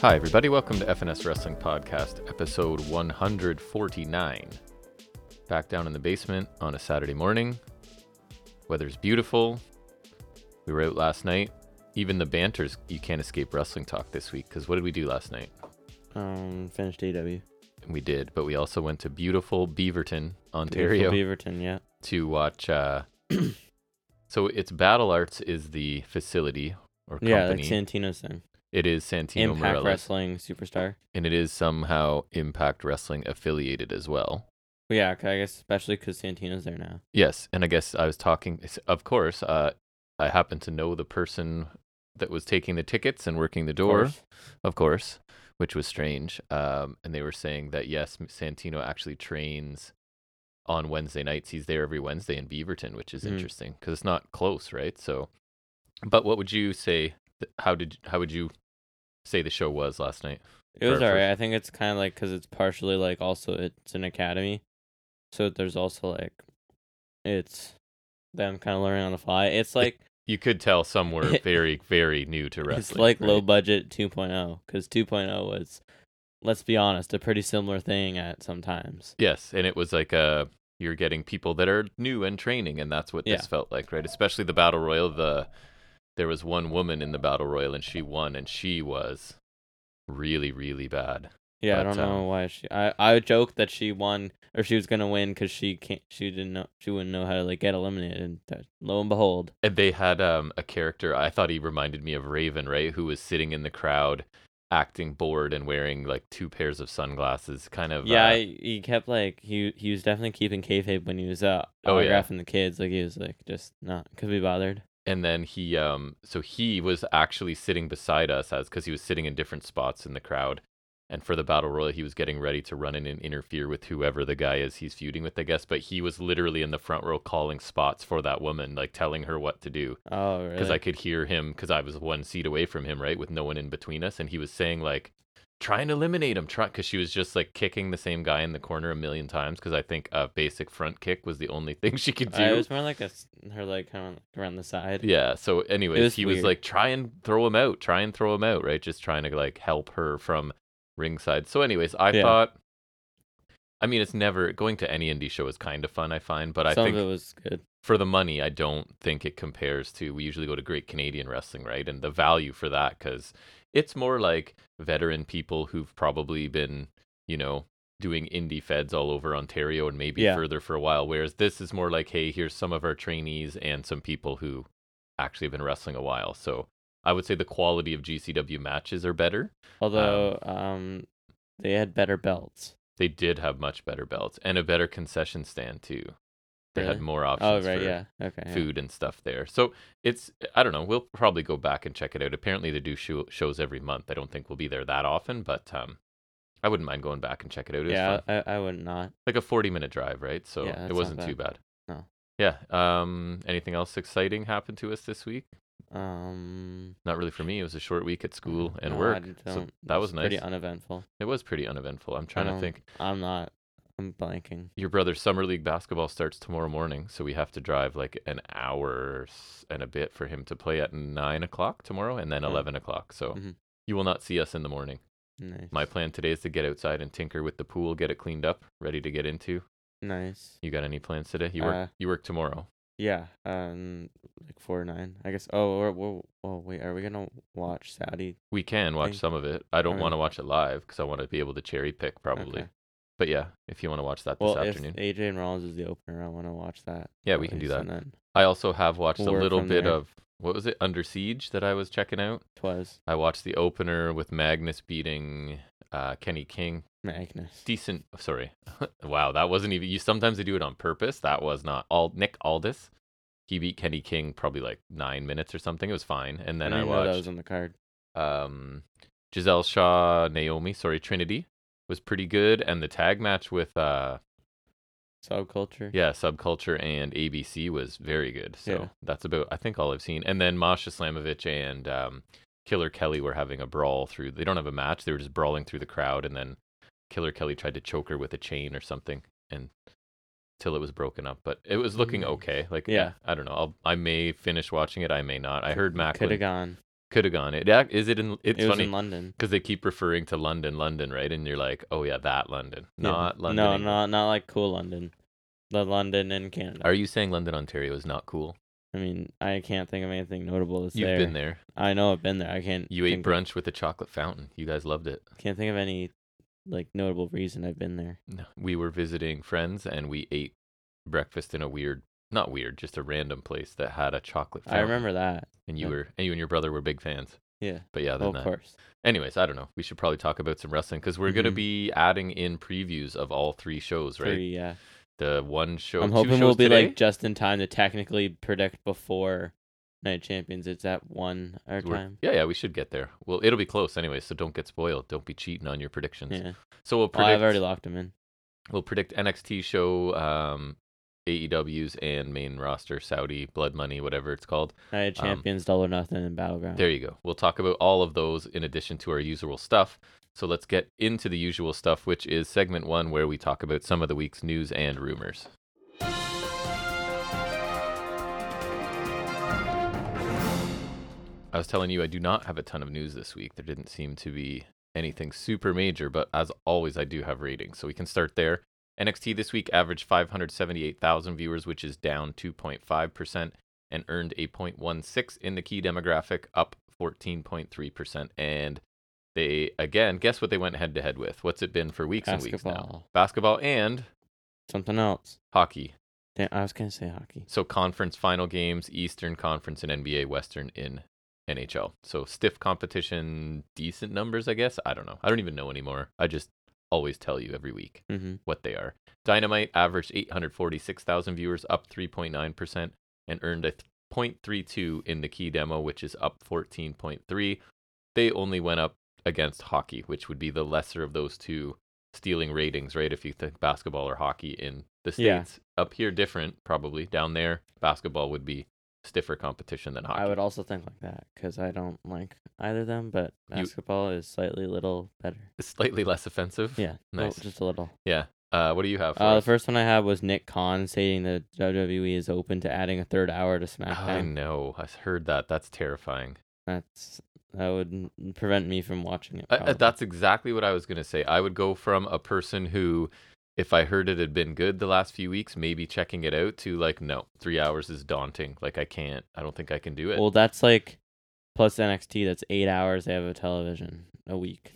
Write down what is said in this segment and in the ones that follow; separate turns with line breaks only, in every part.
Hi, everybody. Welcome to FNS Wrestling Podcast, episode 149. Back down in the basement on a Saturday morning. Weather's beautiful. We were out last night. Even the banter's, you can't escape wrestling talk this week because what did we do last night?
Um, finished AW.
We did, but we also went to beautiful Beaverton, Ontario.
Beautiful Beaverton, yeah.
to watch uh so it's battle arts is the facility or company
Yeah, like Santino's thing.
it is santino
Impact
Morelos,
Wrestling Superstar.
and it is somehow impact wrestling affiliated as well
Well, yeah, 'cause I guess especially because Santino's there now.
yes and i guess i was talking s- of course uh i happen to know the person that was taking the tickets and working the
of
door
course.
of course, which was strange. Um, and they were saying that yes, M- Santino actually trains on Wednesday nights. He's there every Wednesday in Beaverton, which is
Mm.
interesting because it's not close, right? So, but what would you say? th- How did how would you say the show was last night?
It was
for- for-
alright. I think it's kind of like because it's partially like also it's an academy, so there's also like it's them kind of learning on the fly. It's like
You could tell some were very very new to wrestling.
it's like low
right?
budget oh, 2.0 because 2.0 was, let's be honest, a pretty similar thing at sometimes.
Yes, and it was like a you're getting people that are new and training, and that's what
Yeah.
this felt like, right? Especially the battle royal. The there was one woman in the battle royal, and she won, and she was really, really bad.
Yeah,
But, um,
I don't know why she. I I joked that she won or she was gonna win because she can't. She didn't know. She wouldn't know how to like get eliminated. And that- lo and behold,
And they had um, a character. I thought he reminded me of Raven, right? Who was sitting in the crowd, acting bored and wearing like two pairs of sunglasses, kind of.
yeah,
uh,
I, he kept like he he was definitely keeping kayfabe when he was uh,
Oh, yeah.
autographing the kids. Like he was like just not could be bothered.
and then he um so he was actually sitting beside us as because he was sitting in different spots in the crowd and for the battle royal he was getting ready to run in and interfere with whoever the guy is he's feuding with i guess but he was literally in the front row calling spots for that woman like telling her what to do
Oh really?
because i could hear him because i was one seat away from him right with no one in between us and he was saying like try and eliminate him try because she was just like kicking the same guy in the corner a million times because i think a basic front kick was the only thing she could do
I was more like a, s- her like kind of around the side.
yeah. So, anyways,
was
he was
weird.
like, try and throw him out, try and throw him out, right? Just trying to like help her from ringside. So, anyways, I
Yeah.
thought, I mean, it's never going to any indie show is kind of fun, I find, but I
some
think Um,
of it was good.
for the money, I don't think it compares to. We usually go to Great Canadian Wrestling, right? And the value for that, because it's more like veteran people who've probably been, you know, doing indie feds all over Ontario and maybe
Yeah.
further for a while. Whereas this is more like, hey, here's some of our trainees and some people who actually have been wrestling a while. So I would say the quality of GCW matches are better.
Although um, they had better belts.
They did have much better belts and a better concession stand too. They had
Really?
more
Oh
options.
right,
for-
yeah. Okay. yeah.
food and stuff there. So it's I don't know. We'll probably go back and check it out. Apparently they do show, shows every month. I don't think we'll be there that often, but um, I wouldn't mind going back and check it out. It was
Yeah,
fun.
I, I would not.
like a forty minute drive, right? So
Yeah, that's
it
not
wasn't too bad.
No.
Yeah. Um. Anything else exciting happened to us this week?
Um.
Not really for me. It was a short week at school and
Mm, No, I
work.
don't-
So that
it's
was nice.
Pretty uneventful.
it was pretty uneventful. I'm trying to
Um,
think.
I'm not. I'm blanking.
Your brother's summer league basketball starts tomorrow morning, so we have to drive like an hour s- and a bit for him to play at nine o'clock tomorrow, and then
Mm.
eleven o'clock. So
Mhm.
you will not see us in the morning.
Nice.
My plan today is to get outside and tinker with the pool, get it cleaned up, ready to get into.
nice.
You got any plans today? You work.
Uh,
you work tomorrow.
Yeah. Um. Like four nine. I guess. Oh. Or, or, oh. Wait. Are we gonna watch Saudi?
We can watch
think-
some of it. I don't
okay.
want to watch it live because I want to be able to cherry pick probably.
Okay.
But yeah, if you want to watch that this
Well, if
afternoon,
AJ and Rollins is the opener, I want to watch that.
yeah,
at
we can do
least,
that.
and then
I also have watched
We'll
a
work
little
from
bit
there.
of what was it Under Siege that I was checking out.
twas
I watched the opener with Magnus beating uh, Kenny King.
Magnus.
Decent. oh, Sorry. wow, that wasn't even. You sometimes they do it on purpose. That was not all. Nick Aldis, he beat Kenny King probably like nine minutes or something. It was fine. And then I,
didn't know that was
watched
on the card.
um, Giselle Shaw, Naomi. Sorry, Trinity was pretty good, and the tag match with uh,
Subculture.
yeah, Subculture and ABC was very good. So
Yeah.
that's about I think all I've seen. And then Masha Slamovich and um, Killer Kelly were having a brawl through. They don't have a match. They were just brawling through the crowd, and then Killer Kelly tried to choke her with a chain or something, and till it was broken up. But it was looking
Mm.
okay. Like
Yeah.
I don't know. I'll, I may finish watching it. I may not. I heard
Could have
Macklin.
gone.
Could have gone. It ac- is it in? It's
it was
funny
in London.
because they keep referring to London, London, right? And you're like, oh yeah, that London,
Yeah.
not London.
No,
England.
not not like cool London. The London in Canada.
Are you saying London, Ontario is not cool?
I mean, I can't think of anything notable that's
You've
there.
been there.
I know I've been there. I can't.
You ate
think
brunch with a chocolate fountain. You guys loved it.
Of, can't think of any like notable reason I've been there.
No, we were visiting friends and we ate breakfast in a weird, not weird, just a random place that had a chocolate fountain.
I remember that.
And you
yeah.
were, and you and your brother were big fans.
Yeah.
But yeah,
Well,
then
of
that.
course.
Anyways, I don't know. We should probably talk about some wrestling because we're gonna
Mhm.
be adding in previews of all three shows, right?
Three. Yeah.
The one show.
I'm
two
hoping we'll
shows
be
today?
like just in time to technically predict before Night of Champions. It's at one our
We're-
time.
Yeah, yeah, we should get there. Well, it'll be close anyway, so don't get spoiled. Don't be cheating on your predictions.
Yeah.
So we'll
Well,
predict.
I've already locked them in.
we'll predict NXT show, um, AEW's and main roster, Saudi Blood Money, whatever it's called.
Night of
Um,
Champions, Double or Nothing, and Battleground.
There you go. We'll talk about all of those in addition to our usual stuff. So let's get into the usual stuff, which is segment one, where we talk about some of the week's news and rumors. I was telling you, I do not have a ton of news this week. There didn't seem to be anything super major, but as always, I do have ratings. So we can start there. NXT this week averaged 578,000 viewers, which is down 2.5% and earned a 0.16 in the key demographic, up 14.3%. And they, again, guess what they went head to head with? What's it been for weeks and weeks now?
Basketball.
Basketball and
Something else.
hockey.
Damn, I was gonna say hockey.
So conference final games, Eastern Conference and NBA, Western in NHL. So stiff competition, decent numbers, I guess. I don't know. I don't even know anymore. I just always tell you every week
Mm-hmm.
what they are. Dynamite averaged 846,000 viewers, up 3.9%, and earned a th- 0.32 in the key demo, which is up 14.3. They only went up against hockey, which would be the lesser of those two stealing ratings, right? If you think basketball or hockey in the
Yeah.
states, up here different probably. Down there, basketball would be stiffer competition than hockey.
I would also think like that because I don't like either of them, but
You-
basketball is slightly little better.
Slightly less offensive.
Yeah, well,
Nice.
just a little.
Yeah. Uh, what do you have? For
Uh, the
us?
first one I had was Nick Khan stating that WWE is open to adding a third hour to
Oh, I
SmackDown.
know. I heard that. That's terrifying.
That's that would n- prevent me from watching it.
I- I-
probably.
that's exactly what I was going to say. I would go from a person who, if I heard it had been good the last few weeks, maybe checking it out to like, no, three hours is daunting. Like, I can't, I don't think I can do it.
well, that's like plus NXT. That's eight hours they have of television a week.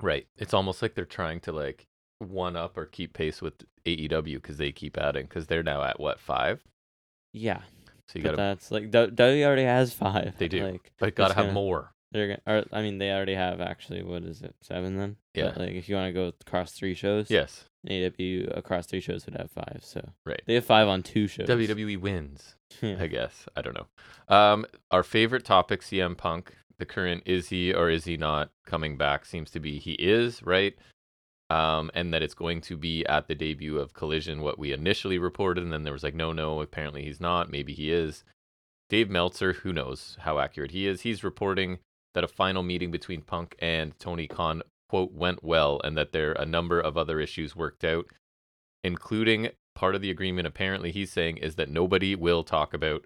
right. It's almost like they're trying to like one up or keep pace with AEW because they keep adding, because they're now at what, five?
Yeah,
So you
but
got to,
that's like W- WWE already has five.
They do.
Like,
but got to
it's
have
gonna-
more.
They're gonna, or, I mean, they already have actually. What is it? Seven then?
Yeah.
But, like if you want to go across three shows,
Yes.
AW across three shows would have five. So
Right.
they have five on two shows.
WWE E wins.
Yeah.
I guess. I don't know. Um, our favorite topic, CM Punk, the current is he or is he not coming back seems to be he is, right? Um, and that it's going to be at the debut of Collision, what we initially reported. And then there was like, no, no, apparently he's not. Maybe he is. Dave Meltzer, who knows how accurate he is, he's reporting that a final meeting between Punk and Tony Khan, quote, went well and that there a number of other issues worked out including part of the agreement apparently he's saying is that nobody will talk about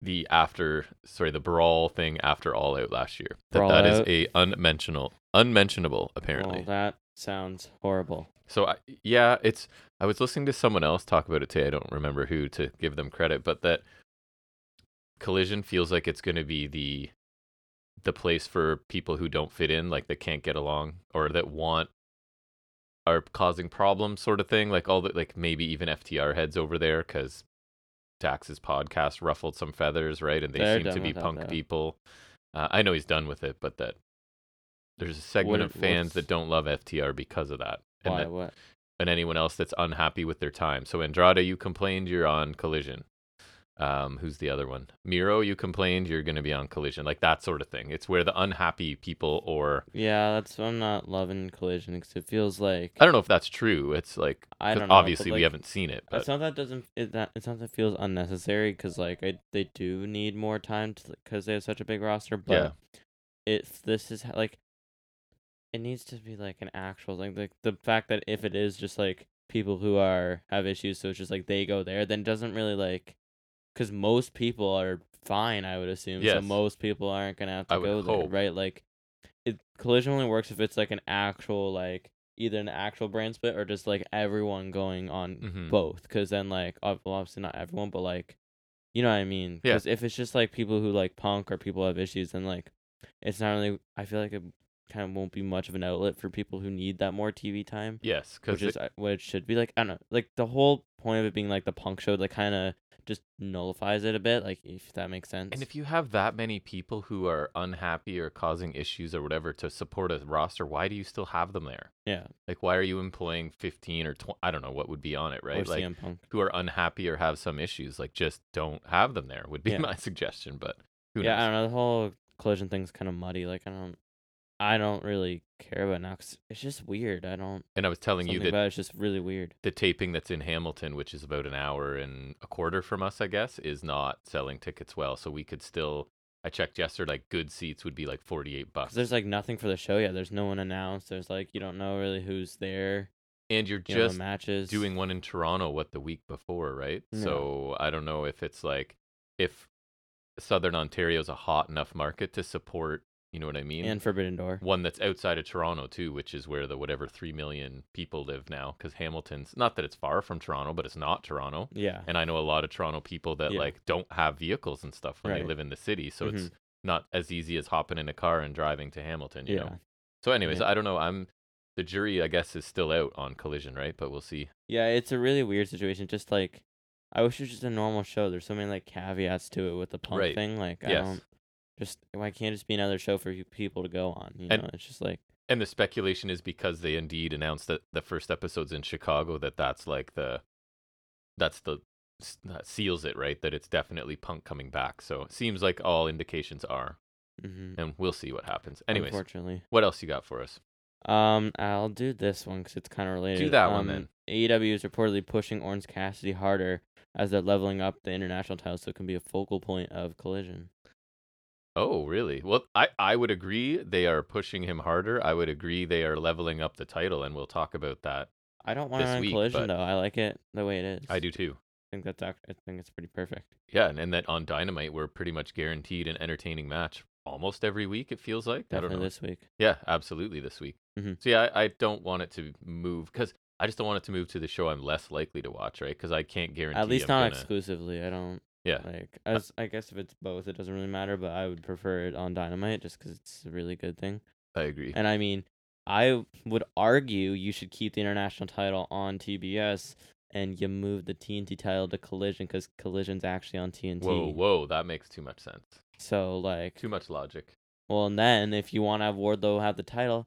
the after sorry the brawl thing after all out last year that
Brawl
that is
Out? Oh,
a unmentionable unmentionable apparently
Well, that sounds horrible.
so I, yeah, it's. I was listening to someone else talk about it today. I don't remember who to give them credit, but that collision feels like it's going to be the the place for people who don't fit in, like that can't get along, or that want are causing problems, sort of thing. Like all the like maybe even FTR heads over there because Dax's podcast ruffled some feathers, right? And they
They're
seem to
done
be
with that,
punk
though.
people. Uh, I know he's done with it, but that there's a segment
What-
of fans
what's-
that don't love FTR because of that. And
Why?
that-
what?
and anyone else that's unhappy with their time. So Andrade, you complained you're on Collision. Um, who's the other one? Miro, you complained you're going to be on Collision, like that sort of thing. It's where the unhappy people, or
Yeah, that's I'm not loving Collision because it feels like
I don't know if that's true. It's like
I
'cause
don't know,
obviously
but,
we
like,
haven't seen it, but
It's not that doesn't it that it's not that feels unnecessary because like I, they do need more time because they have such a big roster. But if this is ho- like, it needs to be like an actual like like the fact that if it is just like people who are have issues, so it's just like they go there, then it doesn't really like because most people are fine, I would assume. So
Yes.
most people aren't gonna have to
I would
go there,
hope.
right? Like, it collision only works if it's like an actual like either an actual brand split or just like everyone going on
Mhm.
both. Because then like ob- well, obviously not everyone, but like you know what I mean.
Yeah.
Because if it's just like people who like punk or people who have issues, then like it's not really. I feel like it kind of won't be much of an outlet for people who need that more TV time
Yes, because
which is uh, what it should be like. I don't know, like the whole point of it being like the punk show, like kind of just nullifies it a bit, like if that makes sense.
And if you have that many people who are unhappy or causing issues or whatever to support a roster, why do you still have them there?
yeah,
Like, why are you employing 15 or 20? I don't know what would be on it,
or
right? Like,
CM Punk.
who are unhappy or have some issues, like, just don't have them there would be
Yeah.
my suggestion. But who
Yeah,
knows?
I don't know. The whole collision thing's kind of muddy. Like I don't, I don't really care about it now 'cause it's just weird. I don't.
And I was telling
Something
you that
about it's just really weird.
the taping that's in Hamilton, which is about an hour and a quarter from us, I guess, is not selling tickets well. So we could still, I checked yesterday, like, good seats would be like 48 bucks.
Cause there's like nothing for the show yet. There's no one announced. There's like you don't know really who's there.
and you're
You know,
just
the matches.
doing one in Toronto what the week before, right?
Yeah.
So I don't know if it's like if Southern Ontario's a hot enough market to support, you know what I mean?
and Forbidden Door.
one that's outside of Toronto too, which is where the whatever 3 million people live now cuz Hamilton's not that it's far from Toronto, but it's not Toronto.
Yeah.
And I know a lot of Toronto people that
Yeah.
like don't have vehicles and stuff when they
Right. Mm-hmm.
live in the city, so it's not as easy as hopping in a car and driving to Hamilton, you
yeah.
know. So anyways,
Yeah.
I don't know. I'm the jury I guess is still out on collision, right? But we'll see.
Yeah, it's a really weird situation. Just like I wish it was just a normal show. There's so many like caveats to it with the punk
Right.
thing. Like I
Yes.
don't just why can't it just be another show for you people to go on? You
And-
know, it's just like
And the speculation is because they indeed announced that the first episode's in Chicago that that's like the that's the s- that seals it, right? That it's definitely punk coming back. So it seems like all indications are,
mhm,
and we'll see what happens. Anyways,
unfortunately.
what else you got for us?
Um, I'll do this one because it's kind of related.
that one
Um,
then.
AEW is reportedly pushing Orange Cassidy harder as they're leveling up the international title, so it can be a focal point of collision.
Oh, really? Well, I I would agree they are pushing him harder. I would agree they are leveling up the title, and we'll talk about that.
I don't want to
This
run
week,
collision
but-
though. I like it the way it is.
I do too.
I think that's ac- I think it's pretty perfect.
Yeah, and, and that on Dynamite we're pretty much guaranteed an entertaining match almost every week. It feels like I
Definitely
don't know.
this week.
Yeah, absolutely this week.
Mhm.
So yeah, I, I don't want it to move because I just don't want it to move to the show I'm less likely to watch, right? Because I can't guarantee.
At least
I'm
not
gonna-
exclusively. I don't.
Yeah. Uh
Like as I guess if it's both, it doesn't really matter. But I would prefer it on Dynamite just because it's a really good thing.
I agree.
And I mean, I would argue you should keep the international title on TBS and you move the TNT title to Collision because Collision's actually on TNT.
whoa, whoa, that makes too much sense.
So like,
Too much logic.
well, and then if you want to have Wardlow have the title,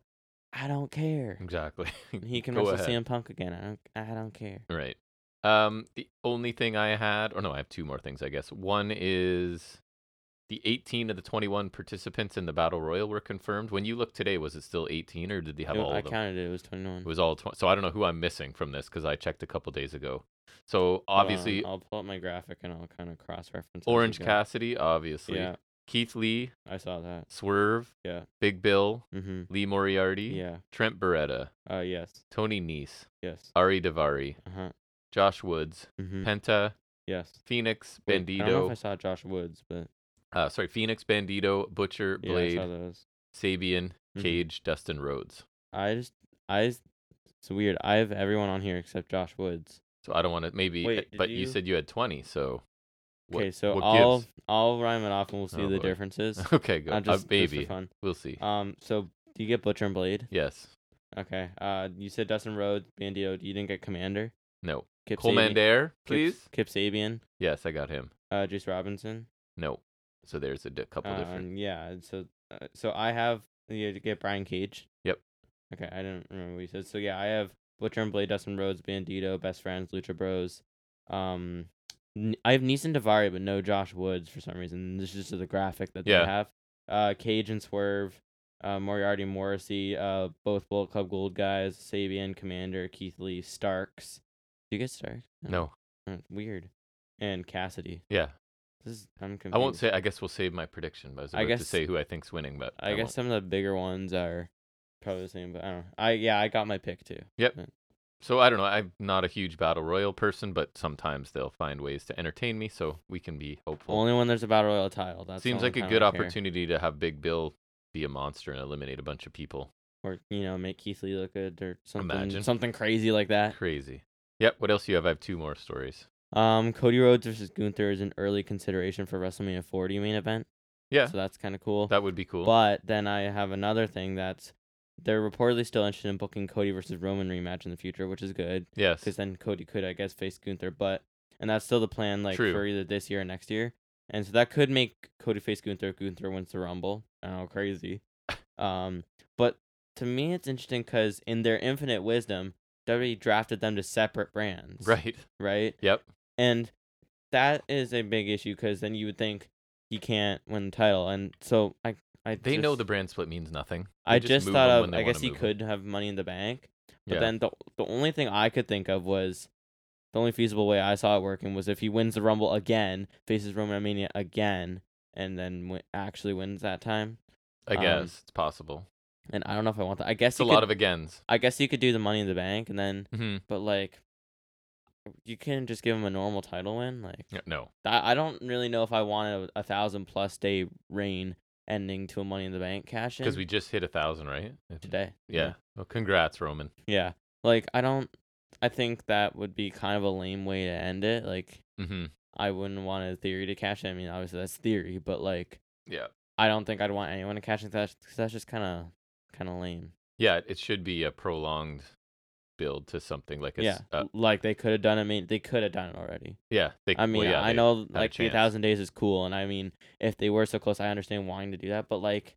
I don't care.
Exactly.
He can
Mm, Go
wrestle
ahead.
CM Punk again. I don't. I don't care.
Right. Um, the only thing I had, or no, I have two more things, I guess. One is the 18 of the 21 participants in the battle royal were confirmed. When you looked today, was it still 18, or did they have
It-
all
I
of them?
counted it. It was twenty one.
It was all tw- so I don't know who I'm missing from this because I checked a couple days ago. So obviously
I'll pull up my graphic and I'll kind of cross reference.
Orange Cassidy, obviously.
Yeah,
Keith Lee,
I saw that.
Swerve,
Yeah.
Big Bill,
Mm-hmm.
Lee Moriarty,
Yeah.
Trent Beretta,
Uh. Yes.
Tony Nese,
Yes.
Ari Davari,
Uh huh.
Josh Woods,
Mm-hmm.
Penta,
Yes.
Phoenix,
Wait, I don't know if I
Bandito,
saw Josh Woods, but
uh, sorry, Phoenix, Bandito, Butcher,
yeah,
Blade,
I saw those.
Sabian,
Mhm.
Cage, Dustin Rhodes.
I just, I. s- It's weird. I have everyone on here except Josh Woods.
So I don't want to maybe, eh,
Wait, did
but you...
you-
said you had 20, so. what-
Okay, so
what
I'll
gives?
I'll rhyme it off and we'll see
Oh,
the
boy.
differences.
Okay, good.
Uh,
Uh,
just, just
maybe.
for fun.
We'll see.
Um. So do you get Butcher and Blade?
yes.
Okay. Uh. You said Dustin Rhodes, Bandito. You didn't get Commander.
No.
Kip Sabian-
Commander,
Kip-
please.
Kip Sabian.
Yes, I got him.
Uh. Juice Robinson.
No. So there's a di- couple different.
Um, yeah, and so uh, so I have you had to get Brian Cage.
Yep.
Okay, I didn't remember what you said. So yeah, I have Butcher and Blade, Dustin Rhodes, Bandito, Best Friends, Lucha Bros. Um, n- I have Neeson Davari, but no Josh Woods for some reason. This is just the graphic that
Yeah.
they have. Uh, Cage and Swerve, uh, Moriarty, and Morrissey, uh, both Bullet Club Gold guys, Sabian, Commander, Keith Lee, Starks. Do you get Starks?
No.
Uh, weird. And Cassidy.
Yeah.
This is I'm confused.
I won't say. I guess we'll save my prediction. but I was
I
about to
guess-
say who I think's winning, but
I, guess
won't.
some of the bigger ones are probably the same, but I don't know. I yeah, I got my pick too.
Yep.
But
So I don't know. I'm not a huge battle royal person, but sometimes they'll find ways to entertain me, so we can be hopeful.
Only when there's a battle royal title. That
Seems like a good opportunity to have Big Bill be a monster and eliminate a bunch of people.
Or you know, make Keith Lee look good or something,
Imagine.
something crazy like that.
Crazy. Yep. What else do you have? I have two more stories.
Um, Cody Rhodes versus Gunther is an early consideration for WrestleMania 40 main event.
Yeah,
So that's kind of cool.
that would be cool.
But then I have another thing that's they're reportedly still interested in booking Cody versus Roman rematch in the future, which is good
yes.
because then Cody could, I guess, face Gunther. But and that's still the plan, like
True.
for either this year or next year. And so that could make Cody face Gunther if Gunther wins the Rumble. Oh, crazy. um, but to me, it's interesting because in their infinite wisdom, WWE drafted them to separate brands,
Right.
Right.
Yep.
And that is a big issue because then you would think he can't win the title, and so I, I
They know
just-
the brand split means nothing. They
I just
move
thought
them
of.
when they
I
wanna
guess he
move them.
could have money in the bank, but
Yeah.
then the the only thing I could think of was the only feasible way I saw it working was if he wins the Rumble again, faces Roman at Mania again, and then wi- actually wins that time.
I
um,
guess it's possible.
And I don't know if I want that. I guess
It's a
you
lot
could-
of agains.
I guess you could do the Money in the Bank, and then
hmm
but like. You can just give him a normal title win, like
No.
I, I don't really know if I want a, a thousand plus day reign ending to a Money in the Bank cash in
Because we just hit a thousand, right? If-
today.
Yeah. Well, congrats, Roman.
yeah. Like I don't. I think that would be kind of a lame way to end it. Like
hmm
I wouldn't want a theory to cash in. I mean, obviously that's theory, but like
Yeah.
I don't think I'd want anyone to cash in. 'cause That's 'cause that's just kind of kind of lame.
Yeah. It should be a prolonged build to something like a.
Yeah.
s- uh,
like they could have done. I mean, they could have done it already.
yeah. They,
I
well,
mean,
yeah,
I
they-
know
a
like three
chance.
thousand days is cool, and I mean, if they were so close, I understand wanting to do that. But like,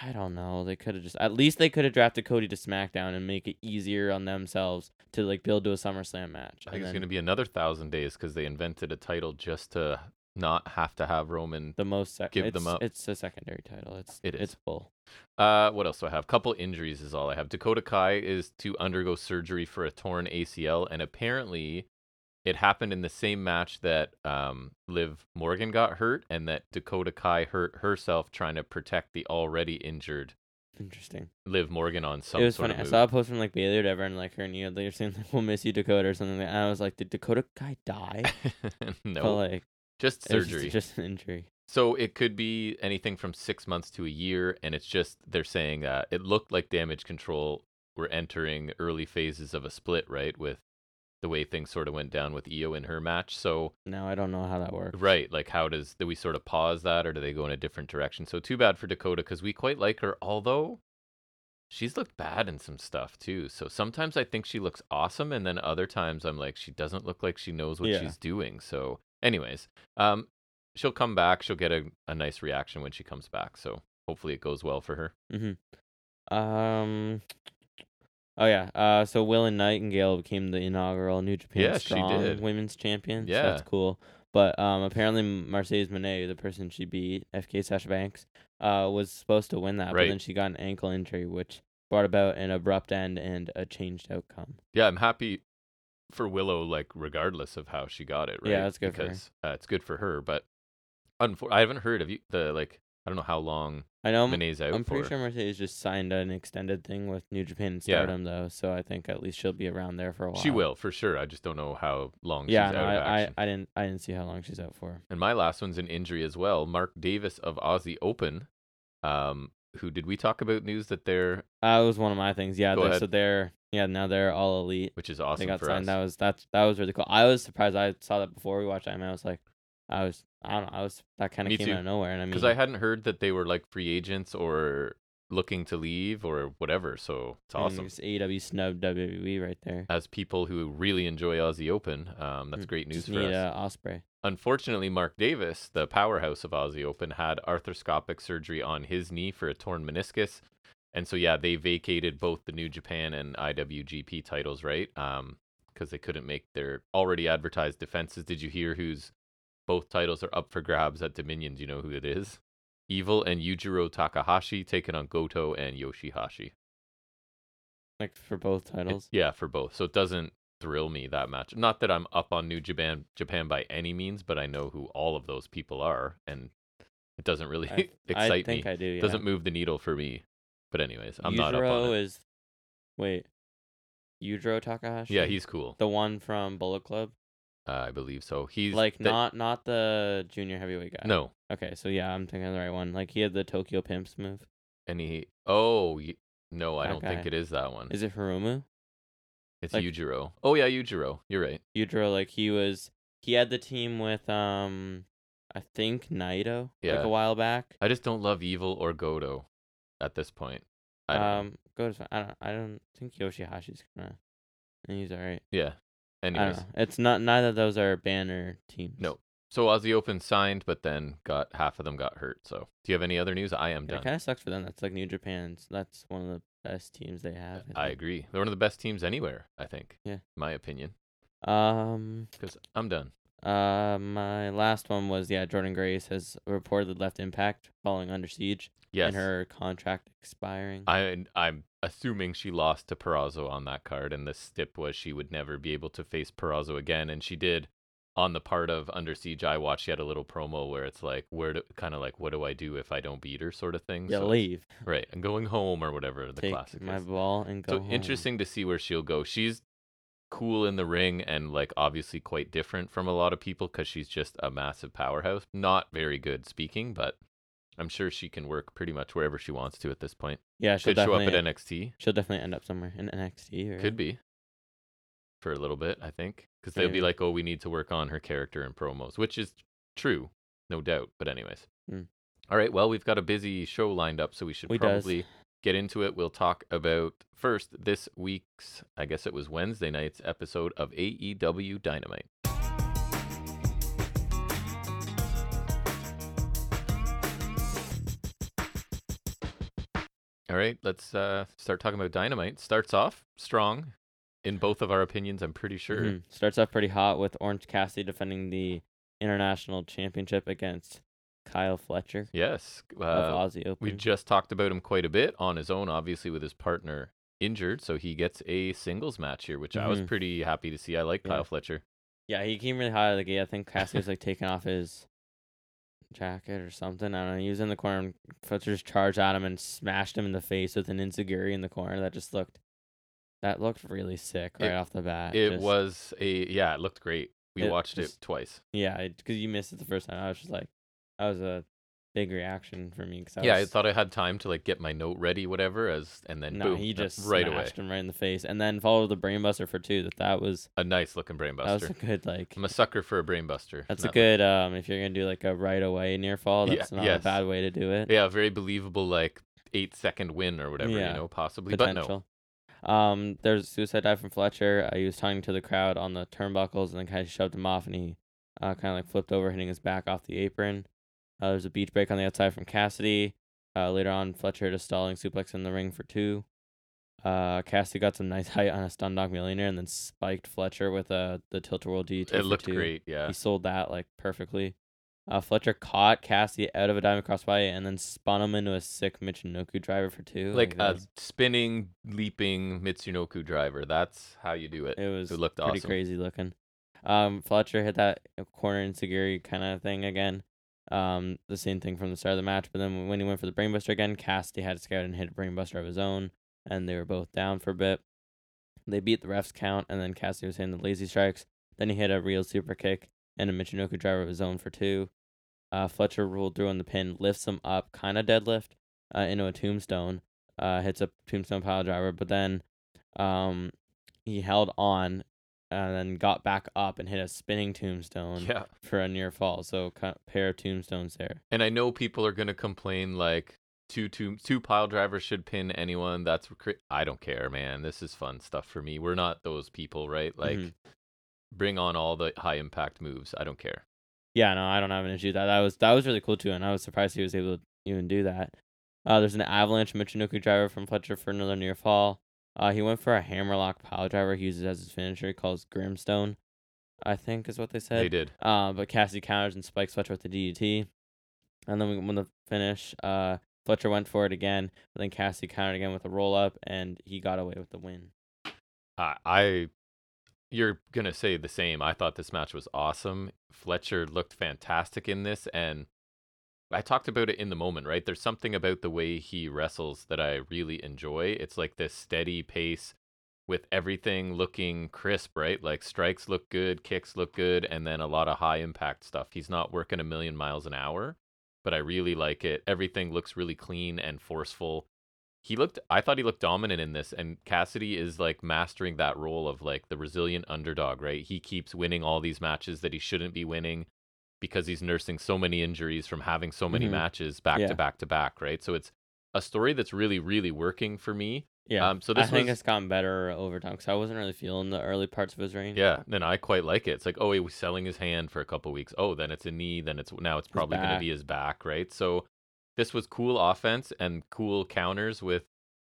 I don't know. They could have just at least they could have drafted Cody to SmackDown and make it easier on themselves to like build to a SummerSlam match.
I
and
think it's
then
going to be another thousand days because they invented a title just to not have to have Roman.
the most sec-
give them
it's-
up.
It's a secondary title. It's
It
it's
is.
bull.
Uh, what else do I have? Couple injuries is all I have. Dakota Kai is to undergo surgery for a torn ACL, and apparently, it happened in the same match that um, Liv Morgan got hurt, and that Dakota Kai hurt herself trying to protect the already injured
Interesting.
Liv Morgan on some
it was
sort
funny. I
of
saw
move.
a post from like Bailey or whatever, and like her and you, they were saying like, "We'll miss you, Dakota," or something. And I was like, "Did Dakota guy die?"
no,
But like,
just
it was just-
surgery.
just an injury.
So it could be anything from six months to a year, and it's just they're saying uh, it looked like damage control were entering early phases of a split, right? With the way things sort of went down with Io in her match. So
Now I don't know how that works.
right, like how does do we sort of pause that, or do they go in a different direction? So too bad for Dakota because we quite like her, although she's looked bad in some stuff too. So sometimes I think she looks awesome, and then other times I'm like she doesn't look like she knows what
Yeah.
she's doing. So, anyways, um, she'll come back. She'll get a, a nice reaction when she comes back. So hopefully it goes well for her.
Um. Oh yeah. Uh. So Will and Nightingale became the inaugural New Japan
Yeah, she
Strong
did.
Women's Champion. so
Yeah.
that's cool. But um, apparently Mercedes Monet, the person she beat, FK Sasha Banks, uh, was supposed to win that,
Right.
but then she got an ankle injury, which brought about an abrupt end and a changed outcome.
Yeah, I'm happy for Willow, like regardless of how she got it, right?
Yeah, that's good for her.
because, Uh, it's good for her, but unfor- I haven't heard of you the like. I don't know how long
I know. I'm,
Monet's out
I'm pretty
for.
sure Mercedes just signed an extended thing with New Japan and
Yeah.
Stardom though, so I think at least she'll be around there for a while.
She will for sure. I just don't know how long
Yeah.
she's
no,
out of
I,
action.
I I didn't I didn't see how long she's out for.
And my last one's an injury as well. Mark Davis of Aussie Open, um, who did we talk about news that they're,
Uh, it was one of my things. Yeah.
Go
they're-
ahead.
So they're yeah now they're all elite.
which is awesome
they got
for
signed.
us.
That was that's that was really cool. I was surprised. I saw that before we watched it. I mean, I was like, I was I don't know. I was that kind
Me
of came
too.
out of nowhere. And I mean,
Because I hadn't heard that they were like free agents or looking to leave or whatever. So it's
I mean,
awesome.
it's AEW snubbed WWE right there.
As people who really enjoy Aussie Open, um, that's
Mm,
great news
Just
for
need
us.
uh, Osprey.
Unfortunately, Mark Davis, the powerhouse of Aussie Open, had arthroscopic surgery on his knee for a torn meniscus. And so, yeah, they vacated both the New Japan and IWGP titles, right? Because they couldn't make their already advertised defenses. Did you hear who's both titles are up for grabs at Dominion? Do you know who it is? Evil and Yujiro Takahashi taking on Goto and Yoshihashi.
Like for both
It-
titles.
yeah, for both. So it doesn't thrill me that much. Not that I'm up on New Japan Japan by any means, but I know who all of those people are, and it doesn't really
I,
excite
I think
me.
I do. Yeah.
Doesn't move the needle for me. But anyways, I'm not up
Yujiro
on it.
is. Wait, Yujiro Takahashi?
Yeah, he's cool.
the one from Bullet Club.
Uh, I believe so. He's
like
the-
not not the junior heavyweight guy.
no,
Okay, so yeah, I'm thinking of the right one. Like he had the Tokyo Pimps move.
and he. Oh y- no, I don't think
Okay.
it is that one.
Is it Hirumu?
it's
like-
Yujiro. Oh yeah, Yujiro. You're right.
Yujiro, like he was he had the team with um I think Naito
Yeah.
like a while back.
I just don't love Evil or Godo at this point. I don't know.
um go to I don't I don't think Yoshihashi's gonna and he's alright.
yeah.
I don't
Anyways,
know. It's not neither of those are banner teams.
No, so Aussie Open signed, but then got half of them got hurt. So, do you have any other news? I am
And It
done.
kinda sucks for them. That's like New Japan's that's one of the best teams they have.
I
think.
agree. They're one of the best teams anywhere. I think.
Yeah.
My opinion,
Um
because I'm done.
uh my last one was yeah, Jordan Grace has reportedly left impact following under siege
Yes.
and her contract expiring.
I I'm assuming she lost to Perazzo on that card, and the stip was she would never be able to face Perazzo again, and she did. On the part of Under Siege, I watched. She had a little promo where it's like, where do kind of like, what do I do if I don't beat her, sort of thing.
yeah,
So it's-
leave.
Right, and going home or whatever the
Take
classic
my
is.
ball and go.
so
home.
interesting to see where she'll go. She's cool in the ring and like obviously quite different from a lot of people because she's just a massive powerhouse. Not very good speaking, but I'm sure she can work pretty much wherever she wants to at this point.
Yeah, she'll
Could show up
definitely
at NXT.
she'll definitely end up somewhere in NXT or
Could be for a little bit, I think, because they'll be
Maybe.
like, "Oh, we need to work on her character and promos," which is true, no doubt. But anyways,
Mm.
all right. Well, we've got a busy show lined up, so we should
We does.
probably get into it. We'll talk about first this week's, I guess it was Wednesday night's episode of AEW Dynamite. All right, let's uh, start talking about Dynamite. Starts off strong in both of our opinions, I'm pretty sure.
Mhm. Starts off pretty hot with Orange Cassidy defending the international championship against Kyle Fletcher
Yes. Uh,
of Aussie Open.
we just talked about him quite a bit on his own, obviously, with his partner injured. So he gets a singles match here, which I was
Mhm.
pretty happy to see. I like
Yeah.
Kyle Fletcher.
yeah, he came really hot out of the gate. I think Cassidy was like taking off his jacket or something. I don't know. He was in the corner and Fletcher just charged at him and smashed him in the face with an insecurity in the corner. That just looked that looked really sick right
It-
off the bat.
It
Just-
was a, yeah, it looked great. We
It
watched it
just-
twice.
Yeah, because you missed it the first time. I was just like, that was a big reaction for me. Cause I
yeah, I
was-
thought I had time to like get my note ready, whatever, as and then
no,
boom,
he
uh,
just
right away.
smashed him right in the face, and then followed the brainbuster for two. That that was
A nice looking brain
that was
buster.
a good like.
I'm a sucker for a brain buster.
That's a
Not
good um. If you're gonna do like a right away near fall,
Yeah,
that's not
yes.
a bad way to do it.
yeah, a very believable like eight second win or whatever,
Yeah.
you know, possibly. But no.
potential. Um, there's a suicide dive from Fletcher. Uh, he was talking to the crowd on the turnbuckles, and then kind of shoved him off, and he uh, kind of like flipped over, hitting his back off the apron. Uh, there's a beach break on the outside from Cassidy. Uh, later on, Fletcher hit a stalling suplex in the ring for two. Uh, Cassidy got some nice height on a stun dog millionaire, and then spiked Fletcher with uh, the tilt a whirl DT.
It
for
looked
two.
great, yeah.
He sold that like perfectly. Uh, Fletcher caught Cassidy out of a diamond crossbody and then spun him into a sick Michinoku driver for two.
Like uh,
that
a
was-
spinning, leaping Mitsunoku driver. That's how you do it.
It was
It looked
pretty
awesome.
crazy looking. Um, Fletcher hit that corner insecurity kind of thing again. Um, the same thing from the start of the match, but then when he went for the brainbuster again, Cassidy had a scout and hit a brainbuster of his own, and they were both down for a bit. They beat the refs count, and then Cassidy was hitting the lazy strikes. Then he hit a real super kick and a Michinoku driver of his own for two. Uh, Fletcher rolled through on the pin, lifts him up, kind of deadlift, uh, into a tombstone. Uh, hits a tombstone pile driver, but then, um, he held on, and then got back up and hit a spinning tombstone
Yeah.
for a near fall. So kind pair of tombstones there.
And I know people are gonna complain like two two two pile drivers should pin anyone. That's cra- I don't care, man. This is fun stuff for me. We're not those people, right? Like
Mhm.
bring on all the high impact moves. I don't care.
Yeah, no, I don't have an issue with that. That was that was really cool too, and I was surprised he was able to even do that. Uh, there's an avalanche Michinoku driver from Fletcher for another near fall. Uh, he went for a hammerlock pile driver. He uses as his finisher. He calls Grimstone, I think is what they said.
They did.
Uh, but Cassidy counters and spikes Fletcher with the DDT. And then we when the finish, uh, Fletcher went for it again, but then Cassidy countered again with a roll up, and he got away with the win.
I, I you're gonna say the same. I thought this match was awesome. Fletcher looked fantastic in this, and I talked about it in the moment, right? There's something about the way he wrestles that I really enjoy. It's like this steady pace. with everything looking crisp, right? Like strikes look good, kicks look good, and then a lot of high impact stuff. He's not working a million miles an hour, but I really like it. Everything looks really clean and forceful. He looked I thought he looked dominant in this and Cassidy is like mastering that role of like the resilient underdog, right? He keeps winning all these matches that he shouldn't be winning because he's nursing so many injuries from having so many
Mhm.
matches back
Yeah.
to back to back, right? So it's a story that's really really working for me.
Yeah.
Um so
I
this
think
was
it's gotten better over time because I wasn't really feeling the early parts of his reign.
Yeah, then I quite like it. It's like, oh, he was selling his hand for a couple weeks. Oh, then it's a knee. Then it's now it's probably going to
back.
be his back, right? So this was cool offense and cool counters with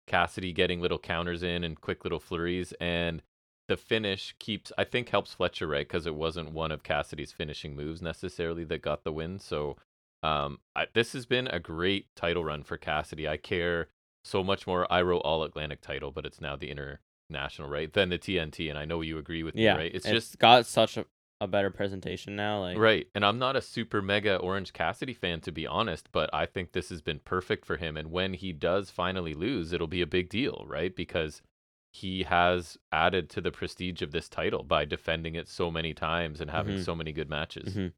Cassidy getting little counters in and quick little flurries. And the finish keeps, I think, helps Fletcher right because it wasn't one of Cassidy's finishing moves necessarily that got the win. So um, I, this has been a great title run for Cassidy. I care so much more. I wrote All Atlantic title, but it's now the international, right? Than the TNT, and I know you agree with me,
Yeah.
right? It's,
it's
just
got such a, a better presentation now. Like,
right. And I'm not a super mega Orange Cassidy fan to be honest, but I think this has been perfect for him. And when he does finally lose, it'll be a big deal, right? Because he has added to the prestige of this title by defending it so many times and having
Mhm.
so many good matches.
Mhm.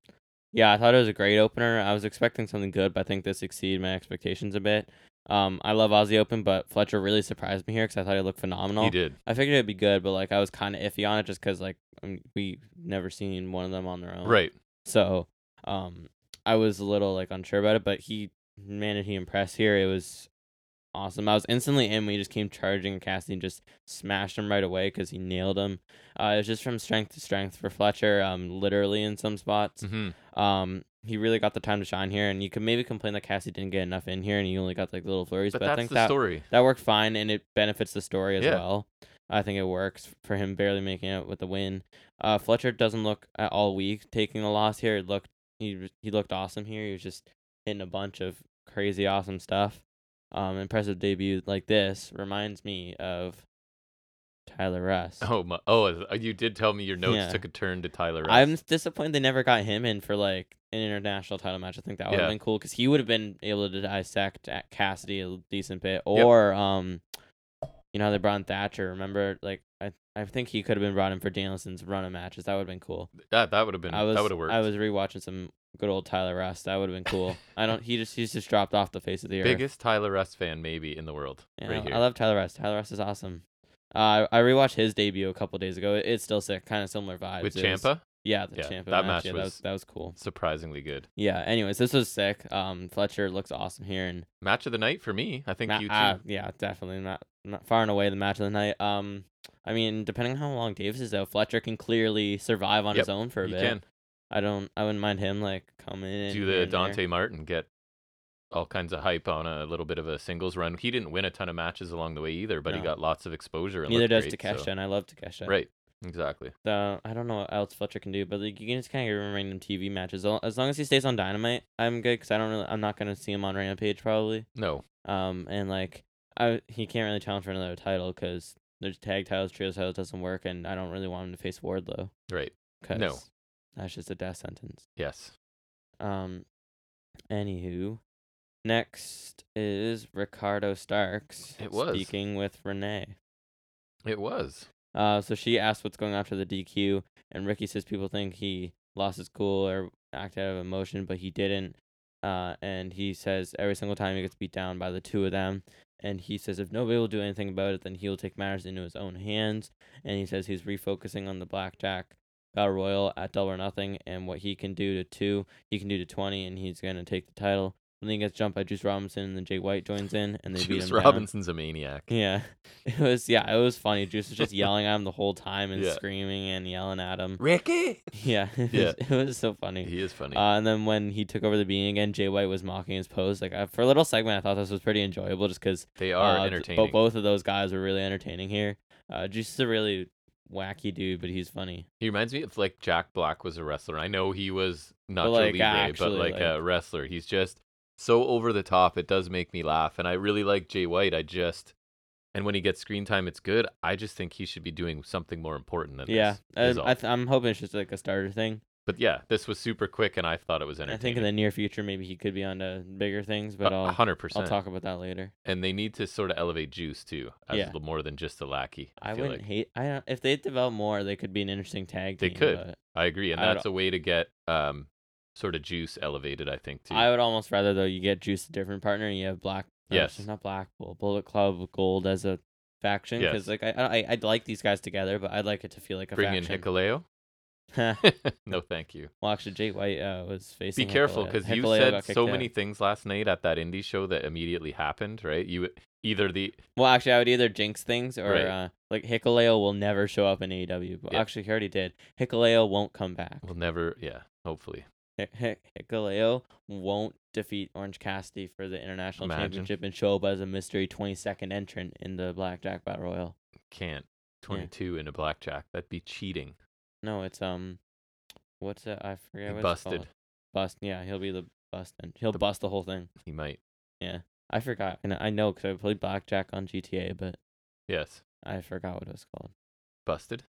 Yeah, I thought it was a great opener. I was expecting something good, but I think this exceeded my expectations a bit. Um, I love Aussie Open, but Fletcher really surprised me here because I thought he looked phenomenal.
He did.
I figured it'd be good, but like I was kind of iffy on it just because like I mean, we never seen one of them on their own,
Right.
So, um, I was a little like unsure about it, but he man did he impress here. It was awesome. I was instantly in when he just came charging at Cassidy and just smashed him right away because he nailed him. Uh, it was just from strength to strength for Fletcher. Um, literally in some spots.
hmm
Um, he really got the time to shine here, and you could maybe complain that Cassie didn't get enough in here, and he only got like little flurries.
But
But, I
that's
think
the
that
story.
that worked fine, and it benefits the story as
Yeah.
well. I think it works for him barely making it with the win. Uh, Fletcher doesn't look at all weak taking the loss here. It looked he was- he looked awesome here. He was just hitting a bunch of crazy awesome stuff. Um, impressive debut like this reminds me of Tyler Russ.
Oh my! Oh, uh, you did tell me your notes
Yeah.
took a turn to Tyler. Russ.
I'm disappointed they never got him in for like an international title match. I think that would have
Yeah.
been cool because he would have been able to dissect at Cassidy a decent bit, or um, you know how they brought in Thatcher. Remember, like I, I think he could have been brought in for Danielson's run of matches. That would have been cool.
that that would have been
I was
that would have worked.
I was rewatching some good old Tyler Rust. That would have been cool. I don't. He just he's just dropped off the face of the earth.
biggest Tyler Russ fan maybe in the world.
Yeah,
right
I-
here.
I love Tyler Rust. Tyler Rust is awesome. Uh, I I rewatched his debut a couple days ago. It- It's still sick, kind of similar vibes.
with
It was-
Champa.
yeah, the
Yeah,
Champa
that match
match. yeah, that
was-
was that was cool.
Surprisingly good
Yeah. Anyways, this was sick. Um, Fletcher looks awesome here, and
match of the night for me. I think
ma-
you too.
uh, yeah, definitely not not far and away the match of the night. Um, I mean, depending on how long Davis is out, Fletcher can clearly survive on his own for a
you
bit.
can
I don't. I wouldn't mind him like coming in.
do
here
the
and there.
Dante Martin get all kinds of hype on a little bit of a singles run. He didn't win a ton of matches along the way either, but he
No.
got lots of exposure. And
Neither does
looked great,
Takesha,
so-
and I love Takesha.
Right, exactly.
So I don't know what else Fletcher can do, but like, you can just kind of get him random TV matches. Al- As long as he stays on Dynamite, I'm good because I don't really. I'm not gonna see him on Rampage probably.
No,
Um, and like, I he can't really challenge for another title because there's tag titles, trios titles doesn't work, and I don't really want him to face Wardlow
right.
because
No.
that's just a death sentence.
Yes.
Um, anywho, next is Ricardo Starks.
It was.
speaking with Renee.
It was.
Uh, so she asked what's going on after the DQ, and Ricky says people think he lost his cool or acted out of emotion, but he didn't. Uh, and he says every single time he gets beat down by the two of them, and he says if nobody will do anything about it, then he'll take matters into his own hands. And he says he's refocusing on the blackjack battle royal at double or nothing, and what he can do to two, he can do to twenty, and he's gonna take the title. And then he gets jumped by Juice Robinson, and then Jay White joins in, and they beat
Juice
him down.
Robinson's a maniac.
Yeah, it was. Yeah, it was funny. Juice was just yelling at him the whole time and
Yeah.
screaming and yelling at him.
Ricky.
Yeah, it was,
Yeah.
it was so funny.
He is funny.
Uh, and then when he took over the being again, Jay White was mocking his pose. Like I, for a little segment, I thought this was pretty enjoyable, just because
they
uh,
are
th-
entertaining.
But both of those guys were really entertaining here. Uh, Juice is a really wacky dude, but he's funny.
He reminds me of like Jack Black was a wrestler. I know he was not like,
like,
Libre, but
actually,
like, a
like-
wrestler. He's just so over the top. It does make me laugh, and I really like Jay White. I just and when he gets screen time, it's good. I just think he should be doing something more important than
yeah,
this. is
um,
all.
I th- I'm hoping it's just like a starter thing.
But yeah, this was super quick, and I thought it was
I
entertaining.
think in the near future maybe he could be on to bigger things, but
A- a
I'll
hundred
I'll
percent.
talk about that later.
And they need to sort of elevate Juice too, as a
Yeah.
little more than just a lackey. I,
I,
feel
wouldn't
like.
hate. I don't. If they develop more, they could be an interesting tag
They
team.
could.
but
I agree, and
I would-
that's a way to get um sort of Juice elevated. I think too.
I would almost rather though you get Juice a different partner and you have Black. no,
Yes.
she's not Black Bull. Bullet Club Gold as a faction
Yes.
because like I, I I'd like these guys together, but I'd like it to feel like a
Bring
faction.
in Hikaleo.
Hickel.
no, thank you.
well, actually, Jay White uh, was facing.
Be careful
Hikaleo.
because you
Hikaleo
said
got kicked
so
out.
many things last night at that indie show that immediately happened, right? You either the
Well, actually, I would either jinx things or
Right.
uh, like Hikaleo will never show up in AEW. But
Yeah.
actually, he already did. Hikaleo won't come back.
will never, yeah, hopefully.
Hick- Hick- Hikaleo won't defeat Orange Cassidy for the international
Imagine.
championship and show up as a mystery 22nd entrant in the Blackjack Battle Royal.
can't. 22 in a blackjack. That'd be cheating.
No, it's um, what's it? I forget.
He
What It's
busted.
called. Bust. Yeah, he'll be the bust and he'll
The-
bust the whole thing.
He might.
I forgot, and I know because I played Blackjack on GTA, but
Yes.
I forgot what it was called.
Busted.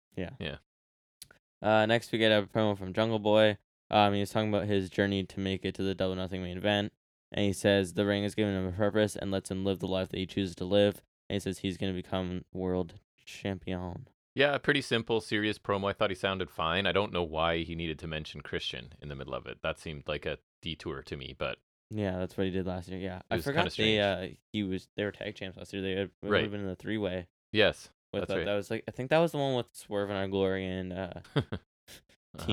Uh, next we get a promo from Jungle Boy. Um, he was talking about his journey to make it to the Double Nothing main event, and he says the ring has given him a purpose and lets him live the life that he chooses to live. And he says he's gonna become world champion.
Yeah, pretty simple, serious promo. I thought he sounded fine. I don't know why he needed to mention Christian in the middle of it. That seemed like a detour to me, but
Yeah, that's what he did last year. Yeah, I
was kinda
forgot they uh he was they were tag champs last year. They had would
Right.
have been in the three way
yes.
with
That's
uh,
right.
that was like I think that was the one with Swerve and our glory and uh, team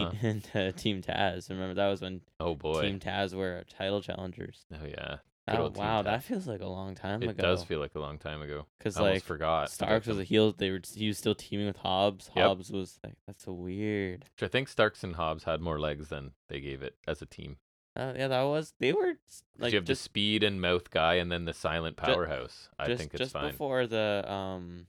Uh-huh.
and uh, Team Taz. Remember that was when
Oh boy.
Team Taz were title challengers.
Oh yeah. Good
Oh
old Team
wow,
Taz.
that feels like a long time
It
ago.
does feel like a long time ago.
because
I almost
like
forgot. about
Starks
them.
was a heel. They were he was still teaming with Hobbs.
Yep.
Hobbs was like that's so weird.
Which I think Starks and Hobbs had more legs than they gave it as a team.
Uh, yeah, that was they were s-
'Cause
like
you have the
just
speed and mouth guy and then the silent powerhouse. I
just,
think it's
just
fine.
before the um,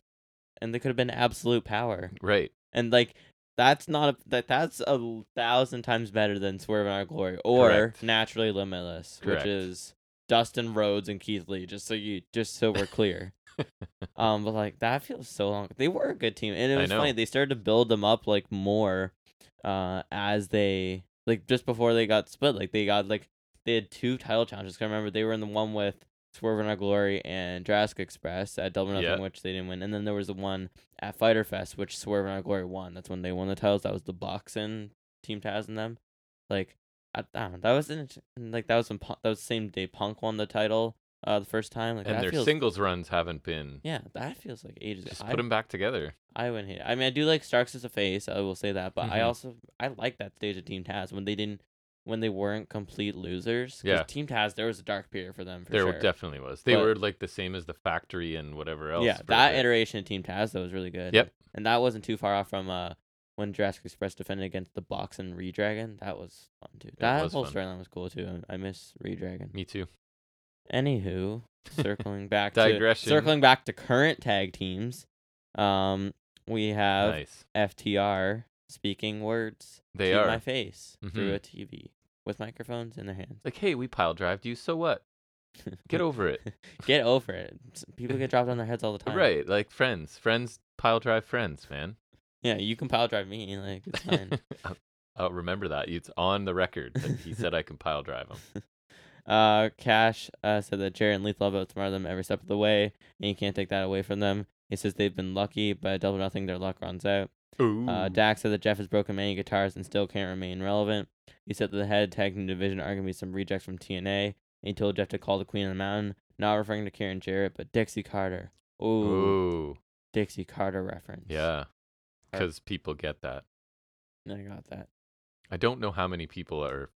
and they could have been absolute power.
Right.
And like that's not a that that's a l- thousand times better than Swerve and Our Glory or
Correct.
Naturally Limitless,
Correct.
which is Dustin Rhodes and Keith Lee. Just so you just so we're clear. um, but like that feels so long. They were a good team, and it
I
was funny.
know.
They started to build them up like more, uh, as they like just before they got split. Like they got like they had two title challenges. 'Cause I remember they were in the one with Swerve and Our Glory and Jurassic Express at Double or Nothing,
Yeah.
which they didn't win, and then there was the one at Fighter Fest, which Swerve and Our Glory won. That's when they won the titles. That was the Bucks and Team Taz and them. Like I, I don't know. That was an, int- like that was when Punk, that was the same day Punk won the title. Uh, the first time, like
and
that
their
feels,
singles runs haven't been.
yeah, that feels like ages.
Just
I,
put them back together.
I wouldn't hate. It. I mean, I do like Starks as a face. I will say that, but I
Mhm.
also I like that stage of Team Taz when they didn't when they weren't complete losers. 'cause
Yeah.
Team Taz, there was a dark period for them. For
there
sure.
definitely was. They
But-
were like the same as the factory and whatever else.
yeah,
for a
that
bit.
iteration of Team Taz though was really good.
Yep.
and that wasn't too far off from uh when Jurassic Express defended against the Box and Redragon. That was fun too. That
was
whole
fun.
storyline was cool too. I, I miss Redragon.
Me too.
Anywho, circling back
Digression.
to circling back to current tag teams. Um, we have
nice.
FTR speaking words
They
to
are
my face
Mhm.
through a TV with microphones in their hands.
like, hey, we pile drived you. So what? Get over it.
Get over it. S- People get dropped on their heads all the time.
right. Like friends. Friends pile drive friends, man.
Yeah, you can pile drive me. Like it's fine.
I'll, I'll remember that. It's on the record that he said I can pile drive him.
uh, Cash uh, said that Jerry and Lethal have outsmarted them every step of the way, and you can't take that away from them. He says they've been lucky, but double nothing, their luck runs out.
Ooh.
Uh, Dax said that Jeff has broken many guitars and still can't remain relevant. He said that the head tag team division are going to be some rejects from TNA. And he told Jeff to call the Queen of the Mountain, not referring to Karen Jarrett, but Dixie Carter. Ooh,
Ooh.
Dixie Carter reference.
Yeah.
Uh,
Because people get that.
I got that.
I don't know how many people are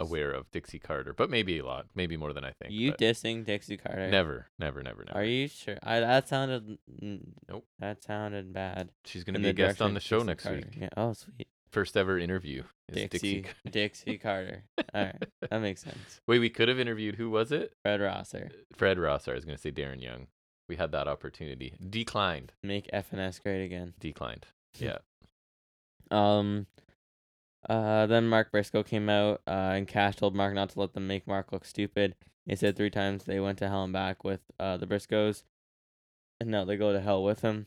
aware of Dixie Carter, but maybe a lot. Maybe more than I think.
you
but
dissing Dixie Carter?
Never, never, never, never.
Are you sure? I that sounded. mm,
Nope.
That sounded bad.
She's going to
in
be a
the
guest
direction
on the
of
show
Dixie
next
Carter.
week.
Yeah. Oh, sweet.
First ever interview is
Dixie,
Dixie.
Dixie,
Carter.
Carter. All right, that makes sense.
Wait, we could have interviewed who was it?
Fred Rosser,
Fred Rosser. I was going to say Darren Young. We had that opportunity. Declined.
make FNS great again.
Declined. Yeah.
Um, uh, then Mark Briscoe came out, uh, and Cash told Mark not to let them make Mark look stupid. He said three times they went to hell and back with uh the Briscoes, and now they go to hell with him.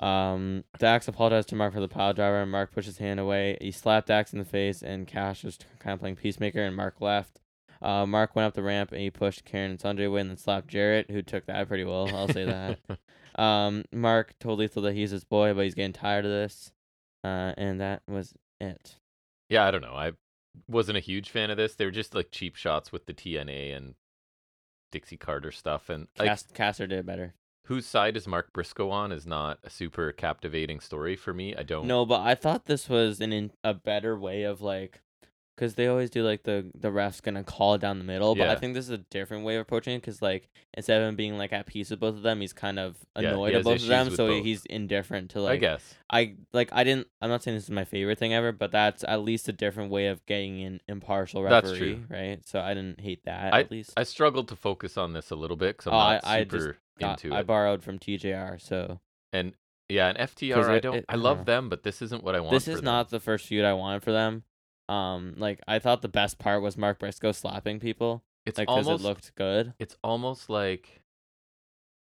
Um, Dax apologized to Mark for the pile driver, and Mark pushed his hand away. He slapped Dax in the face, and Cash was kind of playing peacemaker, and Mark left. Uh, Mark went up the ramp and he pushed Karen and Sanjay away, and then slapped Jarrett, who took that pretty well. I'll say that. um, Mark told Lethal that he's his boy, but he's getting tired of this. Uh, and that was it.
Yeah, I don't know. I wasn't a huge fan of this. They were just like cheap shots with the TNA and Dixie Carter stuff, and like
Cass- Casser did better.
whose side is Mark Briscoe on is not a super captivating story for me. I don't.
No, but I thought this was an in, a better way of like, because they always do like the the ref's gonna call it down the middle, but I
Yeah.
think this is a different way of approaching it. Because like instead of him being like at peace with both of them, he's kind of
Yeah, he
annoyed at
has
both of
issues
them,
with
so he
both.
he's indifferent to like.
I guess.
I like I didn't. I'm not saying this is my favorite thing ever, but that's at least a different way of getting an impartial
That's
referee,
true.
right? So I didn't hate that at least.
I struggled to focus on this a little bit because I'm
Oh,
not
I- I just
super
got-
into
I
it.
borrowed from TJR, so
and yeah, and FTR,
'Cause
I
it-
don't.
it-
I
I
love
dunno.
them, but this isn't what I want.
this
for
is
them.
not the first feud I wanted for them. Um, like I thought the best part was Mark Briscoe slapping people,
It's
like because
almost.
it looked good.
it's almost like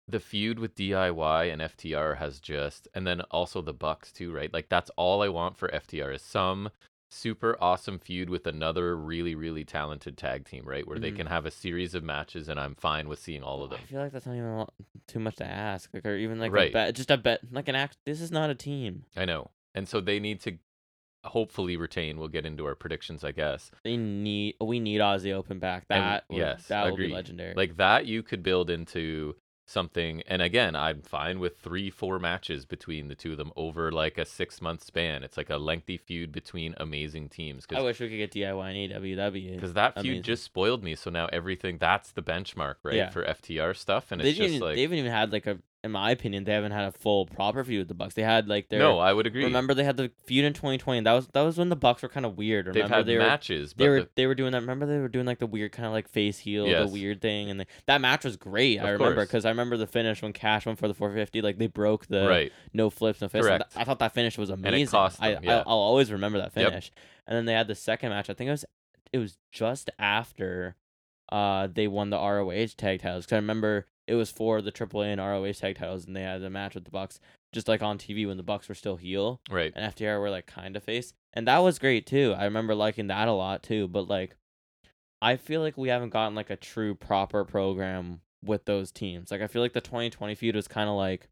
the feud with DIY and FTR has just, and then also the Bucks too, right? Like that's all I want for FTR is some super awesome feud with another really really talented tag team, right? Where they
Mhm.
can have a series of matches, and I'm fine with seeing all of them.
I feel like that's not even a lot, too much to ask, like, or even like
Right.
a bet, just a bet, like an act. This is not a team.
I know, and so they need to hopefully retain. We'll get into our predictions, I guess.
They need we need Aussie Open back.
And-
That would-
yes,
that would be
agreed.
legendary.
like that you could build into something and again i'm fine with three four matches between the two of them over like a six month span it's like a lengthy feud between amazing teams
I
because
wish we could get DIY and E AEW.
that feud
amazing.
just spoiled me so now everything that's the benchmark right
Yeah.
for ftr stuff and
they
it's
didn't
just
even,
like
they haven't even had like a in my opinion they haven't had a full proper feud with the Bucks. They had like their
no i would agree
remember they had the feud in 2020. That was that was when the Bucks were kind of weird. Remember
they've had
they were
matches but
they were
the-
they were doing that. Remember they were doing like the weird kind of like face heel,
Yes.
the weird thing, and they, that match was great. I
Of
remember
course.
because I remember the finish when Cash went for the 450. Like they broke the
right
no flips, no fists. and
Correct.
th- I thought that finish was amazing.
cost
I,
them, yeah.
I'll, I'll always remember that
Yep.
finish. And then they had the second match. I think it was it was just after uh they won the ROH tag titles because I remember it was for the AAA and ROH tag titles, and they had a match with the Bucks just like on TV when the Bucks were still heel
right
and FTR were like kind of face, and that was great too. I remember liking that a lot too. But like, I feel like we haven't gotten like a true proper program with those teams. Like, I feel like the 2020 feud was kind of like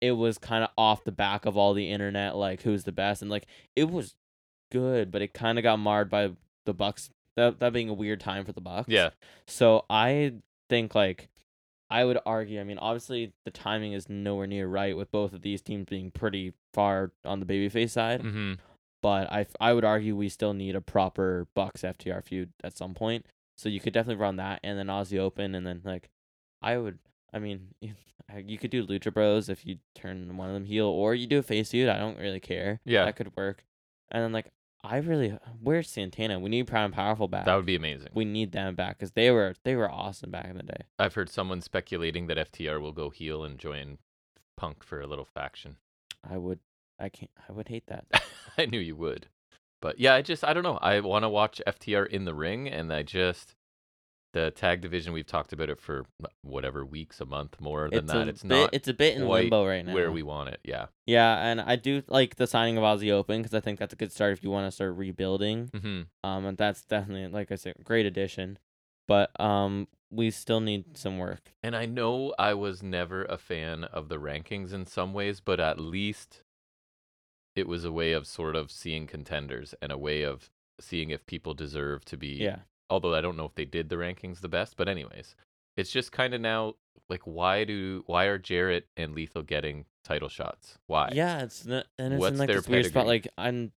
it was kind of off the back of all the internet, like who's the best, and like it was good, but it kind of got marred by the Bucks. That that being a weird time for the Bucks.
yeah
So I think like I would argue. I mean, obviously the timing is nowhere near right with both of these teams being pretty far on the babyface side.
hmm
But I f- I would argue we still need a proper Bucks FTR feud at some point. So you could definitely run that, and then Aussie Open, and then like I would. I mean, you could do Lucha Bros if you turn one of them heel, or you do a face feud. I don't really care.
Yeah.
that could work. And then like I really, where's Santana? We need Proud and Powerful back
that would be amazing
we need them back because they were they were awesome back in the day.
i've heard someone speculating that ftr will go heel and join punk for a little faction
I would I can't I would hate that.
I knew you would. But yeah, I just I don't know. I want to watch FTR in the ring and I just the tag division we've talked about it for whatever weeks, a month more than
it's
that.
a
It's
bit,
not
it's a bit in
quite
limbo right now.
where we want it. Yeah.
yeah, and I do like the signing of Aussie Open because I think that's a good start if you want to start rebuilding.
hmm
Um, and that's definitely like I said, great addition, but um, we still need some work.
And I know I was never a fan of the rankings in some ways, but at least it was a way of sort of seeing contenders and a way of seeing if people deserve to be
Yeah,
although I don't know if they did the rankings the best, but anyways, it's just kind of now like why do why are Jarrett and Lethal getting title shots? Why?
yeah, it's not, and it's
What's
in like
their
this weird spot.
pedigree?
Like I'm,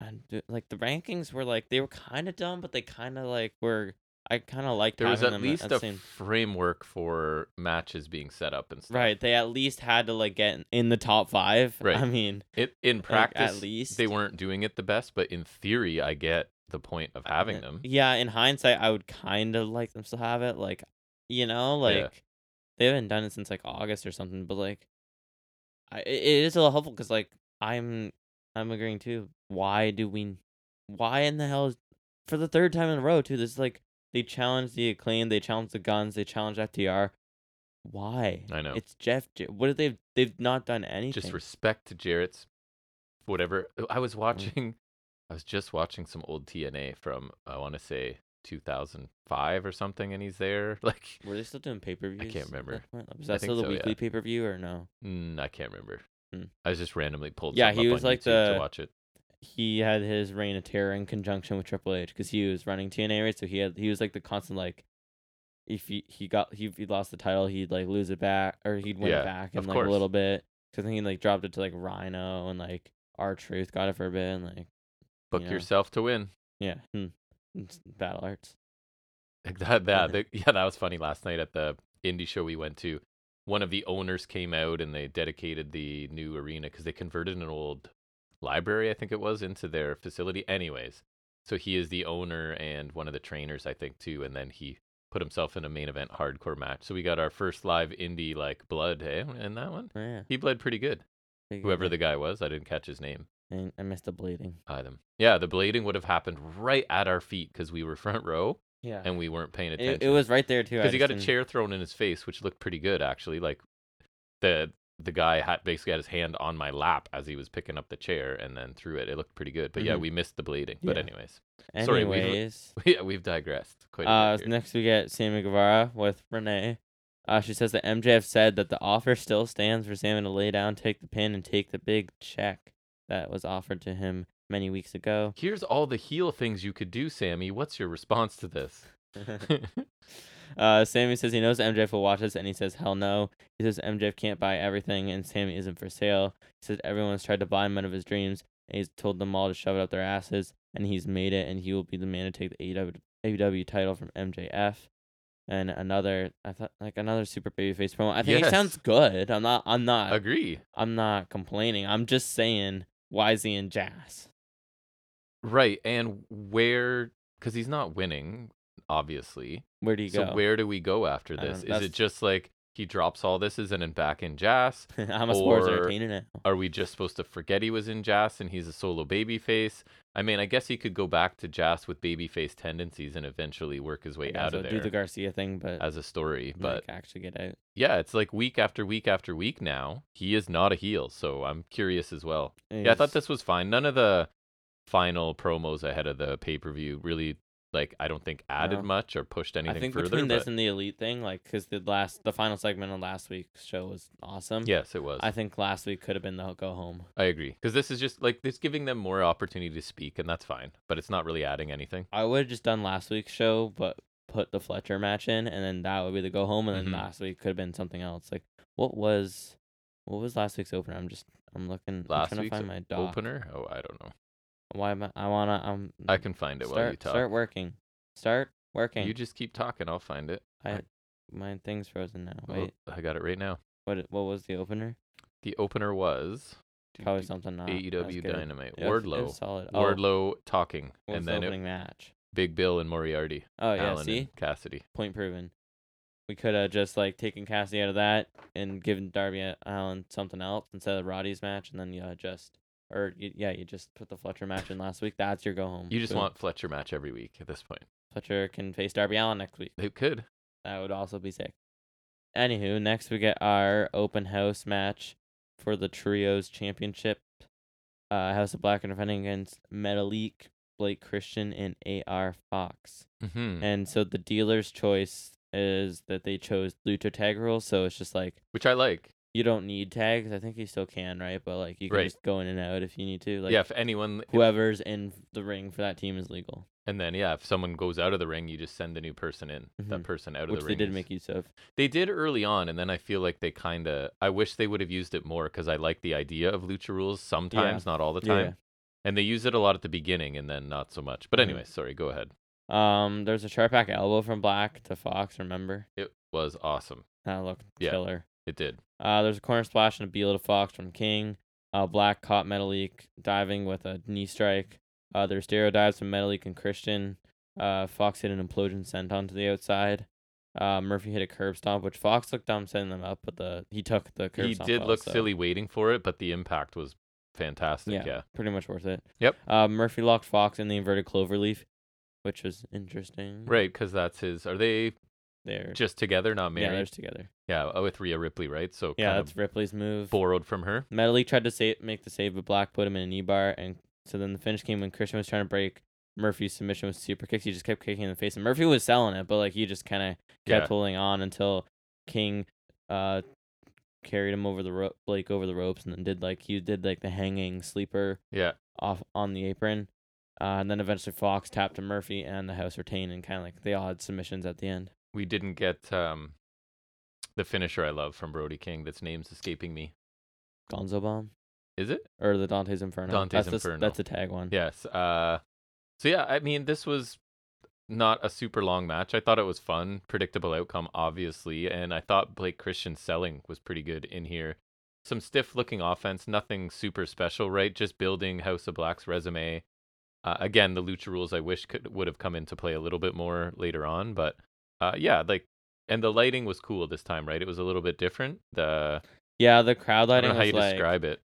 I'm do- like the rankings were like they were kind of dumb, but they kind of like were. I kind of liked
there was
having
at
them
least
at
a
the same
framework for matches being set up and stuff.
Right. They at least had to like get in- in the top five.
Right.
I mean,
It in
like,
practice
at least
they weren't doing it the best, but in theory I get the point of having them.
Yeah. In hindsight, I would kind of like them to have it. Like, you know, like
Yeah.
they haven't done it since like August or something. But like, I, it it is a little helpful because like I'm I'm agreeing too. Why do we? Why in the hell is for the third time in a row too? This is like they challenged the acclaim. They challenged the guns. They challenged FTR. Why?
I know.
It's Jeff. Jar- what have they? They've not done anything. Mm.
Just respect to Jarrett's whatever. uh, I was watching, I was just watching some old TNA from, I want to say 2005 or something, and he's there. Like,
Were they still doing pay per views?
remember.
Was
I
that
think
still the
so, yeah.
weekly pay per view or no?
mm, I can't remember.
Hmm.
I was just randomly pulled.
Yeah,
something
he
up
was
on
like
YouTube to
the-
watch it.
He had his reign of terror in conjunction with Triple H because he was running TNA right, so he had he was like the constant like. If he, he got he, he lost the title, he'd like lose it back or he'd win
Yeah,
it back
of
in like
course.
a little bit. Cause then he like dropped it to like Rhino and like our truth got it for a bit and like
Book
know.
yourself to win.
yeah, hmm. It's battle arts.
Like that, that, that- yeah, that was funny last night at the indie show we went to. One of the owners came out and they dedicated the new arena because they converted an old library, I think it was, into their facility. Anyways, so he is the owner and one of the trainers, I think, too. And then he put himself in a main event hardcore match. So we got our first live indie like blood eh, in that one.
Oh, yeah,
He bled pretty good. Whoever the guy was, I didn't catch his name.
and I missed the bleeding.
Item. Yeah, the blading would have happened right at our feet because we were front row
Yeah,
and we weren't paying attention
it, it was right there too. I
because he got
just
a
didn't-
chair thrown in his face, which looked pretty good actually. Like the the guy had basically had his hand on my lap as he was picking up the chair and then threw it. It looked pretty good, but yeah,
Mhm.
we missed the bleeding. But
Yeah.
anyways, Sorry, we-
Anyways,
yeah, we've digressed quite a
uh,
bit. here.
next we get Sammy Guevara with Renee. Uh, she says that MJF said that the offer still stands for Sammy to lay down, take the pin, and take the big check that was offered to him many weeks ago.
Here's all the heel things you could do, Sammy. What's your response to this?
uh, Sammy says he knows MJF will watch this, and he says hell no. He says MJF can't buy everything, and Sammy isn't for sale. He says everyone's tried to buy him out of his dreams, and he's told them all to shove it up their asses, and he's made it, and he will be the man to take the AEW AEW title from MJF. And another, I thought like another super babyface promo. I think
Yes.
it sounds good. I'm not, I'm not,
Agree.
I'm not complaining. I'm just saying, why is he in jazz?
Right. And where cuz he's not winning, obviously.
Where do you
so
go?
where do we go after
I don't-
this? Is
that's-
it just like he drops all this and then back in Jazz?
I'm a sports
or-
entertainer now.
are we just supposed to forget he was in Jazz and he's a solo babyface? I mean, I guess he could go back to Jazz with babyface tendencies and eventually work his
I
way
guess
out of
I'll
there
Do the Garcia thing, but
as a story. But
like uh, actually get out.
yeah, it's like week after week after week now. He is not a heel, so I'm curious as well. Yeah, I thought this was fine. None of the final promos ahead of the pay per view really, like, I don't think added
No.
much or pushed anything
I think
further.
between this
but-
and the elite thing, like, because the last, the final segment on last week's show was awesome.
yes, it was.
I think last week could have been the go home.
I agree because this is just like it's giving them more opportunity to speak, and that's fine. But it's not really adding anything.
I would have just done last week's show, but put the Fletcher match in, and then that would be the go home, and then
Mhm.
last week could have been something else. Like, what was, what was last week's opener? I'm just, I'm looking.
Last
I'm trying
week's
to find my doc.
Opener? Oh, I don't know.
Why am I? I wanna. I'm.
I can find it while you
Mm-hmm. start.
talk.
Start working. Start working.
You just keep talking. I'll find it.
I, my thing's frozen now.
Oh,
Wait,
I got it right now.
what? What was the opener?
The opener was do-
Probably
do-
something not as
AEW
Uh, good.
Dynamite.
Yeah, it was- it
Wardlow.
was solid. Oh,
Wardlow talking,
what was
and
the
then it,
opening match.
Big Bill and Moriarty.
Oh yeah,
Allen
see,
and Cassidy.
point proven. We could have just like taken Cassidy out of that and given Darby Allen something else instead of Roddy's match, and then yeah, just or y- yeah, you just put the Fletcher match in last week. That's your go home.
You just
Mm, Boom.
want Fletcher match every week at this point.
Fletcher can face Darby Allen next week.
It could.
That would also be sick. Anywho, next we get our open house match for the trios championship. Uh, House of Black are defending against Metalik, Blake Christian, and A.R. Fox.
hmm
And so the dealer's choice is that they chose Lucha tag rule. So it's just like
Which I like.
you don't need tags. I think you still can, right? But like you can
Right.
just go in and out if you need to. Like
yeah, if anyone,
whoever's in the ring for that team is legal,
and then yeah, if someone goes out of the ring, you just send the new person in. That
Mhm.
person out of
which
the
they
ring.
did
is-
make use of.
They did early on, and then I feel like they kind of. I wish they would have used it more because I like the idea of lucha rules sometimes, not all the
Yeah,
time. And they use it a lot at the beginning and then not so much. But
Mhm.
anyway, sorry, go ahead.
Um, there's a sharp back elbow from Black to Fox. Remember?
It was awesome.
That looked
Yeah.
killer.
It did.
Uh, there's a corner splash and a Beal to Fox from King. Uh, Black caught Metalik diving with a knee strike. Uh, there's stereo dives from Metalik and Christian. Uh, Fox hit an implosion sent onto the outside. Uh, Murphy hit a curb stomp, which Fox looked dumb setting them up, but the he took the curb
he
stomp.
did
well,
look
so
silly waiting for it, but the impact was fantastic. Yeah.
Yeah. Pretty much worth it.
Yep.
Uh, Murphy locked Fox in the inverted clover leaf, which was interesting. Mm-hmm.
Right, because that's his. Are they
They're
just together, not
yeah, they're
married?
together.
Yeah, Yeah, oh, with Rhea Ripley, right? So
Yeah,
kind
that's
of
Ripley's move.
borrowed from her.
Metalik tried to save, make the save, but Black put him in an E-bar, and so then the finish came when Christian was trying to break Murphy's submission with super kicks. He just kept kicking in the face, and Murphy was selling it, but like he just kind of kept
Yeah.
holding on until King, uh, carried him over the rope, Blake over the ropes, and then did like he did like the hanging sleeper
Yeah,
off on the apron, uh, and then eventually Fox tapped to Murphy, and the house retained, and kind of like they all had submissions at the end.
we didn't get um, the finisher I love from Brody King. That's name's escaping me.
Gonzo bomb
Is it?
or the Dante's Inferno.
Dante's
that's the s-
Inferno.
that's the tag one.
Yes. Uh, so yeah, I mean, this was not a super long match. I thought it was fun, predictable outcome, obviously, and I thought Blake Christian selling was pretty good in here. Some stiff looking offense, nothing super special, right? Just building House of Black's resume. Uh, again, the lucha rules I wish could would have come into play a little bit more later on, but uh, yeah, like, and the lighting was cool this time, right? It was a little bit different. The
Yeah, the crowd
I
lighting
don't know how
was
you
like
describe it.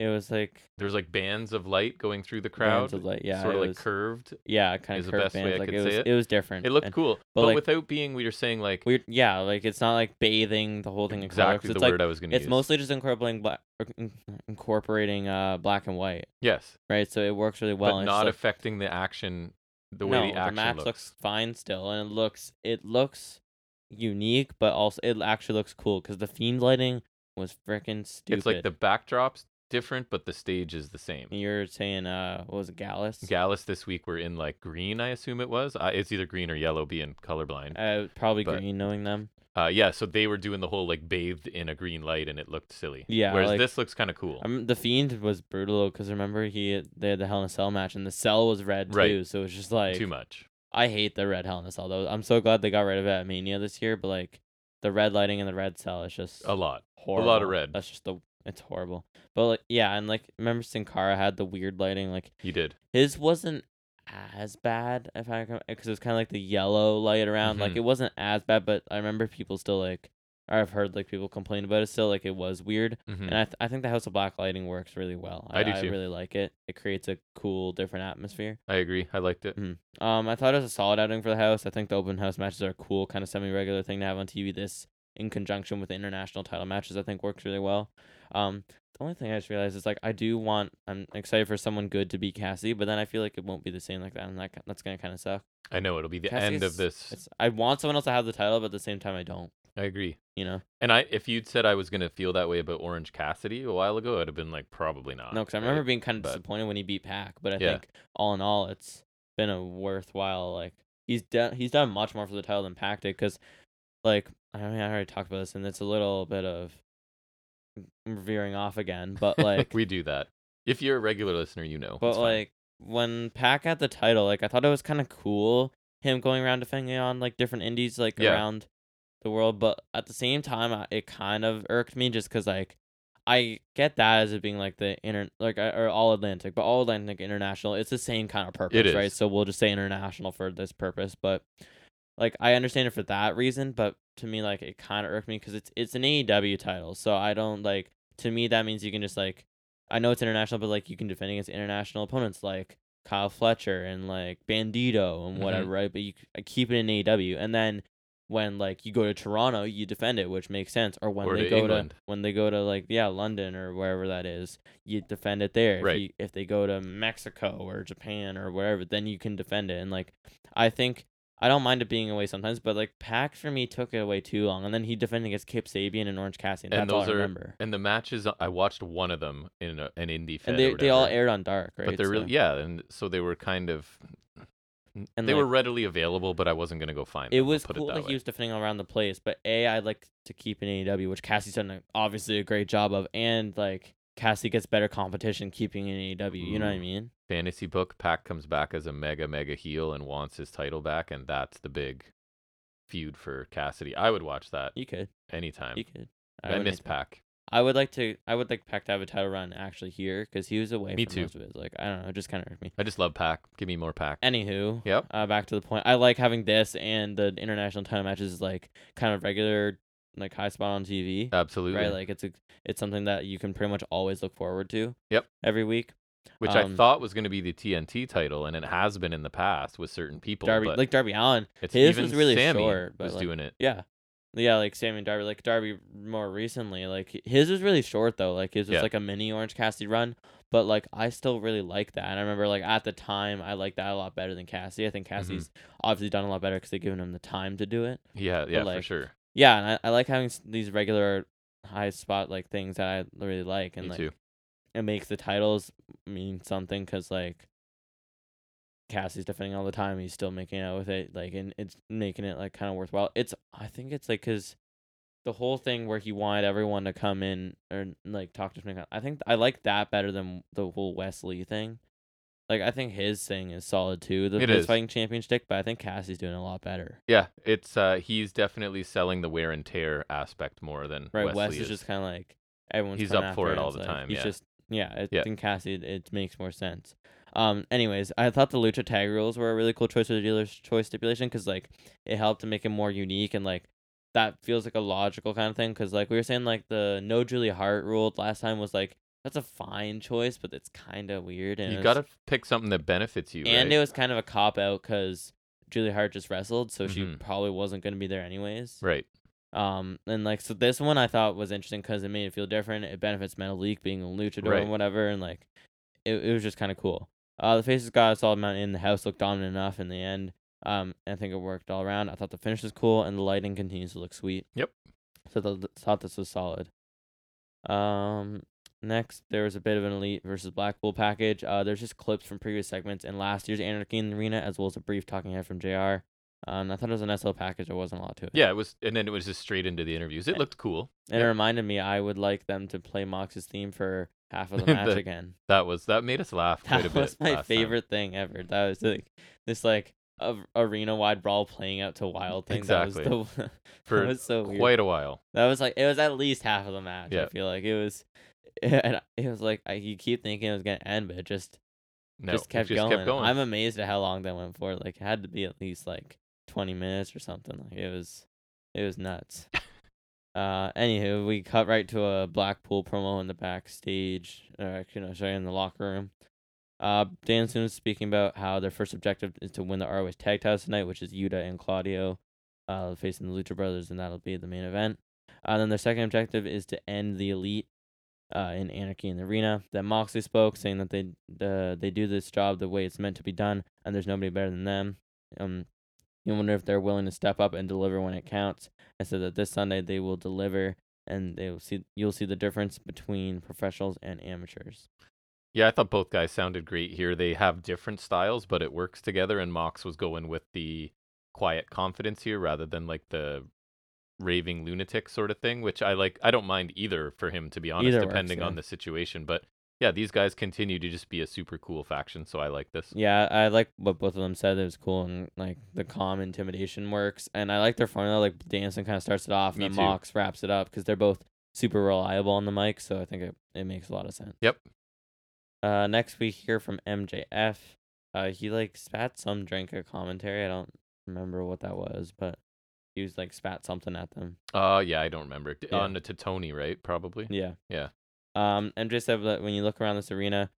it was like
There's like bands of light going through the crowd,
bands of light. Yeah,
sort of
it
like
was,
curved,
yeah, kind
is
of
the
curved
best way
bands.
I
like
could
it was,
say it.
it was different.
It looked
and
cool,
but,
but,
like-
without being, we were saying like
Weird, yeah, like it's not like bathing the whole thing in color, 'cause
exactly the
it's
word
like
I was going to use.
it's mostly just incorporating black, or in- incorporating uh black and white,
yes,
right? So it works really well.
but
and it's
not
like,
affecting the action the way
no,
the action
match
looks.
fine still, and it looks it looks unique, but also it actually looks cool because the fiend lighting was freaking stupid.
It's like the backdrops different, but the stage is the same.
you're saying uh what was it, Gallus?
Gallus this week were in like green, I assume it was. Uh, it's either green or yellow, being colorblind.
uh, probably
but-
green, knowing them.
Uh, yeah, so they were doing the whole like bathed in a green light, and it looked silly.
Yeah,
whereas
like-
this looks kind of cool.
I mean, the fiend was brutal because remember he they had the Hell in a Cell match and the cell was red
Right.
too, so it was just like
Too much.
I hate the red Hell in a Cell though. I'm so glad they got rid of it at Mania this year, but like the red lighting and the red cell is just
A lot.
horrible.
red.
That's just the it's horrible. But like yeah, and like remember Sin Cara had the weird lighting. Like
You did.
his wasn't as bad if I because it was kind of like the yellow light around. Like
Mhm.
it wasn't as bad, but I remember people still like. Or I've heard like people complain about it still like it was weird.
Mhm.
And I, th- I think the House of Black lighting works really well.
I do too.
really like it. It creates a cool, different atmosphere.
I agree. I liked it.
Um, I thought it was a solid outing for the house. I think the open house matches are a cool, kind of semi-regular thing to have on TV. This, in conjunction with the international title matches, I think works really well. Um, the only thing I just realized is like I do want. I'm excited for someone good to beat Cassie, but then I feel like it won't be the same like that, and that ki- that's gonna kind of suck.
I know it'll be the end of
Mm-hmm. Cassie's-
this.
It's, I want someone else to have the title, but at the same time, I don't.
I agree.
You know,
And I, if you'd said I was gonna feel that way about Orange Cassidy a while ago, I'd have been like, probably not.
no, because I
right?
remember being kind of
But-
disappointed when he beat Pac, but I
Yeah.
think all in all, it's been a worthwhile like he's done. He's done much more for the title than Pac did, because like I mean I already talked about this, and it's a little bit of mm, veering off again, but like
we do that. If you're a regular listener, you know.
But
It's fine.
like when Pac had the title, like I thought it was kind of cool him going around defending on like different indies like
Yeah.
around the world. But at the same time, I, it kind of irked me just because like I get that as it being like the inter like uh, or all Atlantic, but all Atlantic international, it's the same kind of purpose, right?
is.
So we'll just say international for this purpose, but. Like I understand it for that reason, but to me, like it kind of irked me because it's it's an AEW title, so I don't like. To me, that means you can just like I know it's international, but like you can defend against international opponents like Kyle Fletcher and like Bandito and
Mhm.
whatever, right? But you c- uh, keep it in AEW, and then when like you go to Toronto, you defend it, which makes sense. Or when
Or
they
to
go
England.
to when they go to like yeah London or wherever that is, you defend it there.
Right.
If, you, if they go to Mexico or Japan or wherever, then you can defend it. And like I think. I don't mind it being away sometimes, but like Pac for me took it away too long, and then he defended against Kip Sabian and Orange Cassidy. And,
And
that's all I
those are-
remember.
and the matches I watched one of them in a, an indie fed
And
or
they, they all
whatever,
aired on Dark, right?
but they're
So-
really yeah, and so they were kind of
And,
they were
like,
readily available, but I wasn't gonna go find.
It
them, I'll
was
put
cool
it
that,
that
he
way.
was defending all around the place, but A, I like to keep in AEW, which Cassie's done a, obviously a great job of, and like Cassie gets better competition keeping in AEW. You know what I
Ooh.
mean?
fantasy book. Pac comes back as a mega mega heel and wants his title back, and that's the big feud for Cassidy. I would watch that
You could,
anytime.
you could.
I,
wouldn't
miss
hate-
Pac.
I would like to. I would like Pac to have a title run actually here because he was away
Me
for
too.
most of it. Like I don't know, it just kind of irked me.
I just love Pac. Give me more Pac.
Anywho,
Yep.
uh, back to the point. I like having this and the international title matches like kind of regular, like high spot on TV.
Absolutely.
right? Like it's a, it's something that you can pretty much always look forward to.
Yep.
Every week,
Which I
um,
thought was going to be the TNT title, and it has been in the past with certain people.
Darby
but
like Darby Allen.
it's
his
even
was really
Sammy
short, but
was
like-
doing it.
Yeah, Yeah, like Sammy and Darby, like Darby more recently, like his was really short though. Like his was
Yeah.
like a mini Orange Cassidy run, but like I still really like that. And I remember like at the time I liked that a lot better than Cassidy. I think
Mm-hmm.
Cassidy's obviously done a lot better because they've given him the time to do it.
Yeah, yeah, for
like,
sure.
Yeah, and I, I like having s- these regular high spot like things that I really like, and
Me
like
too.
it makes the titles mean something because like Cassie's defending all the time. He's still making out with it, like, and it's making it like kind of worthwhile. It's I think it's like because the whole thing where he wanted everyone to come in or like talk to Smackdown. I think I like that better than the whole Wesley thing. Like I think his thing is solid too. The
It
his
is.
fighting championship, but I think Cassie's doing a lot better.
Yeah, it's uh he's definitely selling the wear and tear aspect more than
Right,
Wesley
Wes is, just kind of like everyone's.
He's
coming
up for
after
it
him,
all
so,
the
like,
time,
He's
yeah.
just yeah. I
Yeah.
think Cassie, it, it makes more sense. Um. Anyways, I thought the lucha tag rules were a really cool choice for the dealer's choice stipulation because like it helped to make it more unique and like that feels like a logical kind of thing because like we were saying like the no Julie Hart rule last time was like that's a fine choice but it's kind of weird and
You got
it's-
to pick something that benefits you,
and
right?
it was kind of a cop out because Julie Hart just wrestled so she
Mhm.
probably wasn't going to be there anyways.
right.
Um, and like, so this one I thought was interesting because it made it feel different. It benefits Metalik being a luchador
Right.
and whatever, and like, it, it was just kind of cool. Uh, the faces got a solid amount in. The house looked dominant enough in the end. Um, and I think it worked all around. I thought the finish was cool, and the lighting continues to look sweet.
Yep.
So th- th- thought this was solid. Um, next there was a bit of an elite versus Blackpool package. Uh, there's just clips from previous segments and last year's Anarchy in the Arena, as well as a brief talking head from Jr. Um, I thought it was an SL package. There wasn't a lot to it.
Yeah, it was and then it was just straight into the interviews. It
Yeah.
looked cool.
And
Yeah.
it reminded me I would like them to play Mox's theme for half of the
The-
match again.
That was that made us laugh quite a
That
bit.
was my
last time.
favorite thing ever. That was like this like arena wide brawl playing out to wild thing. That
Exactly.
was the
for
that was so
quite
weird.
a while.
That was like it was at least half of the match.
Yeah.
I feel like it was, and it was like I, you keep thinking it was gonna end, but it just
No,
just
it
kept
just
going.
kept going.
I'm amazed at how long that went for. Like it had to be at least like 20 minutes or something. Like it was it was nuts. uh anywho, we cut right to a Blackpool promo in the backstage, or actually no, sorry, in the locker room. Uh Dan Soon was speaking about how their first objective is to win the ROH tag titles tonight, which is Yuta and Claudio uh facing the Lucha Brothers and that'll be the main event. And then their second objective is to end the elite uh, in Anarchy in the Arena. Then Moxley spoke, saying that they uh, they do this job the way it's meant to be done, and there's nobody better than them. Um, you wonder if they're willing to step up and deliver when it counts. And said that this Sunday they will deliver, and they will see you'll see the difference between professionals and amateurs.
Yeah, I thought both guys sounded great here. They have different styles, but it works together. And Mox was going with the quiet confidence here rather than like the raving lunatic sort of thing, which I like. I don't mind either for him, to be honest,
Either works,
depending on
yeah.
the situation. But yeah, these guys continue to just be a super cool faction. So I like this.
Yeah, I like what both of them said. It was cool, and like the calm intimidation works, and I like their formula. Like Danson kind of starts it off, and
Me
then
too.
Mox wraps it up because they're both super reliable on the mic. So I think it, it makes a lot of sense.
Yep.
Uh, next we hear from MJF. Uh, he like spat some drink at commentary. I don't remember what that was, but he was like spat something at them.
Uh, yeah, I don't remember. D-
Yeah.
On to Tony, right? Probably.
Yeah.
Yeah.
Um, MJ said that when you look around this arena,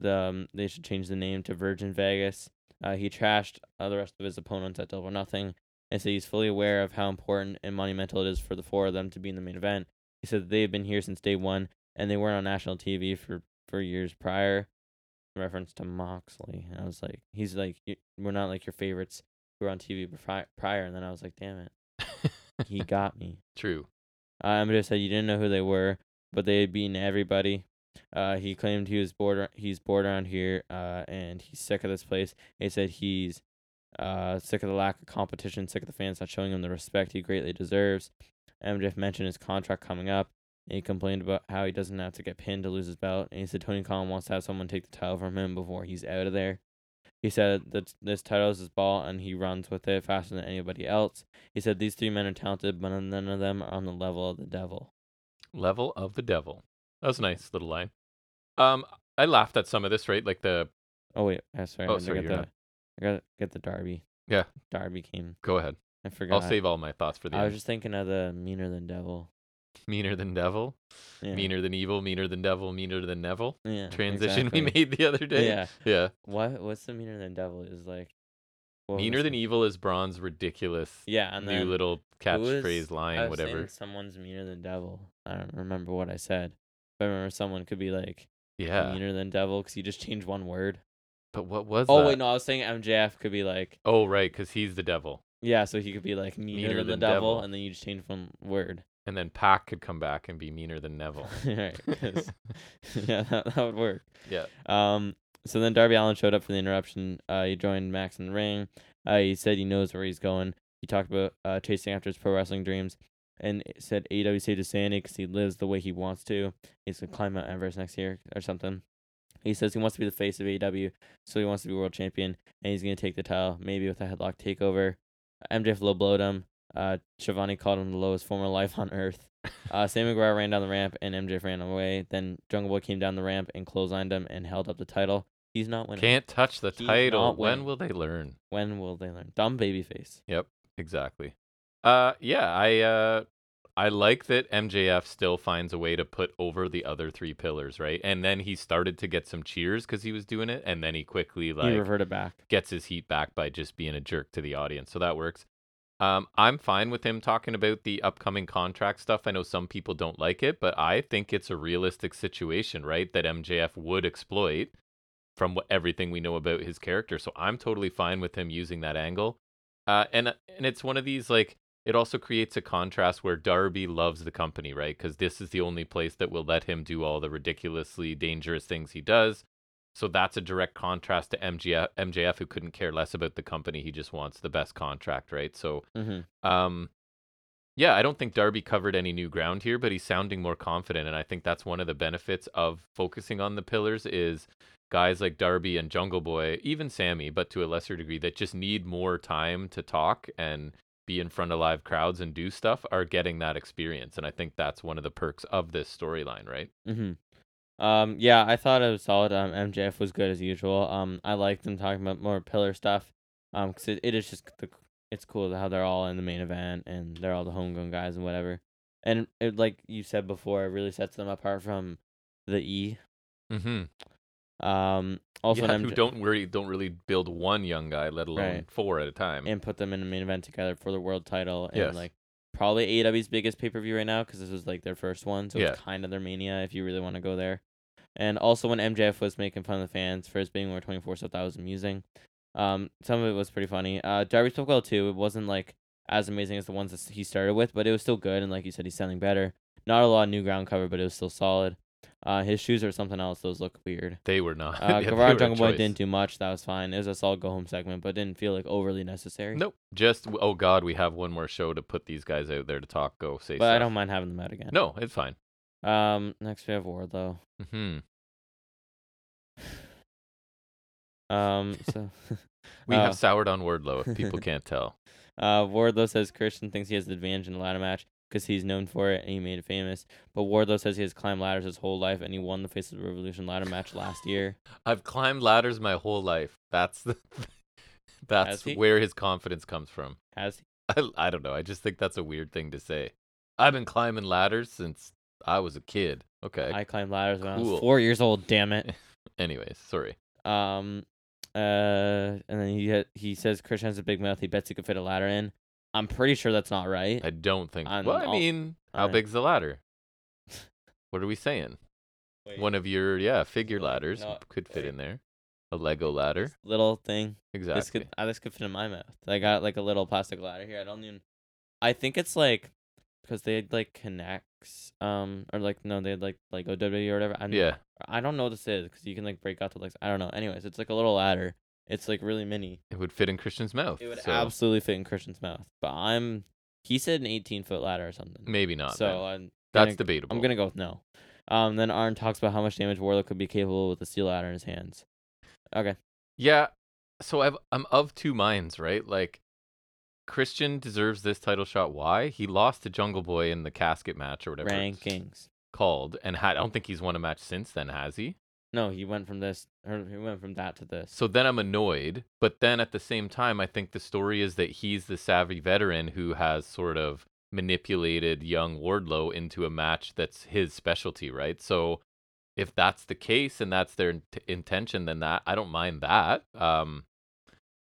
the um, they should change the name to Virgin Vegas. Uh, he trashed uh, the rest of his opponents at Double or Nothing, and said he's fully aware of how important and monumental it is for the four of them to be in the main event. He said that they have been here since day one, and they weren't on national TV for for years prior. In reference to Moxley, and I was like, he's like, "You- we're not like your favorites who were on TV befri- prior, and then I was like, damn it, he got me.
True.
Uh, Amadeus said you didn't know who they were, but they had beaten everybody. Uh, he claimed he was bored. ar- He's bored around here, uh, and he's sick of this place. He said he's uh, sick of the lack of competition, sick of the fans not showing him the respect he greatly deserves. MJF mentioned his contract coming up, and he complained about how he doesn't have to get pinned to lose his belt. And he said Tony Khan wants to have someone take the title from him before he's out of there. He said that this title is his ball, and he runs with it faster than anybody else. He said these three men are talented, but none of them are on the level of the devil.
Level of the devil. That was a nice little line. Um, I laughed at some of this, right? Like the
Oh wait, I sorry.
Oh,
I
sorry,
got
you're
the,
not-
I gotta get the Darby.
Yeah.
Darby came.
go ahead.
I forgot.
I'll save all my thoughts for the
I
end.
was just thinking of the meaner than devil.
meaner than devil,
Yeah.
meaner than evil, meaner than devil, meaner than Neville.
Yeah,
Transition eh?
exactly.
we made the other day.
Yeah.
Yeah.
What what's the meaner than devil is like what
Meaner
was
than
it?
evil is Bronze ridiculous
Yeah, and
new
then
little catchphrase
was- I
line,
was
whatever.
saying someone's meaner than devil. I don't remember what I said, but I remember someone could be like
Yeah.
meaner than devil because you just change one word.
But what was
Oh
that?
wait, no, I was saying MJF could be like
Oh right, because he's the devil.
yeah, so he could be like meaner, than, the devil,
devil.
and then you just change one word.
And then Pac could come back and be meaner than Neville.
right, 'cause- yeah, that, that would work.
yeah.
Um, so then Darby Allen showed up for the interruption. Uh, he joined Max in the ring. Uh, he said he knows where he's going. He talked about uh, chasing after his pro wrestling dreams and it said AEW saved his sanity because he lives the way he wants to. He's going to climb Mount Everest next year or something. He says he wants to be the face of AEW, so he wants to be world champion, and he's going to take the title, maybe with a headlock takeover. Uh, MJF low blowed him. Uh, Shivani called him the lowest form of life on earth. Uh, Sam McGuire ran down the ramp, and MJF ran away. Then Jungle Boy came down the ramp and clotheslined him and held up the title. He's not winning.
Can't touch the
He's
title.
not
When
winning.
will they learn?
When will they learn? Dumb babyface.
Exactly. Uh yeah, I uh I like that MJF still finds a way to put over the other three pillars, right? And then he started to get some cheers because he was doing it, and then he quickly like
he reverted back.
gets his heat back by just being a jerk to the audience. So that works. Um, I'm fine with him talking about the upcoming contract stuff. I know some people don't like it, but I think it's a realistic situation, right? That MJF would exploit from what, everything we know about his character. So I'm totally fine with him using that angle. Uh, and and it's one of these like it also creates a contrast where Darby loves the company, right? Because this is the only place that will let him do all the ridiculously dangerous things he does. So that's a direct contrast to MJF, MJF, who couldn't care less about the company. He just wants the best contract, right? So,
Mm-hmm.
um, yeah, I don't think Darby covered any new ground here, but he's sounding more confident, and I think that's one of the benefits of focusing on the pillars is guys like Darby and Jungle Boy, even Sammy, but to a lesser degree, that just need more time to talk and be in front of live crowds and do stuff are getting that experience, and I think that's one of the perks of this storyline, right?
Mm-hmm. Um, yeah, I thought it was solid. Um, MJF was good as usual. Um, I liked them talking about more pillar stuff. Um, 'cause it, it is just the, it's cool how they're all in the main event and they're all the homegrown guys and whatever. And it, like you said before, it really sets them apart from the E.
Mm-hmm.
Um, also
yeah,
an
who
MJ
don't really don't really build one young guy, let alone
Right.
four at a time.
and put them in the main event together for the world title and
Yes.
like probably AEW's biggest pay per view right now because this was like their first one, so
Yeah.
it's kind of their mania if you really want to go there. And also when MJF was making fun of the fans for his being more twenty four, so that was amusing. Um, some of it was pretty funny. Uh, Darby spoke well too. It wasn't like as amazing as the ones that s- he started with, but it was still good. And like you said, he's sounding better. Not a lot of new ground cover, but it was still solid. Uh, his shoes are something else. Those look weird.
they were not.
Uh,
yeah, they
Guevara
were a
Jungle Boy
choice.
didn't do much. That was fine. It was a solid go home segment, but didn't feel like overly necessary.
Nope. Just oh god, we have one more show to put these guys out there to talk. Go say.
But I
stuff.
don't mind having them out again.
No, it's fine.
Um, next we have Wardlow.
hmm
Um, so,
We
Uh.
have soured on Wordlow. If people can't tell,
uh, Wardlow says Christian thinks he has the advantage in the ladder match because he's known for it and he made it famous. But Wardlow says he has climbed ladders his whole life and he won the Face of the Revolution ladder match last year.
I've climbed ladders my whole life. That's the. that's
he?
where his confidence comes from.
Has he?
I, I don't know. I just think that's a weird thing to say. I've been climbing ladders since I was a kid. Okay.
I climbed ladders when I
Cool.
was four years old. Damn it.
Anyways, sorry.
Um, uh, and then he ha- he says Christian has a big mouth. He bets he could fit a ladder in. I'm pretty sure that's not right.
I don't think.
On
well, I
all-
mean, how
on-
big's the ladder? What are we saying?
Wait,
One of your yeah figure ladders
No,
could fit
wait.
in there. A Lego ladder,
little thing.
exactly.
This could uh, this could fit in my mouth. I got like a little plastic ladder here. I don't even. I think it's like because they like connects um or like no they had like like WWE or whatever. I'm,
yeah,
I don't know what this is because you can like break out to like I don't know. Anyways, it's like a little ladder. It's like really mini.
it would fit in Christian's mouth.
It would
so
absolutely fit in Christian's mouth. But I'm he said an 18 foot ladder or something.
maybe not.
so
then.
I'm
that's
gonna-
debatable.
I'm gonna go with no. Um, then Arn talks about how much damage Warlock could be capable with a steel ladder in his hands. Okay.
Yeah. So I've, I'm of two minds, right? Like, Christian deserves this title shot. Why? He lost to Jungle Boy in the casket match or whatever it's
Rankings.
called, and had, I don't think he's won a match since then, has he?
No, he went from this or he went from that to this.
So then I'm annoyed, but then at the same time, I think the story is that he's the savvy veteran who has sort of manipulated young Wardlow into a match that's his specialty, right? So if that's the case and that's their int- intention, then that I don't mind that. Um,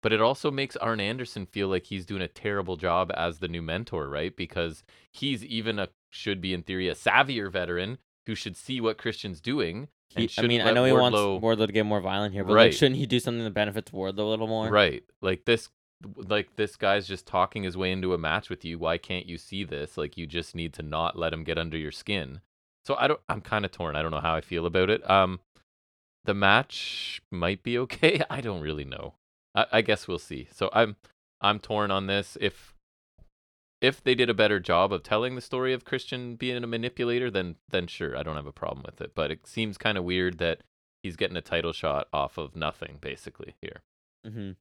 But it also makes Arn Anderson feel like he's doing a terrible job as the new mentor, right? Because he's even a should be in theory a savvier veteran who should see what Christian's doing. and
He, I
shouldn't
mean, I
let
know he wants
Wardlow-
Wardlow to get more violent here, but
Right.
like, shouldn't he do something that benefits Wardlow a little more?
Right. Like this like this guy's just talking his way into a match with you. Why can't you see this? Like you just need to not let him get under your skin. So I don't I'm kind of torn. I don't know how I feel about it. Um the match might be okay. I don't really know. I, I guess we'll see. So I'm I'm torn on this. If if they did a better job of telling the story of Christian being a manipulator, then then sure, I don't have a problem with it. But it seems kind of weird that he's getting a title shot off of nothing basically here.
hmm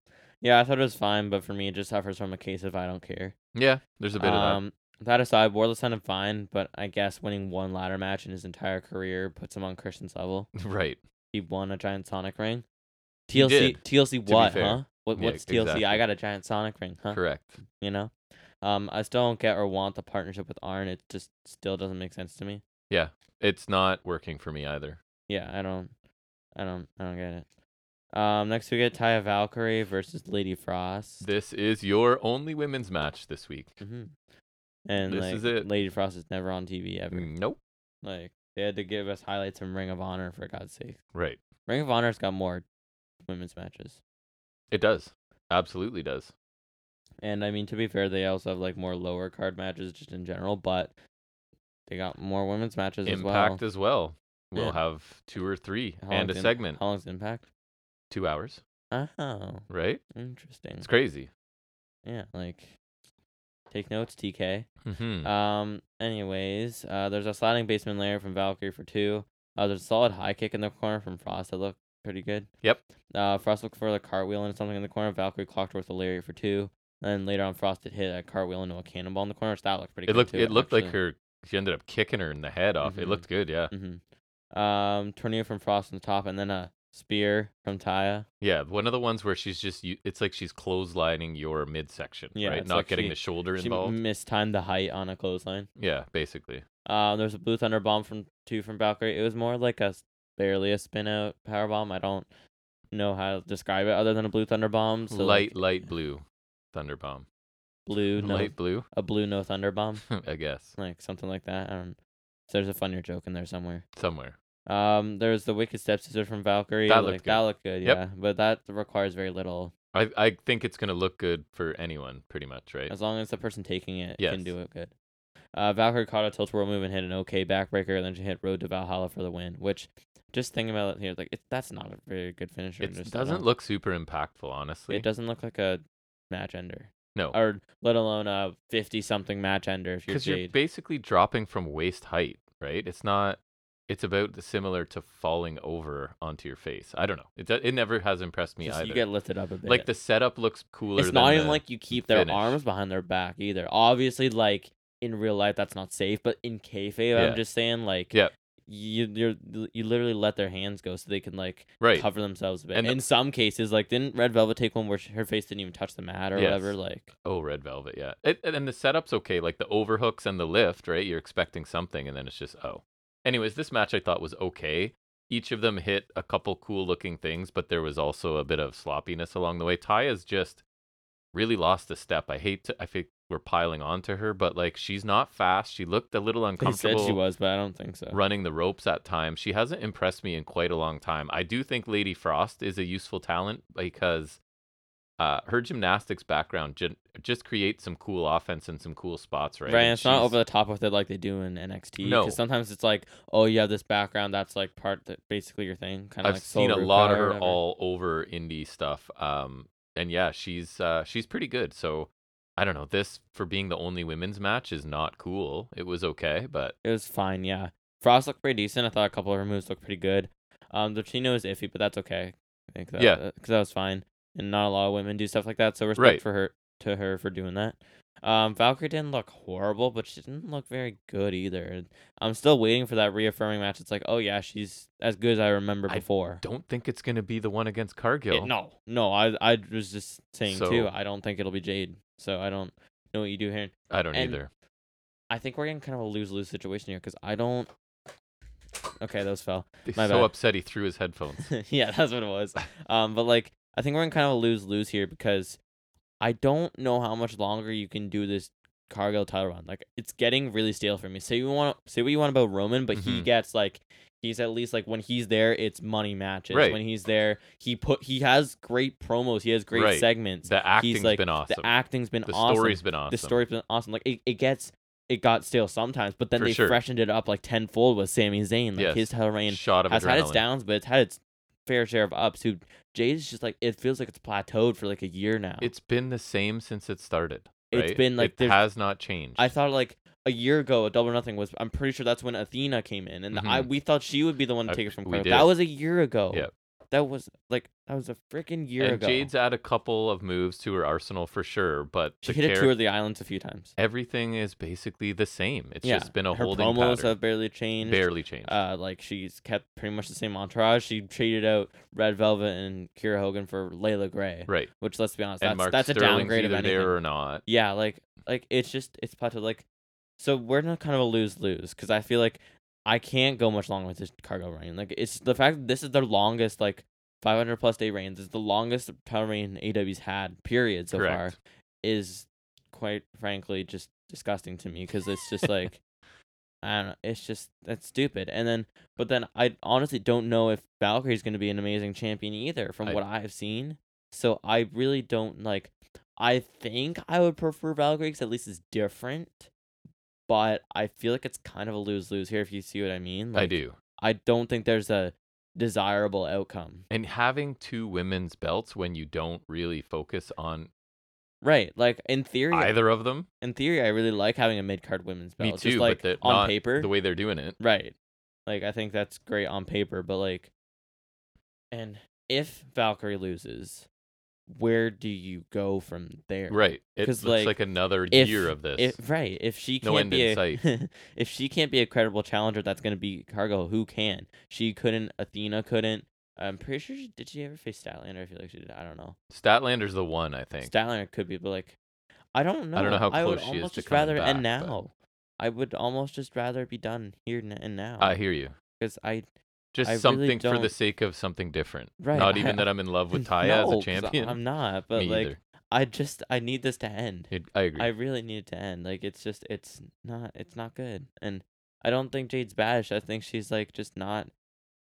Yeah, I thought it was fine, but for me, it just suffers from a case of I don't care.
Yeah, there's a bit of that.
um, that aside, Wardlow sounded fine, but I guess winning one ladder match in his entire career puts him on Christian's level.
Right.
He won a giant Sonic ring.
He
TLC,
did,
TLC,
be
what,
fair.
huh? What,
Yeah,
what's TLC? I
exactly.
got a giant Sonic ring, huh?
Correct.
You know, um, I still don't get or want the partnership with Arn. It just still doesn't make sense to me.
It's not working for me either.
Yeah, I don't, I don't, I don't get it. Um, next we get Taya Valkyrie versus Lady Frost.
This is your only women's match this week.
hmm And
This
like,
is it. Mm.
Lady Frost is never on TV ever.
Nope.
Like they had to give us highlights from Ring of Honor for God's sake.
Right.
Ring of Honor's got more women's matches,
It does. Absolutely does.
and I mean to be fair, they also have like more lower card matches just in general, but they got more women's matches as well.
Impact as well. We'll
Yeah.
have two or three and
How long's
a
Im-
segment.
How long's Impact?
Two hours,
Oh,
right?
interesting.
It's crazy.
Yeah, like take notes, TK.
hmm
Um. Anyways, uh, there's a sliding basement layer from Valkyrie for two. Uh, there's a solid high kick in the corner from Frost that looked pretty good.
Yep.
Uh, Frost looked for the cartwheel and something in the corner. Valkyrie clocked her with a lariat for two. And later on, Frost did hit a cartwheel into a cannonball in the corner. So that looked pretty
it
good.
looked
too,
it looked like
actually.
her she ended up kicking her in the head off. It
Mhm.
looked good, yeah.
Mhm. Um, tornado from Frost on the top, and then a spear from Taya.
Yeah, one of the ones where she's just you, it's like she's clotheslining your midsection,
Yeah,
right?
it's
Not
like
getting
she-
the shoulder
She
involved.
mistimed the height on a clothesline.
yeah, basically.
Um, there was a blue thunder bomb from two from Valkyrie. It was more like a s- barely a spin out power bomb. I don't know how to describe it other than a blue thunder bomb. So like,
light light blue thunderbomb.
blue no
Light blue,
a blue no thunder bomb,
I guess.
like something like that. I don't. There's a funnier joke in there somewhere.
Somewhere.
Um, there's the wicked stepsister from Valkyrie.
That
like,
looked
That
good.
looked good.
Yep.
Yeah, but that requires very little.
I I think it's gonna look good for anyone, pretty much, right?
As long as the person taking it
Yes.
can do it good. Uh, Valkyrie caught a tilt whirl move and hit an okay backbreaker, and then she hit Road to Valhalla for the win. Which, just thinking about it here, like it, that's not a very good finisher.
It
just at all.
doesn't look super impactful, honestly.
It doesn't look like a match ender,
No,
or let alone a fifty-something match ender. If you're
because you're,
Jade,
basically dropping from waist height, right? It's not. It's about the similar to falling over onto your face. I don't know. It do- it never has impressed me
Just
either.
you get lifted up a bit.
like the setup looks cooler.
it's
than
not even
the-
like you keep their
finish.
arms behind their back either. Obviously, like in real life, that's not safe. But in kayfabe,
Yeah.
I'm just saying, like,
Yep.
you you're you literally let their hands go so they can like
right.
cover themselves a bit.
And
And
the-
in some cases, like didn't Red Velvet take one where sh- her face didn't even touch the mat or
Yes.
whatever? Like,
Oh, red velvet. Yeah, it, and and the setup's okay. Like the overhooks and the lift, right? You're expecting something, and then it's just oh. Anyways, this match I thought was okay. Each of them hit a couple cool looking things, but there was also a bit of sloppiness along the way. Taya's just really lost a step. I hate to. I think we're piling onto her, but like she's not fast. She looked a little
they said
uncomfortable
she was, but I don't think so.
running the ropes at times. She hasn't impressed me in quite a long time. I do think Lady Frost is a useful talent because uh, her gymnastics background ju- just creates some cool offense and some cool spots, right?
Right,
And
it's not
she's-
over the top with it like they do in NXT.
No.
because sometimes it's like, oh, you have this background that's like part that basically your thing. Kind of.
I've
like Sol
seen a
Ruka
lot of
or
her
whatever.
all over indie stuff. Um, and yeah, she's uh, she's pretty good. So I don't know. This for being the only women's match is not cool. It was okay, but
It was fine. Yeah, Frost looked pretty decent. I thought a couple of her moves looked pretty good. Um, Dortino is iffy, but that's okay. I think that,
Yeah.
because that was fine, and not a lot of women do stuff like that. So respect
Right.
for her to her for doing that. Um, Valkyrie didn't look horrible, but she didn't look very good either. I'm still waiting for that reaffirming match. It's like, oh yeah, she's as good as I remember
I
before.
don't think it's gonna be the one against
It-
Cargill.
no, no, I I was just saying too.
So-
I don't think it'll be Jade. So I don't know what you do here.
I don't
and-
either.
I think we're getting kind of a lose lose situation here because I don't. Okay, those fell.
He's
my
so
bad.
upset he threw his headphones.
yeah, that's what it was. Um, but like I think we're in kind of a lose lose here because I don't know how much longer you can do this Cargill title run. Like it's getting really stale for me. Say you want say what you want about Roman, but he
Mhm.
gets like he's at least like when he's there, it's money matches.
Right.
When he's there, he put he has great promos. He has great
Right.
segments.
The acting's
like,
been awesome.
The acting's been
The
awesome.
story's been awesome.
The story's been awesome. Like it, it gets it got stale sometimes, but then
For
they
sure.
freshened it up like tenfold with Sami Zayn. Like
Yes.
his title reign
shot of
has
adrenaline.
had its downs, but it's had its fair share of ups. Who Jay's just like it feels like it's plateaued for like a year now.
It's been the same since it started.
It's
right?
been, like,
it
there's-
has not changed.
I thought like a year ago, a double or nothing was. I'm pretty sure that's when Athena came in, and I
Mhm.
we thought she would be the one to
I-
take it from
we
Cargill.
did.
That was a year ago.
Yeah.
That was like that was a freaking year
and
ago.
Jade's had a couple of moves to her arsenal for sure, but
she
the
hit a
char-
tour of the islands a few times.
everything is basically the same. It's
Yeah,
just been a
Her
holding
promos
pattern.
have barely changed.
barely changed.
Uh, like she's kept pretty much the same entourage. She traded out Red Velvet and Kira Hogan for Layla Gray,
right.
which let's be honest,
And
that's
Mark
that's a
Sterling's
downgrade of
either
anything.
there or not.
Yeah, like like it's just it's plateaued. Like, so we're in a kind of a lose lose because I feel like I can't go much longer with this cargo reign. Like it's the fact that this is their longest like 500 plus day reigns. It's the longest title reign AW's had period so far.
Correct.
Is quite frankly just disgusting to me because it's just like I don't know. It's just that's stupid. And then but then I honestly don't know if Valkyrie's going to be an amazing champion either from
I-
what I've seen. So I really don't like I think I would prefer Valkyrie 'cause at least it's different. But I feel like it's kind of a lose lose here if you see what I mean. Like,
I do.
I don't think there's a desirable outcome.
And having two women's belts when you don't really focus on
Right. Like in theory
either of them,
in theory I really like having a mid card women's belt.
me too.
Just like
but that
on
not
paper.
the way they're doing it,
Right. Like I think that's great on paper, but like and if Valkyrie loses, where do you go from there?
right? It
'Cause,
looks
like,
like, another
if-
year of this.
If, right. If she
No
can't
end
be
in
a,
sight.
if she can't be a credible challenger that's gonna be cargo, who can? She couldn't, Athena couldn't. I'm pretty sure she, did she ever face Statlander? I feel like she did. I don't know.
Statlander's the one, I think.
Statlander could be, but like I don't know.
I don't know how
would
close she is
almost
to
just
coming
rather end
back, but-
now. I would almost just rather it be done here n- and now.
I hear you.
because I
Just
I really
something for the
don't-
sake of something different.
Right,
Not
I-
even that I'm in love with Taya
No,
as a
'cause I-
champion.
I'm not, but
Me
like
either.
I just I need this to end.
It- I agree.
I really need it to end. Like it's just it's not it's not good. And I don't think Jade's bad. I think she's like just not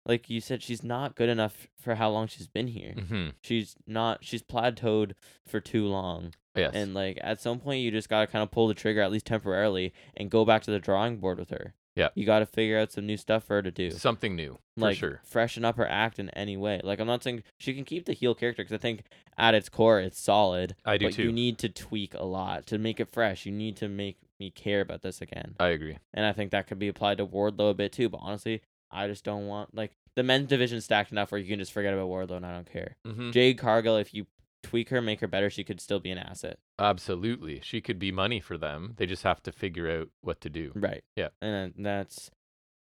like you said she's not good enough for how long she's been here.
hmm
She's not she's plateaued for too long.
Yes.
And like at some point you just got to kind of pull the trigger at least temporarily and go back to the drawing board with her.
Yeah.
You got to figure out some new stuff for her to do
something new, for
like
sure.
freshen up her act in any way. Like I'm not saying she can keep the heel character because I think at its core it's solid.
I do
but
too.
You need to tweak a lot to make it fresh. You need to make me care about this again,
I agree.
and I think that could be applied to Wardlow a bit too. But honestly, I just don't want like the men's division stacked enough where you can just forget about Wardlow and I don't care.
hmm
Jade Cargill, if you tweak her, make her better, she could still be an asset.
Absolutely. She could be money for them. They just have to figure out what to do.
Right.
Yeah.
And that's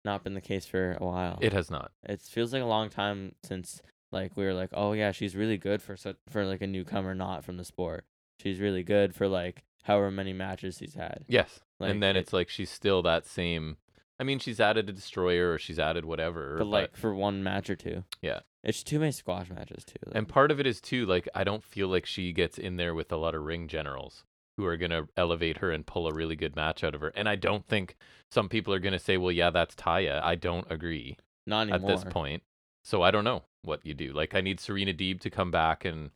not been the case for a while.
It has not.
it feels like a long time since like we were like, oh yeah, she's really good for such for like a newcomer not from the sport. She's really good for like however many matches she's had.
Yes.
Like,
and then
it-
it's like she's still that same. I mean, she's added a destroyer or she's added whatever.
but like for one match or two.
Yeah.
It's too many squash matches too. Like,
and part of it is too like I don't feel like she gets in there with a lot of ring generals who are gonna elevate her and pull a really good match out of her. And I don't think some people are gonna say, "Well, yeah, that's Taya." I don't agree
not anymore.
at this point. So I don't know what you do. Like I need Serena Deeb to come back and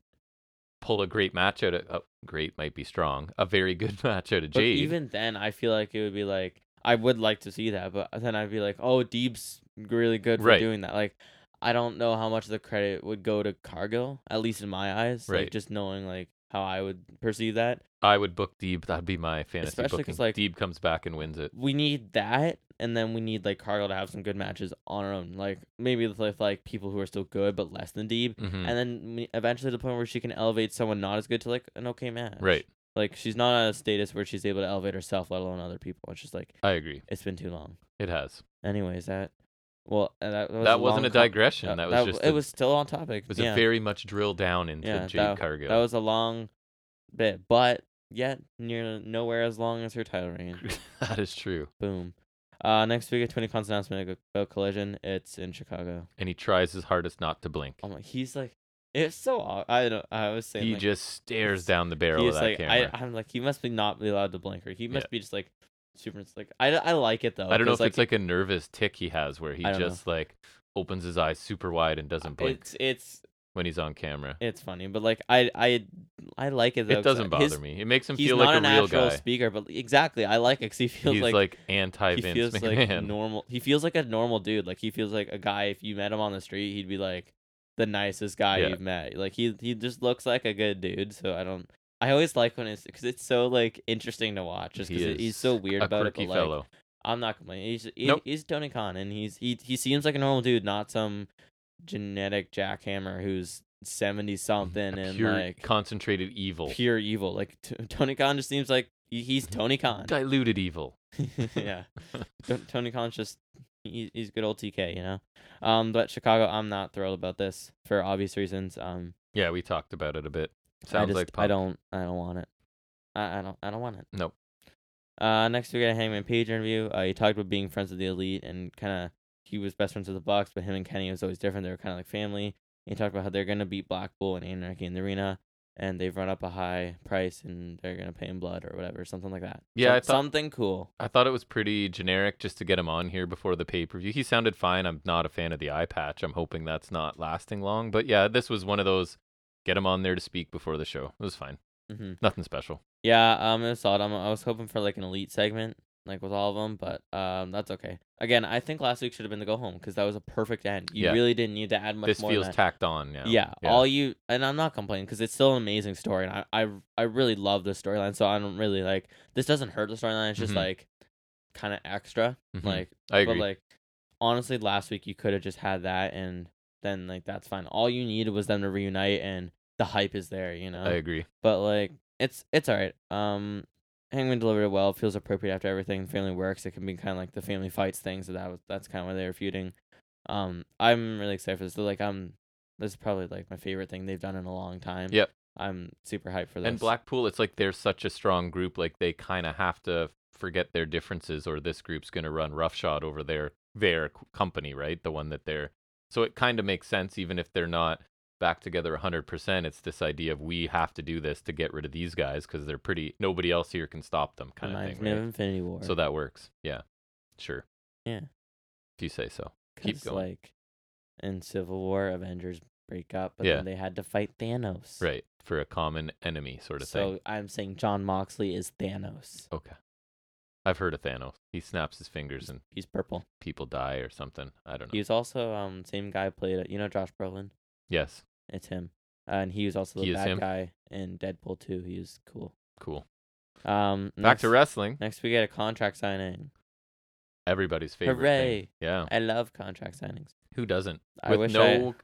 pull a great match out of. Oh, great might be strong. A very good match out of
But
Jade.
even then I feel like it would be like I would like to see that, but then I'd be like, Oh, Deep's really good for
Right.
doing that. Like I don't know how much of the credit would go to Cargill, at least in my eyes. Like
Right.
just knowing like how I would perceive that.
I would book Deeb. That'd be my fantasy
Especially 'cause,
booking.
like-
Deeb comes back and wins it.
we need that, and then we need like Cargill to have some good matches on her own. Like maybe with like, like people who are still good but less than deep,
hmm
and then we- eventually to the point where she can elevate someone not as good to like an okay match.
Right.
Like she's not at a status where she's able to elevate herself, let alone other people. It's just like
I agree.
it's been too long.
It has. Anyways,
Anyways, that well uh, that was
that wasn't a
long com-
digression.
uh,
that was just
it
a-
was still on topic.
It was
yeah.
a very much drill down into
Yeah,
Jade Cargo.
that was a long bit, but yet near nowhere as long as her title reign.
that is true.
Boom. Uh, next week at Twenty Con's announcement about Collision. It's in Chicago.
And he tries his hardest not to blink.
I'm like, he's like, It's so aw- I don't. I was saying
he
like,
just stares down the barrel
he's
of that
like I,
camera.
I'm like he must be not be allowed to blink or he must
Yeah.
be just like super like I, I like it though.
I, don't know
'cause,
if it's like a nervous tick he has where he
I don't know.
just like opens his eyes super wide and doesn't blink
it's it's
when he's on camera.
it's funny, but like I I I like it
It
though. 'cause
doesn't bother
his-
me. It makes him
He's
feel
not
like a
a
real
natural
guy.
speaker, but exactly I like it because he feels
He's
like,
like, anti
he
Vince
feels like
McMahon.
normal. He feels like a normal dude. Like he feels like a guy. If you met him on the street, he'd be like the nicest guy
Yeah.
you've met. Like he he just looks like a good dude. So I don't. I always like when it's because it's so like interesting to watch. Just
He
because
is
he's so weird
a
about it.
quirky
but, like,
fellow.
I'm not complaining. He's he,
Nope.
he's Tony Khan, and he's he he seems like a normal dude, not some genetic jackhammer who's seventy something
Mm, A
and
pure
like
concentrated evil.
pure evil. Like t- Tony Khan just seems like he- he's Tony Khan.
Diluted evil.
yeah, Ton- Tony Khan's just he, he's good old TK, you know. Um, but Chicago, I'm not thrilled about this for obvious reasons. Um,
Yeah, we talked about it a bit.
I
Sounds
just
like pop.
I don't I don't want it. I, I don't I don't want it.
Nope.
Uh, next we got a Hangman Page interview. Uh, he talked about being friends with the elite and kind of he was best friends with the Bucks, but him and Kenny was always different. They were kind of like family. He talked about how they're gonna beat Black Bull and Anarchy in the arena, and they've run up a high price and they're gonna pay in blood or whatever, something like that.
Yeah, I thought-
something cool.
I thought it was pretty generic just to get him on here before the pay per view. He sounded fine. I'm not a fan of the eye patch. I'm hoping that's not lasting long. But yeah, this was one of those get him on there to speak before the show. It was fine.
Mm-hmm.
Nothing special.
Yeah, um, it was solid. I'm, I was hoping for like an elite segment, like with all of them, but um, that's okay. Again, I think last week should have been the go home because that was a perfect end. You
Yeah.
really didn't need to add much
this
more.
feels
than that.
tacked on now.
yeah, all you and I'm not complaining because it's still an amazing story, and I I, I really love this storyline. So I don't really like this doesn't hurt the storyline. It's just
Mhm.
like kind of extra.
Mhm.
Like
I agree.
but like honestly, last week you could have just had that, and then like that's fine. All you needed was them to reunite, and the hype is there. You know
I agree.
but like it's it's all right. Um, Hangman delivered it well. Feels appropriate after everything. Family works. It can be kind of like the family fights thing. So that was that's kind of why they were feuding. Um, I'm really excited for this. Like I'm, this is probably like my favorite thing they've done in a long time.
Yep.
I'm super hyped for this.
And Blackpool, it's like they're such a strong group. Like they kind of have to forget their differences, or this group's going to run roughshod over their their c- company, right? The one that they're. So it kind of makes sense, even if they're not back together 100%. It's this idea of we have to do this to get rid of these guys because they're pretty. Nobody else here can stop them, kind
reminds
of
me of
thing.
Infinity War.
Right? So that works. Yeah, sure.
Yeah.
If you say so.
'cause,
going.
Like in Civil War, Avengers break up, but
Yeah.
then they had to fight Thanos.
Right. For a common enemy sort of
So
thing.
I'm saying John Moxley is Thanos.
Okay. I've heard of Thanos. He snaps his fingers and
He's purple.
people die or something. I don't know.
He was also um same guy played you know Josh Brolin.
Yes.
It's him, uh, and he was also the
He is
bad
him?
guy in Deadpool 2. He was cool.
Cool.
Um,
Back
next,
to wrestling.
Next we get a contract signing.
Everybody's favorite. thing.
Hooray.
Yeah.
I love contract signings.
Who doesn't?
I
Oh. With
wish
no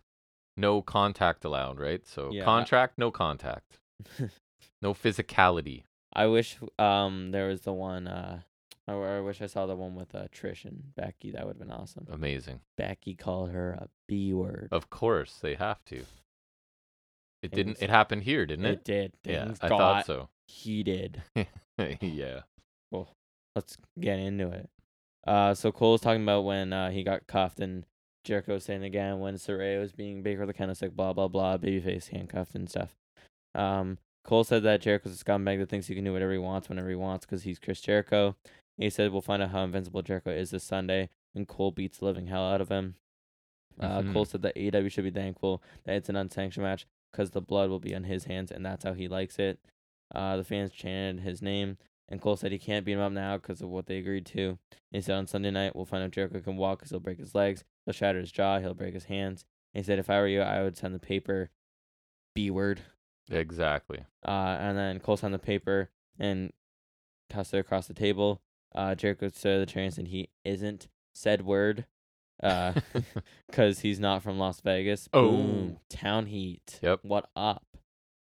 no contact allowed, right? So
Yeah, I-
contract, no contact. no physicality.
I I wish um there was the one uh. I, I wish I saw the one with uh, Trish and Becky. That would have been awesome.
Amazing.
Becky called her a B word.
Of course they have to. It didn't
Things-
it happened here, didn't
it
it?
did.
Yeah,
Things
I
got
thought so.
heated.
yeah.
let's get into it. Uh, so Cole was talking about when uh, he got cuffed, and Jericho was saying again when Soraya was being Baker the candlestick, blah blah blah, babyface handcuffed and stuff. Um, Cole said that Jericho's a scumbag that thinks he can do whatever he wants whenever he wants because he's Chris Jericho. He said we'll find out how invincible Jericho is this Sunday, and Cole beats the living hell out of him. Uh,
Mhm.
Cole said that AEW should be thankful that it's an unsanctioned match because the blood will be on his hands, and that's how he likes it. Uh, the fans chanted his name, and Cole said he can't beat him up now because of what they agreed to. He said on Sunday night, we'll find out if Jericho can walk because he'll break his legs, he'll shatter his jaw, he'll break his hands. He said, if I were you, I would sign the paper, B word.
Exactly.
Uh, and then Cole signed the paper and tossed it across the table. Uh, Jericho stood at the train and said he isn't said word because he's not from Las Vegas. Boom. Town heat.
Yep.
What up?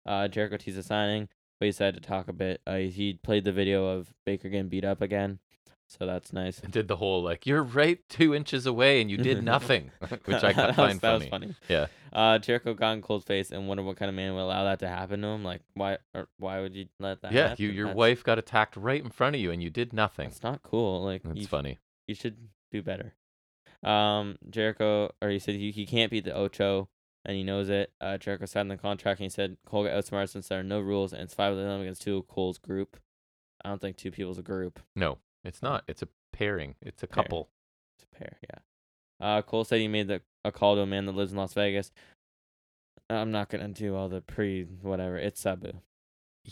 Uh, Jericho teased a signing, but he decided to talk a bit. Uh, he played the video of Baker getting beat up again, so that's nice.
did the whole like you're right two inches away and you did nothing, which I
Mm-hmm. That
find funny.
was- that was funny.
Yeah.
Uh, Jericho got in cold face and wondered what kind of man would allow that to happen to him. Like, why? Or why would you let that?
Yeah,
happen?
you, your
That's-
wife got attacked right in front of you and you did nothing.
It's not cool. Like,
That's
you,
funny.
you should do better. Um, Jericho, or he said he, he can't beat the Ocho. and he knows it. Uh, Jericho signed the contract, and he said Colgate outsmarts since there are no rules, and it's five of them against two Cole's group. I don't think two people's a group.
No, it's
Oh.
not. It's a pairing. It's a
Pair.
couple.
It's a pair, yeah. Uh, Cole said he made the, a call to a man that lives in Las Vegas. I'm not gonna do all the pre whatever. It's Sabu.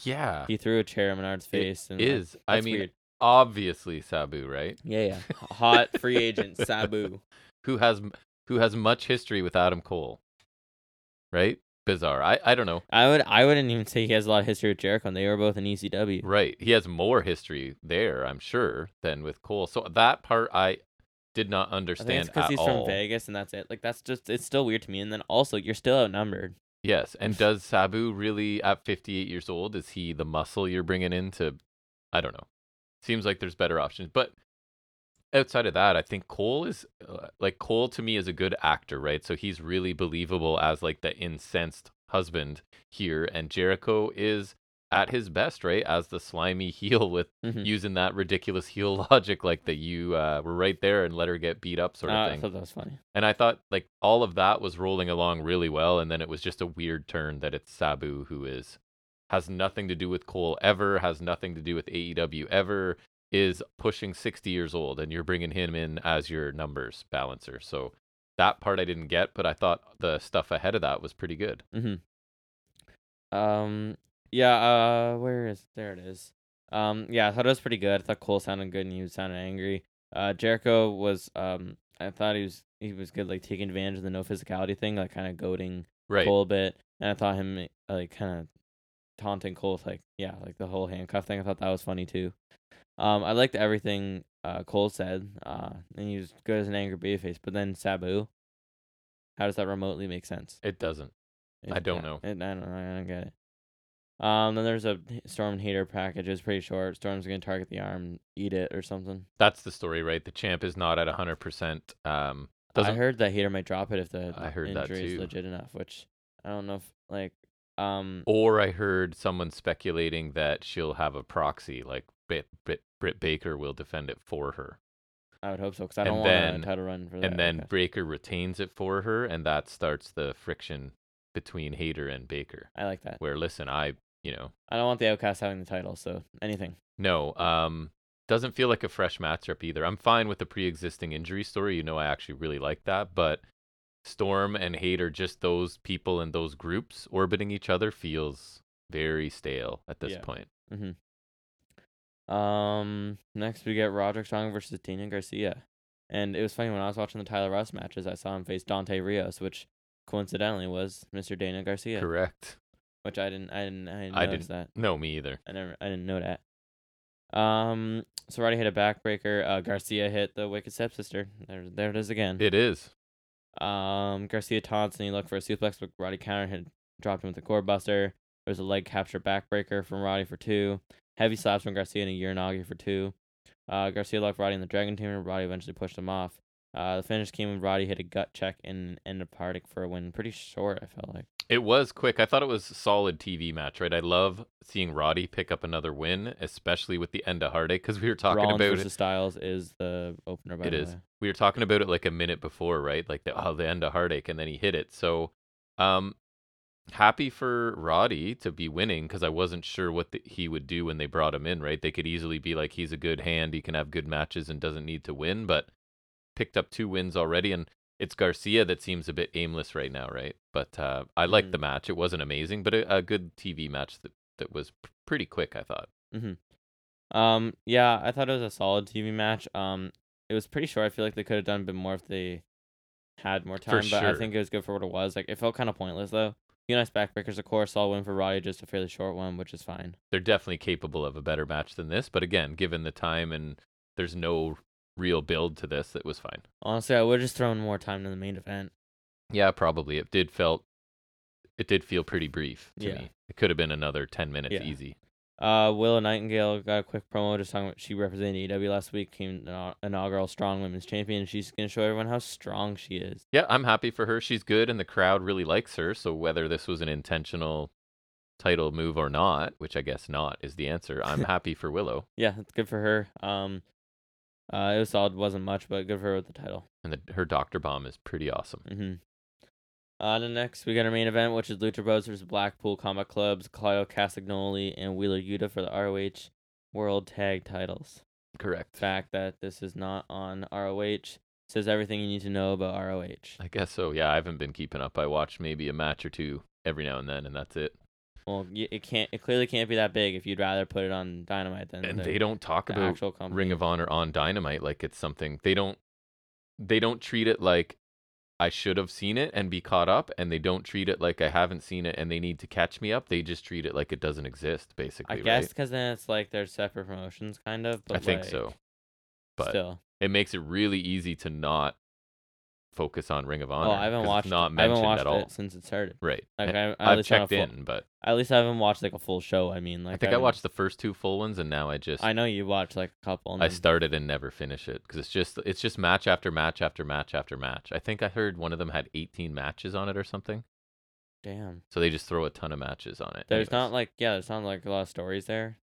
Yeah,
He threw a chair in Menard's face. and uh,
Ah. is. I
that's
mean,
weird.
obviously Sabu, right?
yeah, yeah. Hot free agent Sabu.
Who has m- who has much history with Adam Cole, right? Bizarre. I I don't know.
I would I wouldn't even say he has a lot of history with Jericho. And they were both in E ECW.
Right. He has more history there, I'm sure, than with Cole. So that part I did not
I think
understand
it's because
at
he's
all.
from Vegas, and that's it. Like that's just it's still weird to me. And then also you're still outnumbered.
Yes, and does Sabu really at 58 years old is he the muscle you're bringing in to I don't know. Seems like there's better options, but outside of that, I think Cole is uh, like Cole to me is a good actor, right? So he's really believable as like the incensed husband here and Jericho is at his best, right? As the slimy heel with
Mhm.
using that ridiculous heel logic like that you uh, were right there and let her get beat up sort
Uh,
of
I
thing.
thought that was funny.
And I thought like all of that was rolling along really well, and then it was just a weird turn that it's Sabu who is has nothing to do with Cole ever, has nothing to do with AEW ever, is pushing 60 years old, and you're bringing him in as your numbers balancer. So that part I didn't get, but I thought the stuff ahead of that was pretty good.
Um, yeah. Uh, where is there? It is. Um, yeah. I thought it was pretty good. I thought Cole sounded good, and he was sounded angry. Uh, Jericho was. Um, I thought he was he was good, like taking advantage of the no physicality thing, like kind of goading
Right.
Cole a bit. And I thought him uh, like kind of taunting Cole with like yeah, like the whole handcuff thing. I thought that was funny too. Um, I liked everything uh Cole said. Uh, and he was good as an angry babyface. But then Sabu, how does that remotely make sense?
It doesn't. I
It-
don't
yeah,
know.
it- I don't know. I don't get it. Um, then there's a h- Storm hater package. It's pretty short. Storm's gonna target the arm, eat it or something.
That's the story, right? The champ is not at 100%. Um, doesn't
I heard that hater might drop it if the
I heard that
injury is
too.
legit enough. Which I don't know if like um
Or I heard someone speculating that she'll have a proxy, like Brit, Brit, Britt Baker will defend it for her.
I would hope so because I
And
don't
then-
want a title run for that.
And then
okay.
Baker retains it for her, and that starts the friction between Hater and Baker.
I like that.
Where, listen, I, you know,
I don't want the outcast having the title. So anything.
no, um, doesn't feel like a fresh matchup either. I'm fine with the pre existing injury story. You know, I actually really like that, but Storm and Hater, just those people and those groups orbiting each other, feels very stale at this
Yeah.
point.
Um, next we get Roderick Strong versus Daniel Garcia, and it was funny when I was watching the Tyler Ross matches, I saw him face Dante Rios, which coincidentally was Mr. Daniel Garcia,
Correct.
which I didn't, I didn't, I didn't
I
notice that.
No, me either.
I never, I didn't know that. Um, so Roddy hit a backbreaker. Uh, Garcia hit the wicked stepsister. There, there it is again.
It is.
Um, Garcia taunts and he looked for a suplex, but Roddy countered and dropped him with a core buster. There was a leg capture backbreaker from Roddy for two. Heavy slaps from Garcia and a uranagi for two. Uh, Garcia locked Roddy in the Dragon Tamer. Roddy eventually pushed him off. Uh, the finish came when Roddy hit a gut check and ended up Hardick for a win. Pretty short, I felt like.
It was quick. I thought it was a solid TV match, right? I love seeing Roddy pick up another win, especially with the end of Heartache, because we were talking
Rollins
about
versus
it.
Styles is the opener. By
It
the
is.
way.
We were talking about it like a minute before, right? Like the oh, the end of Heartache, and then he hit it. So, um, happy for Roddy to be winning because I wasn't sure what the, he would do when they brought him in, right? They could easily be like, he's a good hand, he can have good matches, and doesn't need to win, but picked up two wins already, and it's Garcia that seems a bit aimless right now, right? But uh, I liked
Mhm.
the match. It wasn't amazing, but a, a good TV match that that was p- pretty quick. I thought.
Um, yeah, I thought it was a solid TV match. Um, it was pretty short. I feel like they could have done a bit more if they had more
For
time, but I
sure.
think it was good for what it was. Like, it felt kind of pointless though. You nice backbreakers, of course. All win for Roddy, just a fairly short one, which is fine.
they're definitely capable of a better match than this. But again, given the time and there's no real build to this, it was fine.
Honestly, I would have just thrown more time to the main event.
Yeah, probably. It did felt it did feel pretty brief to
Yeah.
me. It could have been another ten minutes
Yeah.
easy.
Uh, Willow Nightingale got a quick promo just talking about she represented AEW last week, came the inaugural Strong Women's Champion, and she's gonna show everyone how strong she is.
Yeah, I'm happy for her. She's good and the crowd really likes her. So whether this was an intentional title move or not, which I guess not is the answer, I'm happy for Willow.
Yeah, it's good for her. Um, uh, it was solid, wasn't much, but good for her with the title.
And the, her Doctor Bomb is pretty awesome.
Mm-hmm. On to next, we got our main event, which is Lucha Bros versus Blackpool Combat Club's Claudio Castagnoli and Wheeler Yuta for the ROH World Tag Titles.
Correct.
Fact that this is not on ROH says everything you need to know about ROH.
I guess so. Yeah, I haven't been keeping up. I watch maybe a match or two every now and then, and that's it.
Well, y- it can't. It clearly can't be that big if you'd rather put it on Dynamite than
And
the,
they don't talk
the
about
actual company.
Ring of Honor on Dynamite like it's something they don't they don't treat it like I should have seen it and be caught up and they don't treat it like I haven't seen it and they need to catch me up. They just treat it like it doesn't exist basically,
I
right?
guess because then it's like they're separate promotions, kind of. But
I think
like,
so. But
still,
it makes it really easy to not focus on Ring of Honor.
oh, I haven't
'cause
watched.
it's not
I
mentioned
haven't watched
at all.
it since it started.
Right.
Like I, I
I,
at
have
least not a
checked
full,
in, but
At least I haven't watched like a full show. I mean, like
I think I,
haven't-
watched the first two full ones and now I just
I know you watched like a couple. And
I
then-
started and never finish it because it's just it's just match after match after match after match. I think I heard one of them had 18 matches on it or something.
Damn.
So they just throw a ton of matches on it.
There's not
Anyways.
like yeah, there's not like a lot of stories there.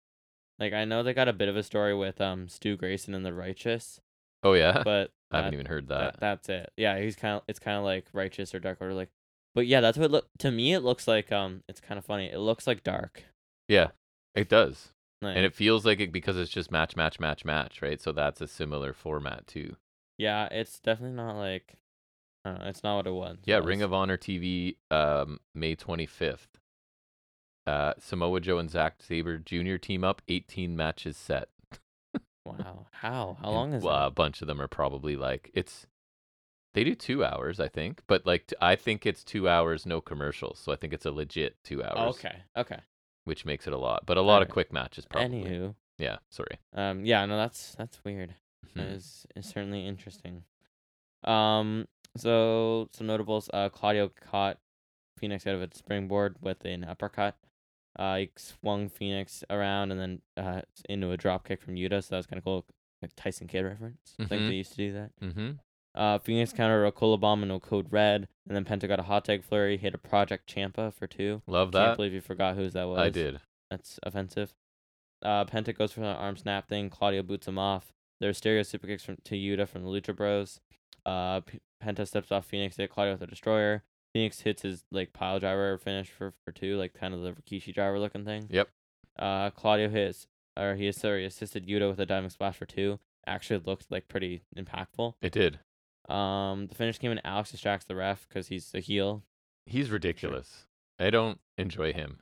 Like I know they got a bit of a story with um Stu Grayson and the Righteous,
oh yeah,
but
I haven't
that-
even heard
that,
that.
that's it. Yeah, he's kind of it's kind of like Righteous or Dark Order like. But yeah, that's what look to me it looks like um it's kind of funny. It looks like dark.
Yeah, it does,
Like,
and it feels like it because it's just match, match, match, match, right? So that's a similar format too.
yeah, it's definitely not like I don't know, it's not what it was.
Yeah, Ring
was.
of Honor TV, um, May 25th. Uh, Samoa Joe and Zack Saber Jr. team up, 18 matches set.
Wow. How? How
and,
long is
well, a
that?
bunch of them are probably like it's they do two hours i think but like t- i think it's two hours no commercials so i think it's a legit two hours
Oh, okay. Okay.
which makes it a lot but a lot of
Alright.
quick matches probably
Anywho,
yeah sorry
um yeah, no that's that's weird.
Hmm.
is is certainly interesting. Um, so some notables: uh, Claudio caught Phoenix out of a springboard with an uppercut. Uh, he swung Phoenix around and then uh into a drop kick from Yuta, so that was kind of cool. Like Tyson Kidd reference. I think
Mhm.
they used to do that.
mm-hmm.
Uh, Phoenix countered a Cola bomb and a code red, and then Penta got a hot tag flurry, hit a Project Champa for two.
love
Can't
that
believe you forgot whose that was.
i did
That's offensive. Uh, Penta goes for an arm snap thing. Claudio boots him off. There's stereo super kicks from to Yuta from the Lucha Bros. Uh, P- Penta steps off Phoenix. Hit Claudio with a destroyer. Phoenix hits his like pile driver finish for for two, like kind of the Rikishi driver looking thing.
Yep.
Uh, Claudio hits or he sorry assisted Yuta with a diving splash for two. Actually looked like pretty impactful.
it did
Um, the finish came in. Alex distracts the ref because he's a heel.
he's ridiculous i don't enjoy him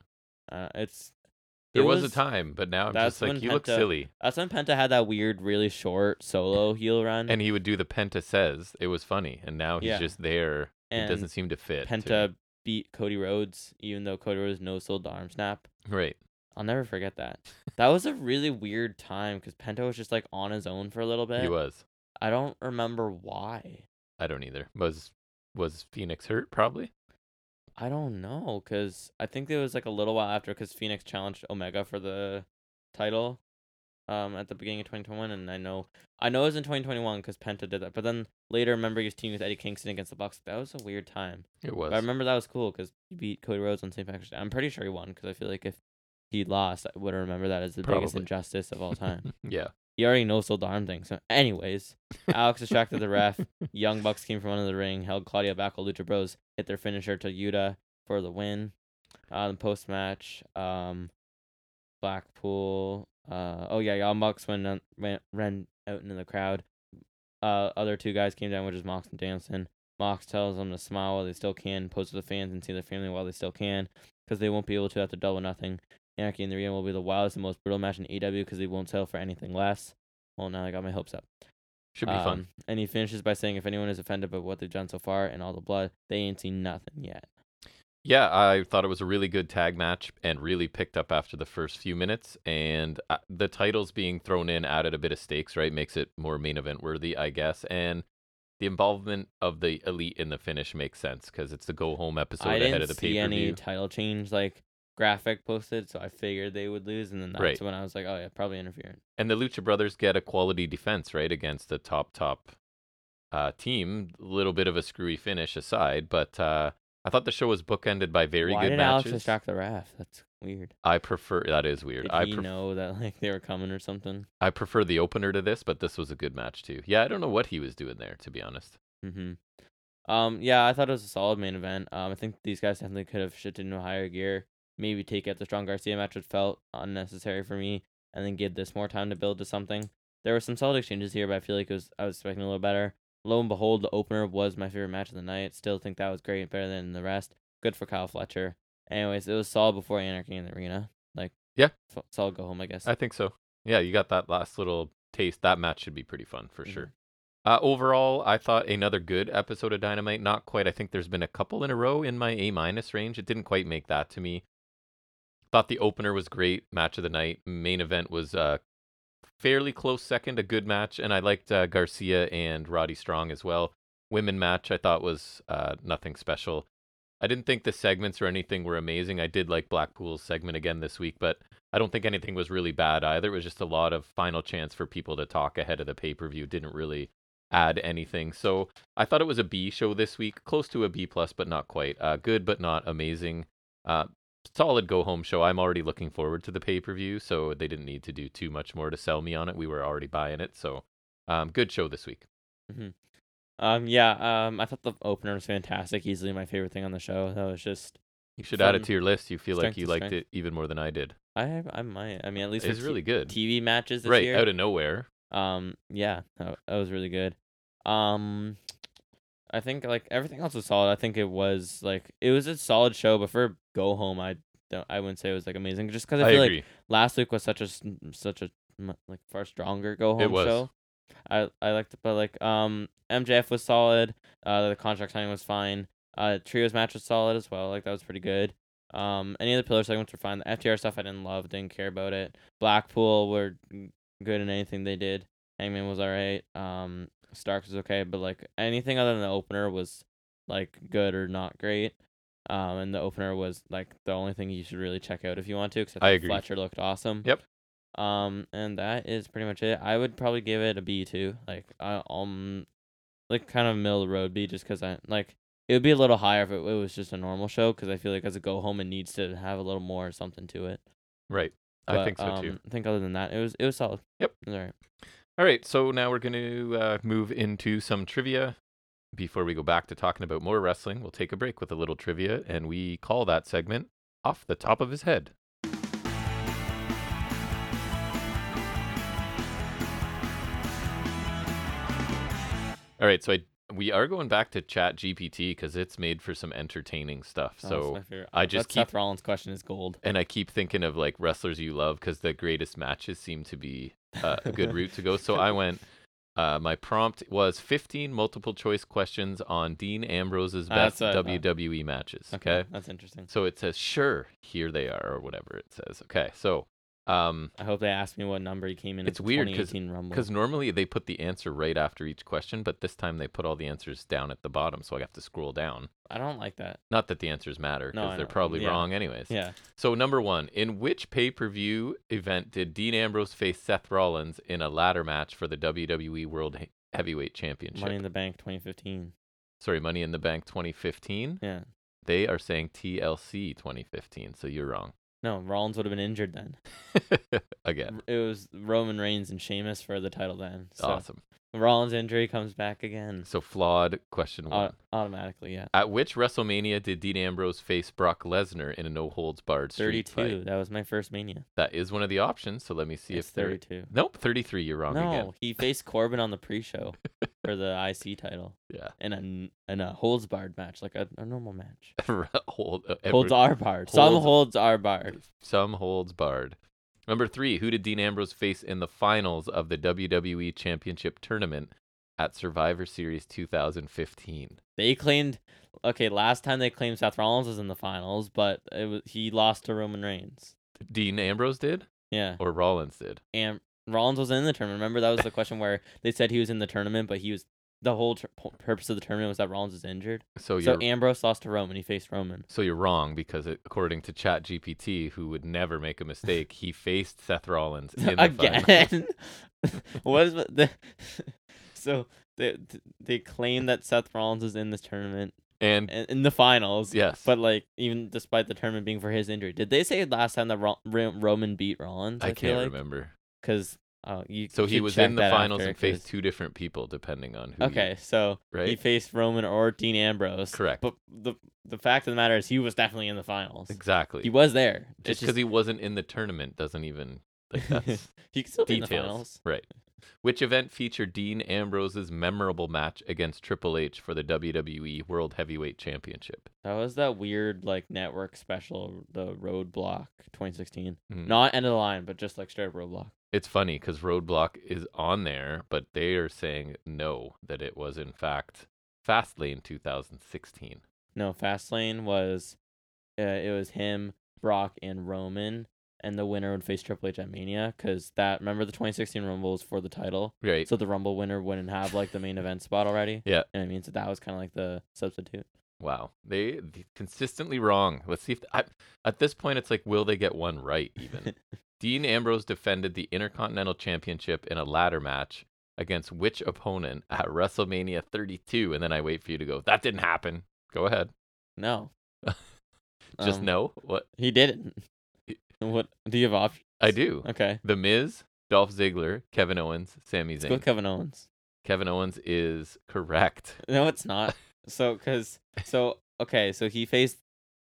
Uh, it's
there
it
was, a time but now i'm
that's
just like
when
you look
Penta- hmm
silly
That's when Penta had that weird, really short solo heel run.
and he would do the penta says it was funny and now he's
Yeah.
just there it doesn't
And
seem to fit to me.
Penta beat Cody Rhodes, even though Cody Rhodes no sold the arm snap.
right
I'll never forget that. That was a really weird time because Penta was just like on his own for a little bit.
he was
I don't remember why.
i don't either was was phoenix hurt probably
I don't know because I think it was like a little while after because Phoenix challenged Omega for the title, um, at the beginning of 2021, and I know I know it was in 2021 because Penta did that. But then later, remember he was teaming with Eddie Kingston against the Bucks. That was a weird time.
it was
But I remember that was cool because he beat Cody Rhodes on St. Patrick's Day. I'm pretty sure he won because I feel like if he lost, I would remember that as the biggest
Probably.
injustice of all time.
Mm-hmm. yeah
he already knows sold the arm thing. So, anyways, Alex distracted the ref. Young Bucks came from under the ring, held Claudio back while Lucha Bros hit their finisher to Yuta for the win. Uh, the post match, um, Blackpool. Uh, oh yeah, Young Bucks went on, went ran out into the crowd. Uh, other two guys came down, which is Mox and Danielson. Mox tells them to smile while they still can, pose to the fans and see their family while they still can, because they won't be able to after double nothing. Anarchy in the Ring will be the wildest and most brutal match in E AW because they won't settle for anything less. Well, now I got my hopes up.
Should be fun.
Um, And he finishes by saying, if anyone is offended by what they've done so far and all the blood, they ain't seen nothing yet.
Yeah, I thought it was a really good tag match and really picked up after the first few minutes. And uh, the titles being thrown in added a bit of stakes, right? Makes it more main event worthy, I guess. And the involvement of the elite in the finish makes sense because it's the go home episode
I
ahead
didn't
of the pay
see
per
any
view.
title change like graphic posted, so I figured they would lose. And then that's
Right.
when I was like, oh yeah, probably interference.
And the Lucha Brothers get a quality defense, right? Against the top, top uh, team. Little bit of a screwy finish aside, but uh, I thought the show was bookended by very
Why
good
did Alex
matches.
distract the ref? That's weird.
I prefer, that is weird.
Did
I
he
prefer.
know that like they were coming or something?
I prefer the opener to this, but this was a good match too. Yeah, I don't know what he was doing there, to be honest.
Mm-hmm. Um, yeah, I thought it was a solid main event. Um, I think these guys definitely could have shifted into a higher gear. Maybe take out the strong Garcia match, which felt unnecessary for me, and then give this more time to build to something. There were some solid exchanges here, but I feel like it was I was expecting a little better. Lo and behold, the opener was my favorite match of the night. Still think that was great, better than the rest. Good for Kyle Fletcher. Anyways, it was solid before Anarchy in the Arena. Like,
Yeah.
f- solid go home, I guess.
I think so. Yeah, you got that last little taste. That match should be pretty fun for sure. Uh, overall, I thought another good episode of Dynamite. Not quite. I think there's been a couple in a row in my A minus range. It didn't quite make that to me. Thought the opener was great. Match of the night. Main event was uh, fairly close second. A good match, and I liked uh, Garcia and Roddy Strong as well. Women match I thought was uh, nothing special. I didn't think the segments or anything were amazing. I did like Blackpool's segment again this week, but I don't think anything was really bad either. It was just a lot of final chance for people to talk ahead of the pay per view. Didn't really add anything. So I thought it was a B show this week, close to a B plus, but not quite. Uh, good, but not amazing. Uh, solid go home show. I'm already looking forward to the pay per view, so they didn't need to do too much more to sell me on it. We were already buying it, so um, good show this week.
Um, yeah, um, I thought the opener was fantastic. Easily my favorite thing on the show. That was just,
You should add it
Fun.
to your list. You feel
Strength
like you
to
liked
strength.
it even more than I did.
I I might. I mean, at least
It's
for t-
really good.
TV matches this
Right
year.
out of nowhere.
Um, yeah, that, that was really good. Um, I think like everything else was solid. I think it was like it was a solid show, but for go home, I don't. I wouldn't say it was like amazing, just because I,
I,
feel
agree.
like last week was such a s- m- such a m- like far stronger go home
was.
show. I I liked it, but like um MJF was solid. Uh, the contract signing was fine. Uh, trios match was solid as well. Like that was pretty good. Um, any of the pillar segments were fine. The FTR stuff I didn't love, didn't care about it. Blackpool were g- good in anything they did. Hangman was alright. Um, Starks was okay, but like anything other than the opener was like good or not great. Um, and the opener was like the only thing you should really check out if you want to. Except
I
that
agree.
Fletcher looked awesome.
Yep.
Um, and that is pretty much it. I would probably give it a B too. Like I um, like kind of middle of the road B, just because I like it would be a little higher if it, it was just a normal show because I feel like as a go home it needs to have a little more something to it.
Right. I
But,
think so too.
um, I think other than that, it was it was solid.
Yep.
It was alright.
All right, so now we're going to uh, move into some trivia. Before we go back to talking about more wrestling, we'll take a break with a little trivia, and we call that segment Off the Top of His Head. All right, so I, we are going back to Chat GPT because it's made for some entertaining stuff.
That was
so
my favorite.
I
Uh,
just
that Seth Rollins question is gold.
and I keep thinking of like wrestlers you love because the greatest matches seem to be uh, a good route to go. So I went. Uh, my prompt was 15 multiple choice questions on Dean Ambrose's
Ah,
best
that's what I thought.
WWE matches.
Okay,
Okay.
that's interesting.
So it says, sure, here they are, or whatever it says. Okay. So, um,
I hope they asked me what number he came in.
It's
at the
weird 'cause-
2018 Rumble.
because normally they put the answer right after each question, but this time they put all the answers down at the bottom. So I have to scroll down.
I don't like that.
Not that the answers matter
No,
because
I
they're
know.
probably
Yeah.
wrong, anyways.
Yeah.
So number one, in which pay per view event did Dean Ambrose face Seth Rollins in a ladder match for the WWE World He- Heavyweight Championship?
Money in the Bank 2015.
Sorry, Money in the Bank 2015.
Yeah.
They are saying TLC 2015, so you're wrong
No, Rollins would have been injured then.
again.
It was Roman Reigns and Sheamus for the title then. So
Awesome.
Rollins injury comes back again.
So flawed question one.
Au- automatically, yeah.
At which WrestleMania did Dean Ambrose face Brock Lesnar in a no holds barred street
32.
fight?
That was my first Mania.
That is one of the options. So let me see
it's
if there.
32.
Nope, 33. You're wrong
no,
again.
he faced Corbin on the pre-show for the IC title
Yeah.
in a n- in a holds barred match, like a, a normal match.
Hold, uh,
Holds
every-
are barred. Some
holds-
holds are barred.
Some holds barred. Number three, who did Dean Ambrose face in the finals of the WWE Championship tournament at Survivor Series 2015?
They claimed okay. Last time they claimed Seth Rollins was in the finals, but it was, he lost to Roman Reigns.
Dean Ambrose did
Yeah.
or Rollins did?
and Rollins was in the tournament. Remember that was the question where they said he was in the tournament, but he was the whole tur- pu- purpose of the tournament was that Rollins was injured.
So
so
Oh, you're
Ambrose lost to Roman. He faced Roman.
so you're wrong because it, according to ChatGPT, who would never make a mistake, he faced Seth Rollins in the finals.
Again, what is with the? so they they claim that Seth Rollins is in this tournament
And
in, in the finals.
yes,
But like, even despite the tournament being for his injury, did they say last time that Ro- Ro- Roman beat Rollins?
I,
I,
can't
feel like?
remember.
because Oh, you
So he
should
was
check
in the
that
finals
after,
and faced
'cause-
two different people, depending on who. you-
Okay, so he
right?
faced Roman or Dean Ambrose.
Correct.
But the the fact of the matter is, he was definitely in the finals.
exactly.
He was there.
just because he wasn't in the tournament doesn't even like that's
he could still be in the
details,
finals.
right? Which event featured Dean Ambrose's memorable match against Triple H for the WWE World Heavyweight Championship?
That was that weird like network special, the Roadblock 2016.
Mm.
Not end of the line, but just like straight up Roadblock.
It's funny because Roadblock is on there, but they are saying no, that it was in fact Fastlane 2016.
No, Fastlane was, uh, it was him, Brock, and Roman, and the winner would face Triple H at Mania because that remember the 2016 Rumble was for the title,
Right.
so the Rumble winner wouldn't have like the main event spot already.
Yeah.
and I mean so that was kind of like the substitute.
Wow, they th- consistently wrong. Let's see if I, at this point it's like, will they get one right? Even Dean Ambrose defended the Intercontinental Championship in a ladder match against which opponent at WrestleMania 32? And then I wait for you to go. That didn't happen. Go ahead.
No,
Just
Um,
no. What
He didn't.
He-
What do you have options?
I do.
Okay,
The Miz, Dolph Ziggler, Kevin Owens, Sami
let's go
Zayn.
Kevin Owens.
Kevin Owens is correct.
No, it's not. So, cause so okay, so he faced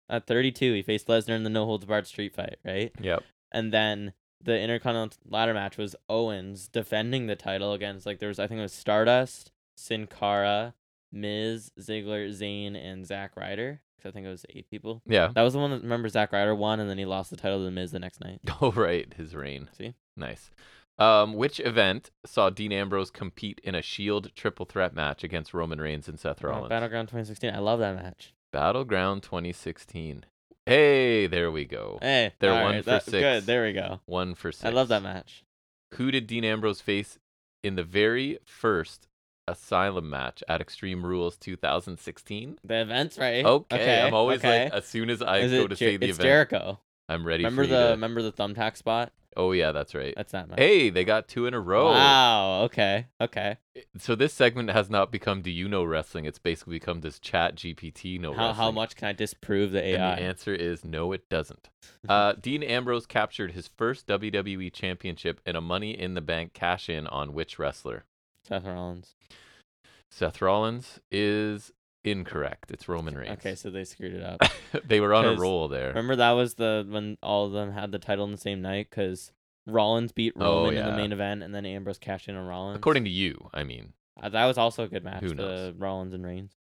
at 32, he faced Lesnar in the no holds barred street fight, right?
Yep.
And then the Intercontinental ladder match was Owens defending the title against like there was I think it was Stardust, Sin Cara, Miz, Ziggler, Zayn, and Zack Ryder. 'Cause I think it was eight people.
Yeah.
That was the one that remember Zack Ryder won, and then he lost the title to the Miz the next night.
Oh right, his reign.
See?
Nice. Um, which event saw Dean Ambrose compete in a Shield E triple threat match against Roman Reigns and Seth
Oh,
Rollins?
Battleground 2016. I love that match.
Battleground 2016. Hey, there we go.
Hey,
They're
all
one
right,
for
that-
six.
Good. There we go.
One for six.
I love that match.
Who did Dean Ambrose face in the very first Asylum E match at Extreme Rules 2016?
The events, right?
Okay, I'm always
okay.
like, as soon as I
Is
go
it
to
Jer-
say the
it's
event,
Jericho.
I'm ready
Remember
for
the
you to-
remember the thumbtack spot?
Oh yeah, that's right.
That's that match.
Hey, they got two in a row.
Wow. Okay. Okay.
So this segment has not become "Do you know wrestling?" It's basically become this Chat GPT know
how
wrestling.
how much can I disprove the
And
AI?
the answer is no, it doesn't. Uh, Dean Ambrose captured his first WWE Championship in a Money in the Bank cash in on which wrestler?
Seth Rollins.
Seth Rollins is incorrect. It's Roman Reigns.
Okay, so they screwed it up.
they were on a
'Cause
roll there.
Remember that was the when all of them had the title on the same night because Rollins beat
Oh,
Roman in
yeah.
the main event, and then Ambrose cashed in on Rollins.
According to you, I mean,
Uh, that was also a good match.
Who
the
knows?
Rollins and Reigns.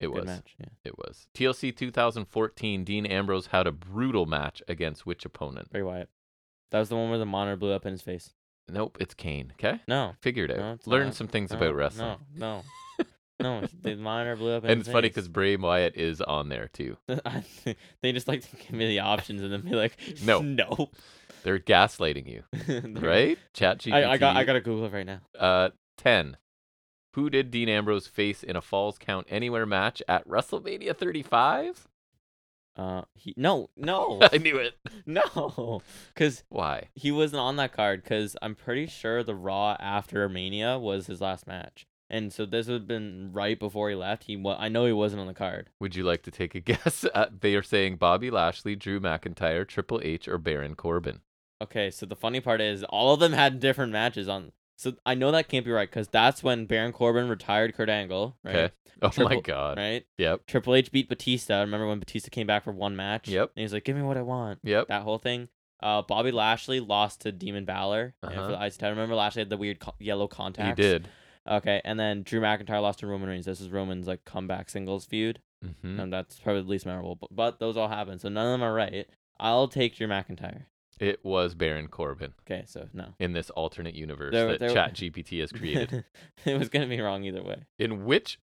it
good
was.
match. Yeah.
It was. TLC 2014, Dean Ambrose had a brutal match against which opponent?
Bray Wyatt. That was the one where the monitor blew up in his face.
Nope, it's Kane. Okay?
No.
Figured
No,
out.
it's
Learn
not.
some things
no,
about wrestling.
No. No. no the monitor blew up in
And
his
it's funny
face.
because Bray Wyatt is on there too.
I- they just like to give me the options and then be like,
No.
no,
They're gaslighting you, right? Chat GPT.
I, I got I gotta Google it right now.
Uh, 10. Who did Dean Ambrose face in a Falls Count Anywhere match at WrestleMania 35?
Uh, he no no
I knew it.
no, because
Why?
he wasn't on that card. Because I'm pretty sure the Raw after Mania was his last match, and so this would have been right before he left. He wa- I know he wasn't on the card.
Would you like to take a guess? Uh, they are saying Bobby Lashley, Drew McIntyre, Triple H, or Baron Corbin.
Okay, so the funny part is all of them had different matches on. So I know that can't be right because that's when Baron Corbin retired Kurt Angle, right?
Okay. Oh my
Triple-
God.
Right.
Yep.
Triple H beat Batista. Remember when Batista came back for one match?
Yep.
And he was like, "Give me what I want."
Yep.
That whole thing. Uh, Bobby Lashley lost to Demon Balor uh
Uh-huh.
for the IC title. Remember Lashley had the weird co- yellow
He
contacts.
did.
Okay, and then Drew McIntyre lost to Roman Reigns. This is Roman's like comeback singles feud,
hmm
and that's probably the least memorable. But, but those all happened, so none of them are right. I'll take Drew McIntyre.
It was Baron Corbin
Okay, so no.
in this alternate universe
There-
that
there-
Chat GPT has created.
it was gonna be wrong either way.
In which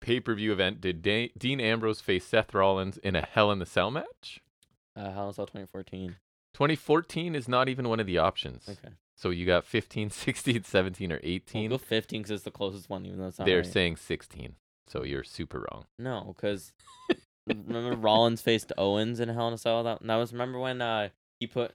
pay per view event did Da- Dean Ambrose face Seth Rollins in a Hell in the Cell match?
Uh, Hell in a Cell 2014.
2014 is not even one of the options.
Okay.
So you got 15, 16, 17, or
We'll
18.
go 15 because it's the closest one, even though it's not.
They're
right.
saying 16. So you're super wrong.
No, because remember Rollins faced Owens in Hell in a Cell. That, that was remember when uh he put.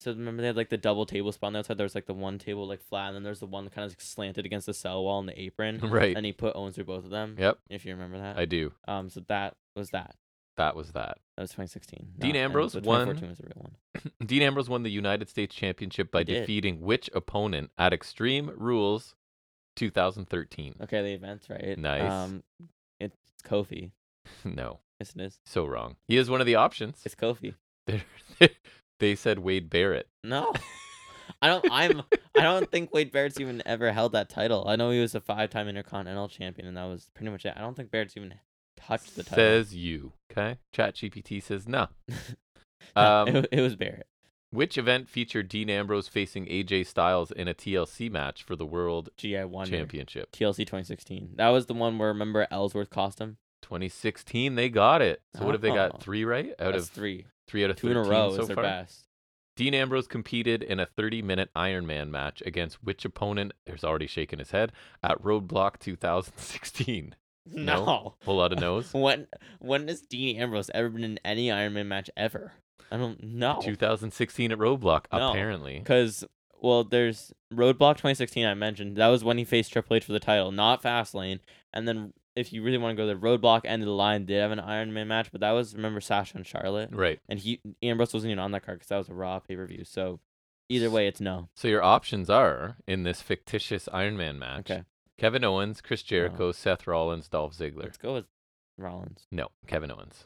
So remember they had like the double table spot on the outside. There was like the one table like flat, and then there's the one kind of like, slanted against the cell wall in the apron.
right.
And he put Owens through both of them.
Yep.
If you remember that.
I do.
um. So that was that.
That was that.
That was 2016.
Dean
not- and
Ambrose
the
won
2014 was the real one.
Dean Ambrose won the United States Championship by
He did.
defeating which opponent at Extreme Rules 2013?
Okay, the event's right.
Nice.
Um, it's Kofi.
no,
Yes, it is.
so wrong. He is one of the options.
It's Oh. Kofi.
They're- they said Wade Barrett.
No, I don't. I'm. I don't think Wade Barrett's even ever held that title. I know he was a five-time Intercontinental Champion, and that was pretty much it. I don't think Barrett's even touched the title.
Says you. Okay. Chat GPT says nah.
No,
Um,
it, wa- it was Barrett.
Which event featured Dean Ambrose facing AJ Styles in a TLC match for the World
Gee, I won.
Championship?
TLC 2016. That was the one where remember Ellsworth cost him.
2016, they got it. So what have they
Oh.
got? Three right out
That's
of
three,
three out of
two in a
13
row
so
is their
far.
best.
Dean Ambrose competed in a 30-minute Iron Man match against which opponent? There's already shaking his head at Roadblock 2016. No. Whole lot of no's.
When when has Dean Ambrose ever been in any Iron Man match ever? I don't know.
2016 at Roadblock,
No.
apparently.
Because well, there's Roadblock 2016 I mentioned. That was when he faced Triple H for the title, not Fastlane. And then if you really want to go there, Roadblock and the line did have an Iron Man match, but that was remember Sasha and Charlotte,
Right.
and he Ambrose wasn't even on that card because that was a Raw pay per view. So either way, it's no.
So your options are in this fictitious Iron Man match.
Okay,
Kevin Owens, Chris
Oh.
Jericho, Seth Rollins, Dolph Ziggler.
let's go with Rollins
No, Kevin Owens.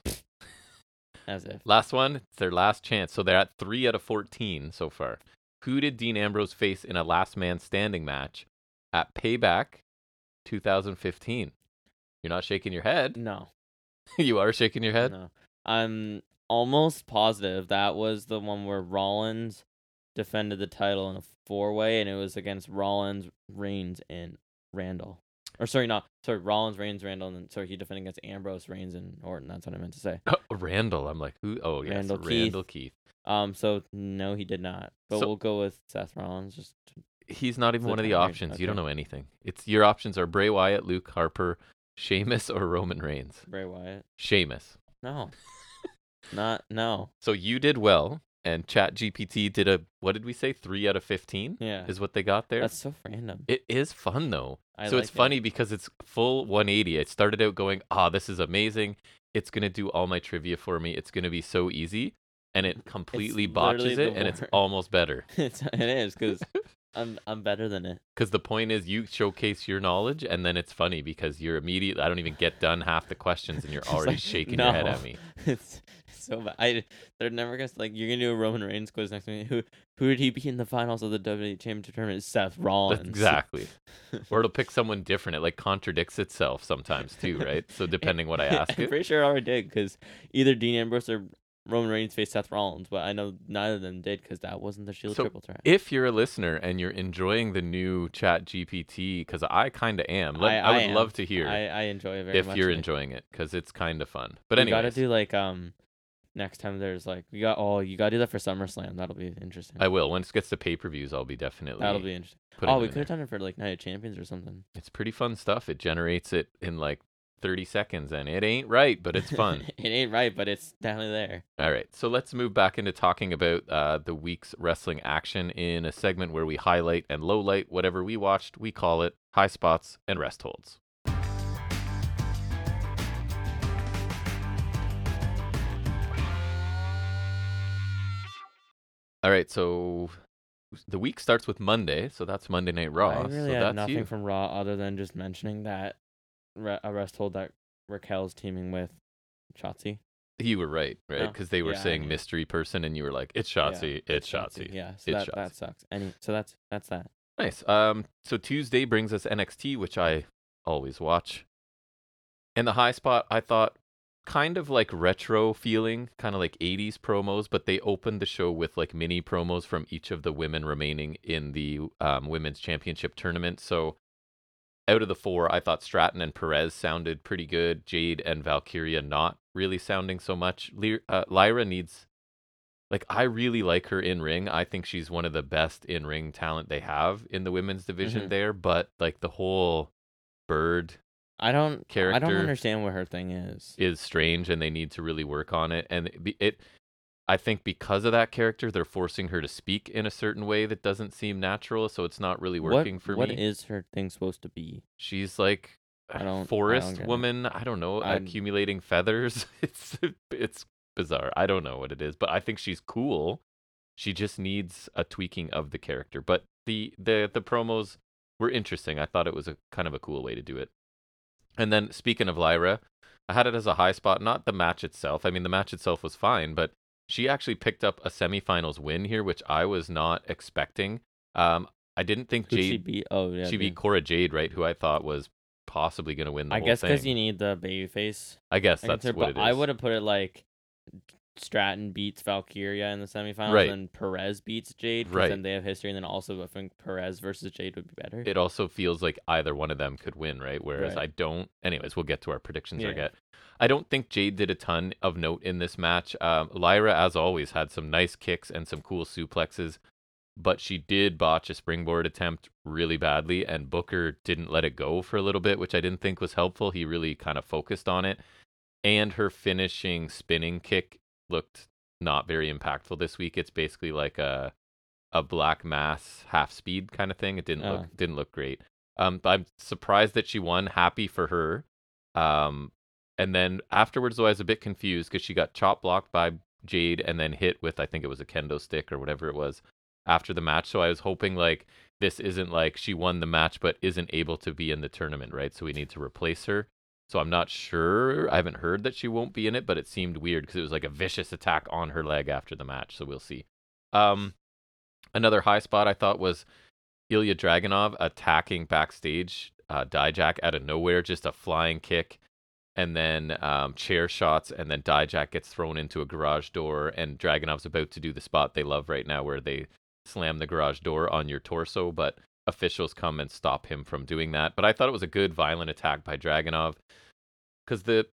as if.
Last one. It's their last chance. So they're at three out of 14 so far. Who did Dean Ambrose face in a last man standing match at Payback 2015? You're not shaking your head.
No,
you are shaking your head.
no. I'm almost positive that was the one where Rollins defended the title in a four way, and it was against Rollins, Reigns, and Randall. Or sorry, not sorry, Rollins, Reigns, Randall, and then sorry, he defended against Ambrose, Reigns, and Orton. That's what I meant to say.
Oh, Randall. I'm like, who? Oh, yes.
Randall
Randall,
Keith.
Keith.
Um, so no, he did not. But
So-
we'll go with Seth Rollins. Just to-
He's not even
the
one of the
tiebreaker.
options. You don't
Okay.
know anything. It's Your options are Bray Wyatt, Luke Harper, Sheamus, or Roman Reigns.
Bray Wyatt.
Sheamus.
No, not no.
So you did well. And ChatGPT did a, what did we say? Three out of 15
Yeah,
is what they got there.
that's so random.
It is fun though.
I
so
like
it's
it.
funny because it's full 180. It started out going, ah, this is amazing. It's going to do all my trivia for me. It's going to be so easy. And it completely
literally
botches
the
it and it's
wor-
almost better.
it's, it is because I'm I'm better than it.
Because the point is, you showcase your knowledge and then it's funny because you're immediate. I don't even get done half the questions and you're
Just
already
like,
shaking your head
"No."
at me.
it's it's so bad. I, they're never gonna like you're gonna do a Roman Reigns quiz next week. Who who did he beat in the finals of the WWE Championship tournament? Seth Rollins.
That's exactly. or it'll pick someone different. It like contradicts itself sometimes too, right? So depending what I ask
I'm
it.
pretty sure I already did because either Dean Ambrose or Roman Reigns faced Seth Rollins, but I know neither of them did because that wasn't the Shield
So,
triple threat.
if you're a listener and you're enjoying the new chat gpt because i kind of am let,
I-
I,
I
would
am.
love to hear
I, I enjoy it very
if
much.
you're
I-
enjoying it because it's kind of fun but anyway
you gotta do like um next time there's like we got oh you gotta do that for SummerSlam. That'll be interesting.
i will once it gets to pay-per-views i'll be definitely
That'll be interesting.
putting
Oh,
them
we
in
could have
there.
done it for like Night of Champions or something.
it's pretty fun stuff it generates it in like 30 seconds and it ain't right but it's fun
it ain't right, but it's definitely there.
all right so let's move back into talking about uh, the week's wrestling action in a segment where we highlight and lowlight whatever we watched we call it high spots and rest holds All right, so the week starts with Monday, so that's Monday Night Raw.
I
so
really
that's
had nothing
you.
from Raw other than just mentioning that re- a rest hold that Raquel's teaming with Shotzi.
you were right, right?
No.
Because they were
Yeah, I
saying
knew.
mystery person, and you were like, "It's Shotzi, it's Shotzi."
Yeah, so
It's
that, that
Shotzi.
sucks. Any so that's that's that.
Nice. Um, so Tuesday brings us NXT, which I always watch. And the high spot, I thought, kind of like retro feeling, kind of like 80s promos, but they opened the show with like mini promos from each of the women remaining in the um, women's championship tournament. So out of the four, I thought Stratton and Perez sounded pretty good. Jade and Valkyria not really sounding so much. Ly- uh, Lyra needs like I really like her in ring. I think she's one of the best in ring talent they have in the women's division
Mhm.
there, but like the whole bird
I don't I don't
Character.
understand what her thing is.
is strange and they need to really work on it and it, be- it I think because of that character they're forcing her to speak in a certain way that doesn't seem natural, so it's not really working
what,
for
what
me.
is her thing supposed to be?
she's like a
I don't- I don't
forest
get it.
woman, I don't know,
I'm-
accumulating feathers. It's it's bizarre. I don't know what it is, but I think she's cool. She just needs a tweaking of the character. But the the the promos were interesting. I thought it was a kind of a cool way to do it. And then speaking of Lyra, I had it as a high spot, not the match itself. I mean, the match itself was fine, but she actually picked up a semifinals win here, which I was not expecting. Um, I didn't think
Who'd she
Jade.
beat? Oh, yeah.
she beat Cora Jade, right? Who I thought was possibly going to win the
I
whole
guess
thing.
because you need the baby face.
I guess
against
that's
her,
what it
but
is.
I would have put it like Stratton beats Valkyria in the semifinals,
Right.
and Perez beats Jade. 'cause
Right.
Then they have history, and then also I think Perez versus Jade would be better.
It also feels like either one of them could win, right? Whereas
Right.
I don't. Anyways, we'll get to our predictions. I
Yeah.
get. I don't think Jade did a ton of note in this match. Um, Lyra, as always, had some nice kicks and some cool suplexes, but she did botch a springboard attempt really badly, and Booker didn't let it go for a little bit, which I didn't think was helpful. He really kind of focused on it, and her finishing spinning kick looked not very impactful this week. It's basically like a a black mass half speed kind of thing. It didn't
Oh.
look didn't look great. Um, but I'm surprised that she won. Happy for her. Um, and then afterwards, though, I was a bit confused because she got chop blocked by Jade and then hit with I think it was a kendo stick or whatever it was after the match. So I was hoping like this isn't like she won the match but isn't able to be in the tournament, right? So we need to replace her. So I'm not sure. I haven't heard that she won't be in it, but it seemed weird because it was like a vicious attack on her leg after the match. So we'll see. Um, another high spot I thought was Ilya Dragunov attacking backstage, uh, Dijak out of nowhere, just a flying kick, and then um, chair shots, and then Dijak gets thrown into a garage door, and Dragunov's about to do the spot they love right now, where they slam the garage door on your torso, but officials come and stop him from doing that. But I thought it was a good violent attack by Dragunov, because the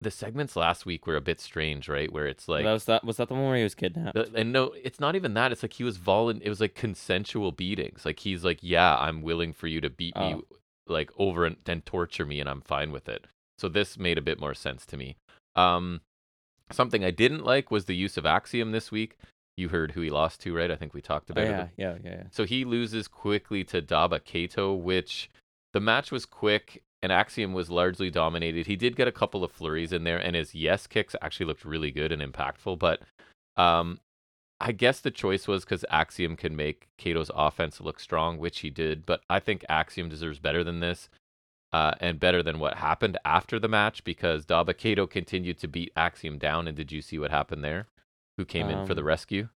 the segments last week were a bit strange, right? Where it's like
that was that was that the one where he was kidnapped?
the- and no, it's not even that. It's like he was volun. It was like consensual beatings. Like he's like, yeah, I'm willing for you to beat
Oh.
me, like over and then torture me, and I'm fine with it. So this made a bit more sense to me. Um, something I didn't like was the use of Axiom this week. You heard who he lost to, right? I think we talked
Oh,
about it
yeah, yeah, yeah, yeah.
so he loses quickly to Daba Kato, which the match was quick and Axiom was largely dominated. He did get a couple of flurries in there, and his yes kicks actually looked really good and impactful. But um, I guess the choice was because Axiom can make Kato's offense look strong, which he did. But I think Axiom deserves better than this. Uh, and better than what happened after the match because Daba Kato continued to beat Axiom down. And did you see what happened there? Who came in for the
Um,
rescue?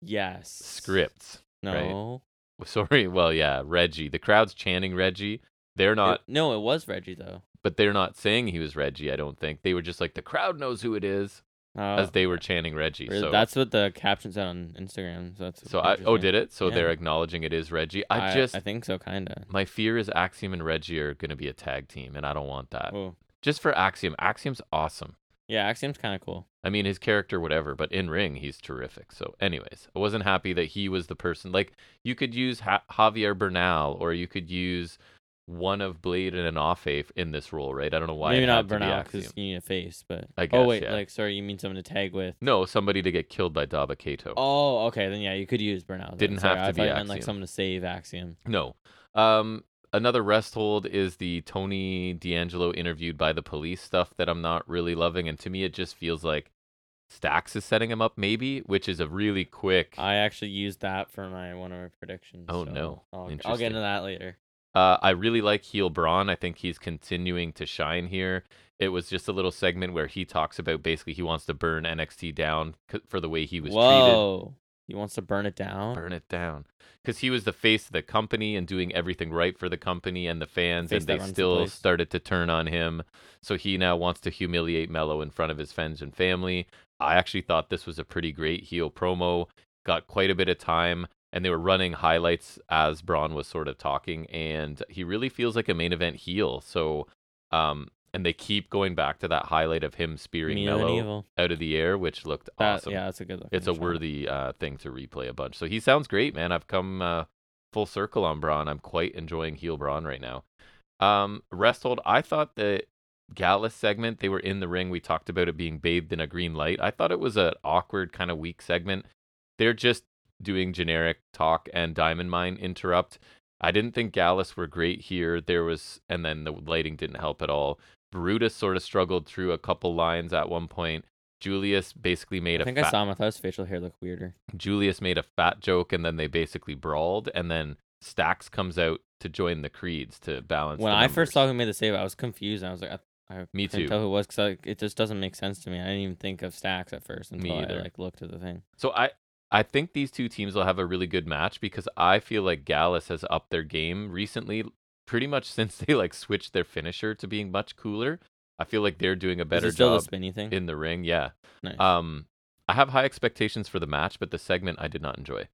Yes.
Scripts. right?
No.
sorry well yeah reggie the crowd's chanting reggie they're
It-
not
no, it was Reggie though.
but they're not saying he was reggie i don't think they were just like the crowd knows who it is
Oh,
as they were chanting reggie
really?
so
that's what the caption said on Instagram. So that's
so i oh
interesting.
did it so they're
Yeah.
acknowledging it is reggie i,
I
just
I think so, kinda.
my fear is axiom and reggie are going to be a tag team and i don't want that
Whoa.
just for axiom axiom's awesome
Yeah, Axiom's kind of cool.
I mean, his character, whatever, but in ring, he's terrific. So, anyways, I wasn't happy that he was the person. Like, you could use ha- Javier Bernal, or you could use one of Blade and Anafe in this role, right? I don't know why.
Maybe
it
not
had to be
Bernal
Axiom.
because you need a face, but
I
oh
guess,
wait,
yeah.
like sorry, you mean someone to tag with?
No, somebody to get killed by Daba Kato.
Oh, okay. Then yeah, you could use burnout. then.
Didn't
Sorry,
have to
I
be
thought you meant, like
Axiom.
someone to save Axiom.
No. Um, another rest hold is the Tony D'Angelo interviewed by the police stuff that I'm not really loving, and to me, it just feels like Stax is setting him up, maybe, which is a really quick.
I actually used that for my one of my predictions.
Oh,
so
no.
I'll, I'll
Interesting.
get into that later.
Uh, I really like Heel Braun. I think he's continuing to shine here. It was just a little segment where he talks about basically he wants to burn NXT down c- for the way he was
Whoa, he wants to burn it down.
treated. Burn it down. Because he was the face of the company and doing everything right for the company and the fans,
Face
and
that
they
runs the
still
place.
started to turn on him. So he now wants to humiliate Mello in front of his friends and family. I actually thought this was a pretty great heel promo, got quite a bit of time, and they were running highlights as Braun was sort of talking, and he really feels like a main event heel. So, um, and they keep going back to that highlight of him spearing
Mean and
Mello
evil.
out of the air, which looked
That,
awesome
Yeah, that's a good.
it's a
looking shot.
worthy uh, thing to replay a bunch. So he sounds great, man. I've come uh, full circle on Braun. I'm quite enjoying heel Braun right now. Um, rest hold. I thought the Gallus segment they were in the ring. We talked about it being bathed in a green light. I thought it was an awkward kind of weak segment. They're just doing generic talk and Diamond Mine interrupt. I didn't think Gallus were great here. There was, and then the lighting didn't help at all. Brutus sort of struggled through a couple lines at one point. Julius basically made
I
a
think
fat
I saw Matthias' facial hair look weirder.
Julius made a fat joke and then they basically brawled and then Stax comes out to join the creeds to balance.
when
the
I first
numbers.
saw who made the save, I was confused. I was like, I, I
Me
couldn't
too.
tell who it was because like, it just doesn't make sense to me. I didn't even think of stacks at first
Me
until I
either.
like looked at the thing.
So I I think these two teams will have a really good match because I feel like Gallus has upped their game recently, pretty much since they like switched their finisher to being much cooler. I feel like they're doing a better
Is it still
job
the spinny thing.
in the ring. Yeah.
nice.
Um, I have high expectations for the match, but the segment I did not enjoy.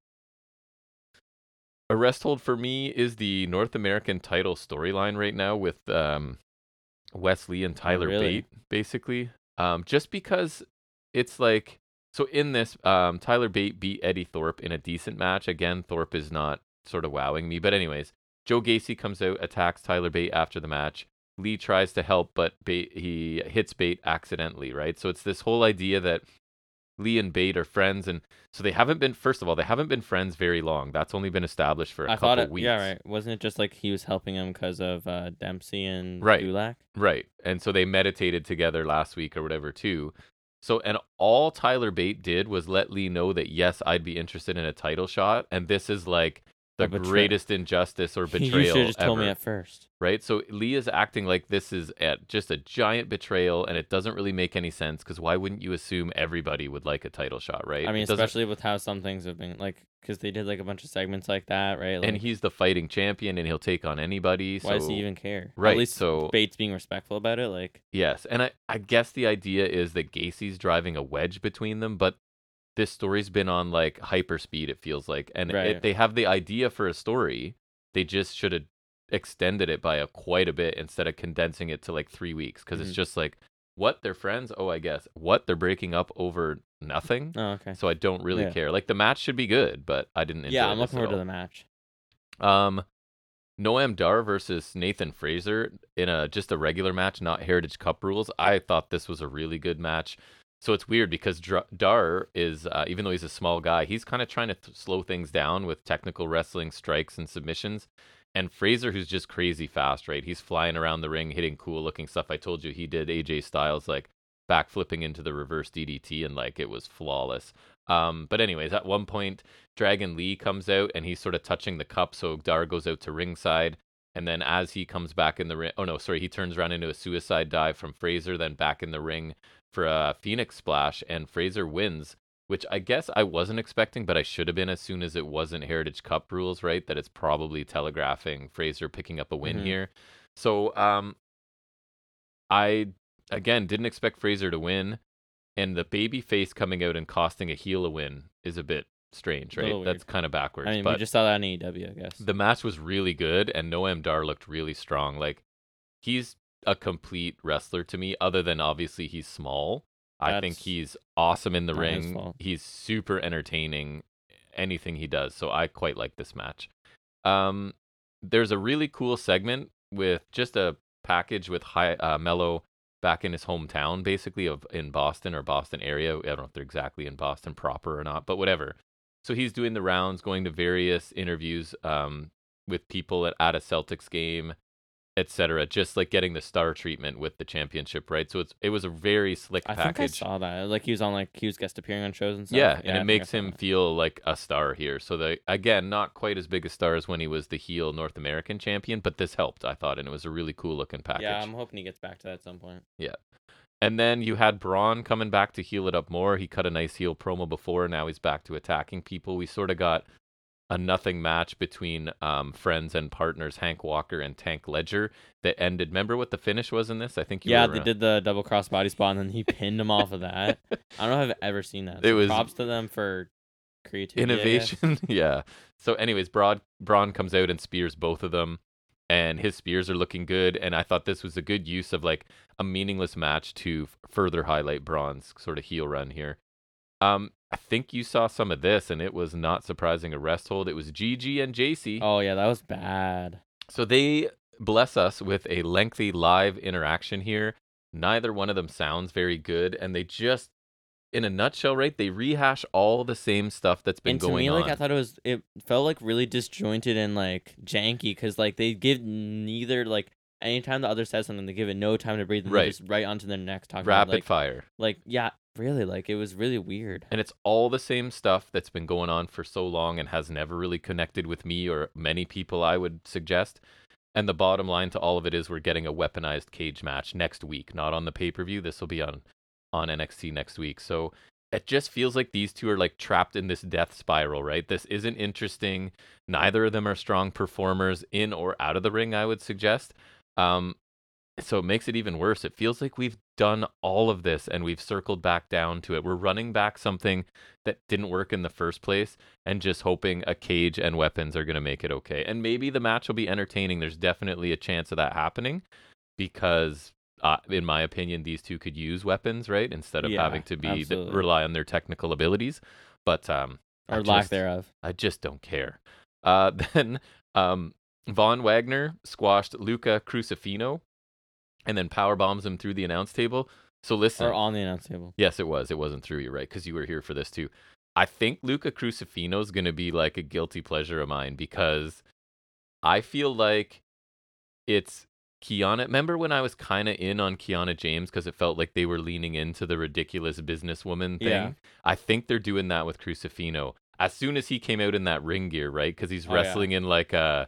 Arrest hold for me is the North American title storyline right now with um, Wesley and Tyler
Oh, really?
Bate, basically. Um, just because it's like, so in this, um, Tyler Bate beat Eddie Thorpe in a decent match. Again, Thorpe is not sort of wowing me, but anyways, Joe Gacy comes out, attacks Tyler Bate after the match. Lee tries to help, but Bate, he hits Bate accidentally, right? So it's this whole idea that Lee and Bate are friends, and so they haven't been. First of all, they haven't been friends very long. That's only been established for a
I
couple
thought it.
weeks,
Yeah, right. Wasn't it just like he was helping him because of uh, Dempsey and
Right.
Gulak?
Right. And so they meditated together last week or whatever too. So and all Tyler Bate did was let Lee know that yes, I'd be interested in a title shot, and this is like the
A betra-
greatest injustice or betrayal
you should have just
ever.
told me at first.
right? So Lee is acting like this is at just a giant betrayal, and it doesn't really make any sense because why wouldn't you assume everybody would like a title shot, right?
I mean,
It doesn't-
especially with how some things have been like because they did like a bunch of segments like that, right? Like,
and he's the fighting champion, and he'll take on anybody.
why does
so-
he even care?
right,
At least
so-
Bates being respectful about it, like
Yes, and I, I guess the idea is that Gacy's driving a wedge between them, but this story's been on like hyperspeed. It feels like, and if
Right.
they have the idea for a story. They just should have extended it by a quite a bit instead of condensing it to like three weeks because it's
Mhm.
just like what they're friends. Oh, I guess what they're breaking up over nothing.
oh okay.
So I don't really
Yeah.
care. Like the match should be good, but I didn't. Enjoy
Yeah, I'm
this
looking
at
forward to
all.
the match.
Um, Noam Dar versus Nathan Fraser in a just a regular match, not Heritage Cup rules. I thought this was a really good match. So it's weird because Dr- Dar is, uh, even though he's a small guy, he's kind of trying to th- slow things down with technical wrestling, strikes, and submissions. And Fraser, who's just crazy fast, right? He's flying around the ring, hitting cool looking stuff. I told you he did AJ Styles like backflipping into the reverse DDT, and like it was flawless. Um, but anyways, at one point Dragon Lee comes out and he's sort of touching the cup, so Dar goes out to ringside. And then as he comes back in the ring, oh no, sorry, he turns around into a suicide dive from Fraser, then back in the ring for a Phoenix splash, and Fraser wins, which I guess I wasn't expecting, but I should have been as soon as it wasn't Heritage Cup rules, right? That it's probably telegraphing Fraser picking up a win
Mhm.
here. So um, I again didn't expect Fraser to win, and the baby face coming out and costing a heel a win is a bit strange, right?
Little weird.
That's kind of backwards.
I mean, we
but
just saw that on AEW, I guess.
the match was really good, and Noam Dar looked really strong. Like he's a complete wrestler to me, other than obviously he's small. I think
That's
he's awesome in the
not his
ring.
fault.
He's super entertaining, anything he does. So I quite like this match. Um, there's a really cool segment with just a package with high, uh, Mello back in his hometown, basically of in Boston or Boston area. I don't know if they're exactly in Boston proper or not, but whatever. So he's doing the rounds, going to various interviews um, with people at, at a Celtics game, etc. Just like getting the star treatment with the championship, right? So it's it was a very slick
I think I
package.
saw that. Like he was on like he was guest appearing on shows and stuff.
Yeah,
I
and
think
it
I
makes
saw
him
that.
feel like a star here. So the again, not quite as big a star as when he was the heel North American champion, but this helped, I thought, and it was a really cool looking package.
Yeah, I'm hoping he gets back to that at some point.
And then you had Braun coming back to heal it up more. He cut a nice heel promo before. Now he's back to attacking people. We sort of got a nothing match between um, friends and partners, Hank Walker and Tank Ledger, that ended. Remember what the finish was in this? I think you
yeah,
were
they
around-
did the double cross body spot and then he pinned him off of that. I don't know if I've ever seen that.
It
So
was
props to them for creativity. I guess.
innovation. yeah. So, anyways, Broad Braun comes out and spears both of them, and his spears are looking good. And I thought this was a good use of like a meaningless match to f- further highlight Braun's sort of heel run here. Um, I think you saw some of this, and it was not surprising. A rest hold. It was Gigi and JC.
Oh yeah, that was bad.
So they bless us with a lengthy live interaction here. Neither one of them sounds very good, and they just, in a nutshell, right? They rehash all the same stuff that's been
and to
going
me,
on.
like I thought it was, it felt like really disjointed and like janky because like they give neither like anytime the other says something, they give it no time to breathe. And
Right.
they just right onto their next talk.
Rapid
like,
fire.
like yeah, really like it was really weird.
And it's all the same stuff that's been going on for so long and has never really connected with me or many people, I would suggest. And the bottom line to all of it is we're getting a weaponized cage match next week, not on the pay per view. This will be on, on NXT next week. So it just feels like these two are like trapped in this death spiral, right? This isn't interesting. Neither of them are strong performers in or out of the ring, I would suggest. Um, so it makes it even worse. It feels like we've done all of this and we've circled back down to it. We're running back something that didn't work in the first place and just hoping a cage and weapons are going to make it okay. And maybe the match will be entertaining. There's definitely a chance of that happening because, uh, in my opinion, these two could use weapons, right? Instead of
Yeah,
having to be th-
absolutely.
rely on their technical abilities. But um, I
or lack
just-
thereof.
I just don't care. Uh, then um, Von Wagner squashed Luca Crucifino and then power bombs him through the announce table. So listen,
Or on the announce table.
yes, it was. It wasn't through you, right? Because you were here for this too. I think Luca Crucifino is going to be like a guilty pleasure of mine because I feel like it's Kiana. Remember when I was kind of in on Kiana James because it felt like they were leaning into the ridiculous businesswoman thing?
Yeah.
I think they're doing that with Crucifino. As soon as he came out in that ring gear, right? Because he's
Oh, yeah.
wrestling in like a,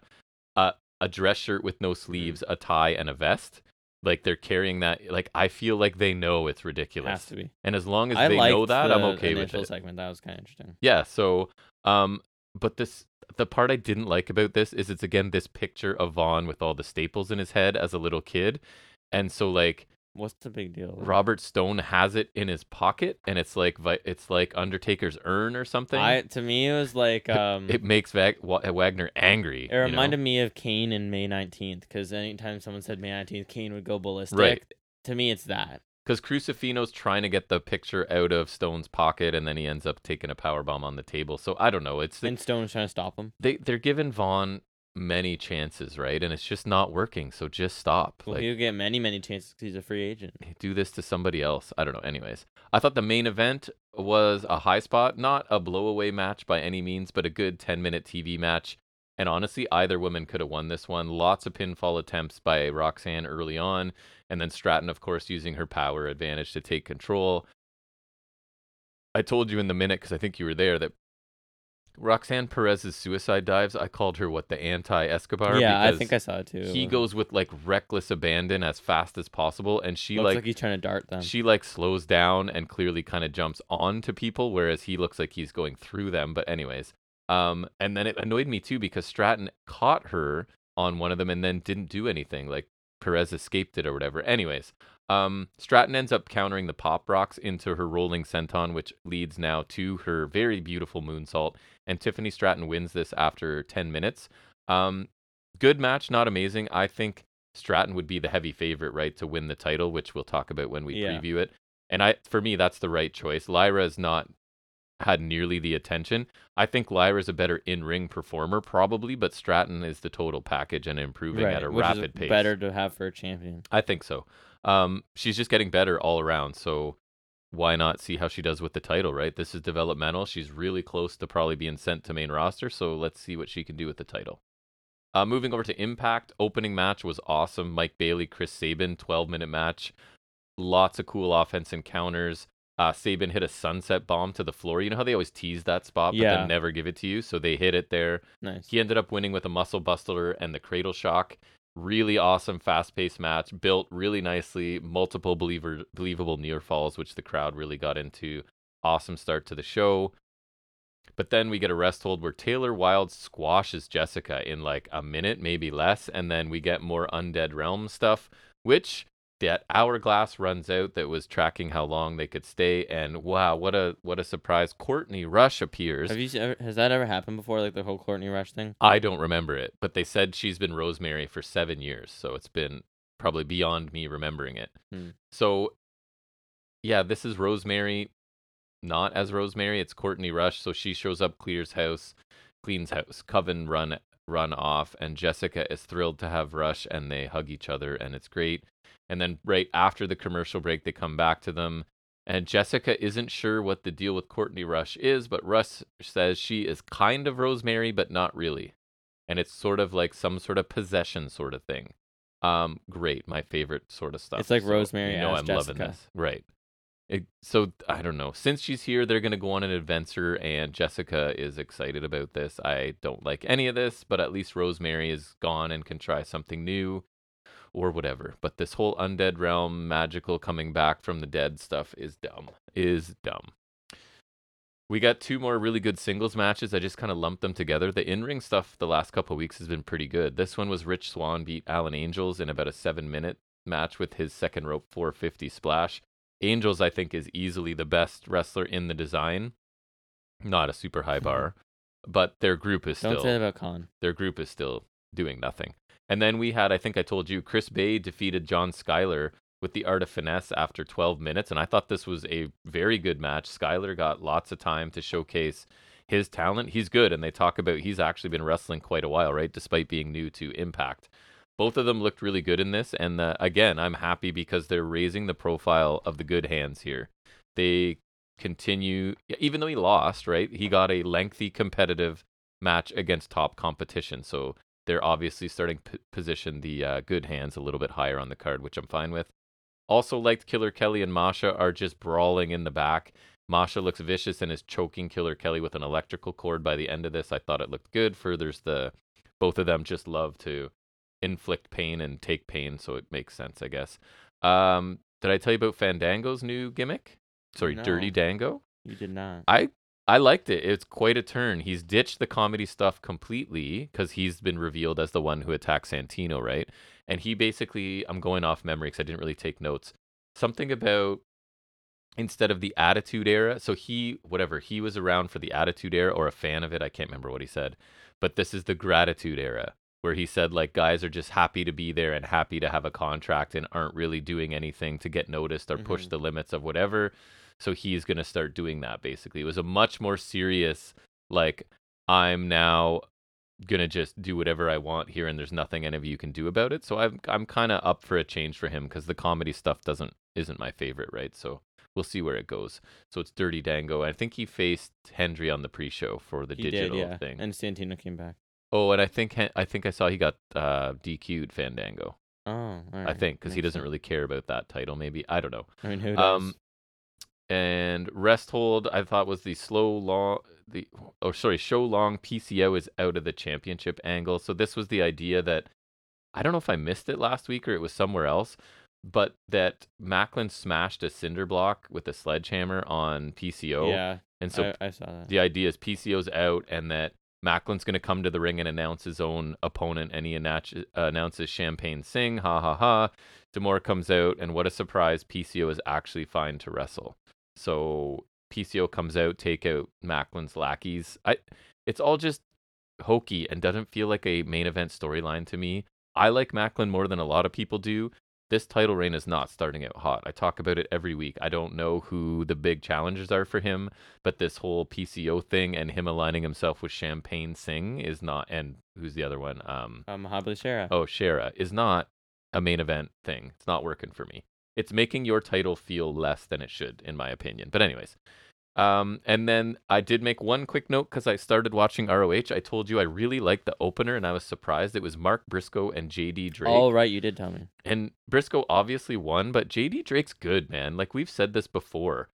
a a dress shirt with no
Mm-hmm.
sleeves, a tie, and a vest. Like they're carrying that. Like I feel like they know it's
It
ridiculous.
has to be.
And as long as
I
they
liked
know that, I'm
the
okay with
initial
it.
segment. That was kind of interesting.
Yeah. So, um, but this the part I didn't like about this is it's again this picture of Vaughn with all the staples in his head as a little kid, and so like
What's the big deal? with it?
Robert Stone has it in his pocket, and it's like vi- it's like Undertaker's urn or something.
I to me it was like um
it makes Vag- Wa- Wagner angry.
It
you know?
reminded me of Kane and May 19th because anytime someone said May 19th, Kane would go ballistic. To me, it's that.
because Crucifino's trying to get the picture out of Stone's pocket, and then he ends up taking a power bomb on the table. So I don't know. It's
And Stone was trying to stop him.
they they're giving Vaughn many chances, right? And it's just not working. So just stop.
Well,
like
he'll get many, many chances 'cause he's a free agent.
do this to somebody else. I don't know. Anyways, I thought the main event was a high spot, not a blowaway match by any means, but a good 10 minute TV match. And honestly, either woman could have won this one. Lots of pinfall attempts by Roxanne early on, and then Stratton, of course, using her power advantage to take control. I told you in the minute, because I think you were there, that Roxanne Perez's suicide dives, I called her what, the anti Escobar?
yeah, I
because
think I saw it too.
He goes with like reckless abandon as fast as possible, and she
Looks like,
like
he's trying to dart them.
she like slows down and clearly kind of jumps onto people, whereas he looks like he's going through them. But anyways, um, and then it annoyed me too because Stratton caught her on one of them and then didn't do anything. Like Perez escaped it or whatever. Anyways, um, Stratton ends up countering the pop rocks into her rolling senton, which leads now to her very beautiful moonsault. And Tiffany Stratton wins this after 10 minutes. Um, good match, not amazing. I think Stratton would be the heavy favorite, right, to win the title, which we'll talk about when we
Yeah.
preview it. And I, for me, that's the right choice. Lyra has not had nearly the attention. I think Lyra's a better in-ring performer, probably, but Stratton is the total package and improving
right,
at a
which
rapid
is
pace.
better to have for a champion.
I think so. Um, she's just getting better all around. So why not see how she does with the title, right? This is developmental. She's really close to probably being sent to main roster. So let's see what she can do with the title. Uh, moving over to Impact, opening match was awesome. Mike Bailey, Chris Sabin, 12 minute match. Lots of cool offense encounters. Uh, Sabin hit a sunset bomb to the floor. You know how they always tease that spot, but
Yeah.
then never give it to you? So they hit it there.
Nice.
He ended up winning with a muscle buster and the cradle shock. Really awesome, fast paced match, built really nicely, multiple believer, believable near falls, which the crowd really got into. Awesome start to the show. But then we get a rest hold where Taylor Wilde squashes Jessica in like a minute, maybe less. And then we get more Undead Realm stuff, which that hourglass runs out that was tracking how long they could stay. And wow, what a what a surprise. Courtney Rush appears.
Have you seen, ever- has that ever happened before? Like the whole Courtney Rush thing?
I don't remember it, but they said she's been Rosemary for seven years, so it's been probably beyond me remembering it.
Hmm.
So, yeah, this is Rosemary, not as Rosemary. It's Courtney Rush. So she shows up, clears house, cleans house. Coven run run off, and Jessica is thrilled to have Rush, and they hug each other, and it's great. And then right after the commercial break, they come back to them. And Jessica isn't sure what the deal with Courtney Rush is, but Rush says she is kind of Rosemary, but not really. And it's sort of like some sort of possession sort of thing. Um, great, my favorite sort of stuff.
It's like
So
Rosemary
You know,
as
I'm loving
Jessica.
this. Right. It, so I don't know. Since she's here, they're gonna go on an adventure, and Jessica is excited about this. I don't like any of this, but at least Rosemary is gone and can try something new, or whatever. But this whole undead realm, magical coming back from the dead stuff is dumb. Is dumb. We got two more really good singles matches. I just kind of lumped them together. The in ring stuff the last couple weeks has been pretty good. This one was Rich Swan beat Alan Angels in about a seven minute match with his second rope 450 splash. Angels, I think, is easily the best wrestler in the design. Not a super high bar, but their group is
Mm-hmm. Don't
still
say that about Colin.
their group is still doing nothing. And then we had, I think I told you, Chris Bay defeated John Schuyler with the art of finesse after 12 minutes. And I thought this was a very good match. Schuyler got lots of time to showcase his talent. He's good. And they talk about he's actually been wrestling quite a while, right? Despite being new to Impact. Both of them looked really good in this. And uh, again, I'm happy because they're raising the profile of the good hands here. They continue, even though he lost, right? He got a lengthy competitive match against top competition. So they're obviously starting to p- position the uh, good hands a little bit higher on the card, which I'm fine with. Also liked Killer Kelly and Masha are just brawling in the back. Masha looks vicious and is choking Killer Kelly with an electrical cord by the end of this. I thought it looked good. Furthers the both of them just love to inflict pain and take pain, so it makes sense, I guess. Um, did I tell you about Fandango's new gimmick? Sorry,
No.
Dirty Dango.
You did not.
I I liked it. It's quite a turn. He's ditched the comedy stuff completely because he's been revealed as the one who attacked Santino, right? And he basically, I'm going off memory because I didn't really take notes. Something about instead of the Attitude Era. So he, whatever, he was around for the Attitude Era or a fan of it. I can't remember what he said. But this is the Gratitude Era where he said, like, guys are just happy to be there and happy to have a contract and aren't really doing anything to get noticed or push
Mhm.
the limits of whatever. So he's going to start doing that basically. It was a much more serious, like, I'm now going to just do whatever I want here and there's nothing any of you can do about it. So I'm, I'm kind of up for a change for him because the comedy stuff doesn't, isn't my favorite, right? So we'll see where it goes. So it's Dirty Dango. I think he faced Hendry on the pre show for the
He
digital
did, yeah.
thing.
And Santino came back.
oh, and I think, Hen- I think I saw he got uh, DQ'd Fandango.
Oh, all right.
I think because he
Makes
doesn't
sense.
really care about that title, maybe. I don't know.
I mean, who does?
Um, and rest hold I thought was the slow long the oh sorry show long PCO is out of the championship angle. So this was the idea that I don't know if I missed it last week or it was somewhere else, but that Macklin smashed a cinder block with a sledgehammer on PCO,
yeah,
and so
I, I saw that.
the idea is PCO's out and that Macklin's going to come to the ring and announce his own opponent, and he announce, announces Champagne Singh. Ha ha ha. Demore comes out, and what a surprise! PCO is actually fine to wrestle. So PCO comes out, take out Macklin's lackeys. I, it's all just hokey and doesn't feel like a main event storyline to me. I like Macklin more than a lot of people do. This title reign is not starting out hot. I talk about it every week. I don't know who the big challenges are for him, but this whole PCO thing and him aligning himself with Champagne Singh is not and who's the other one? Um
Um, Mahabali Shara.
oh Shara is not a main event thing. It's not working for me. It's making your title feel less than it should, in my opinion. But anyways. Um, and then I did make one quick note because I started watching ROH. I told you I really liked the opener and I was surprised. It was Mark Briscoe and JD Drake.
All right, you did tell me.
And Briscoe obviously won, but JD Drake's good, man. Like we've said this before.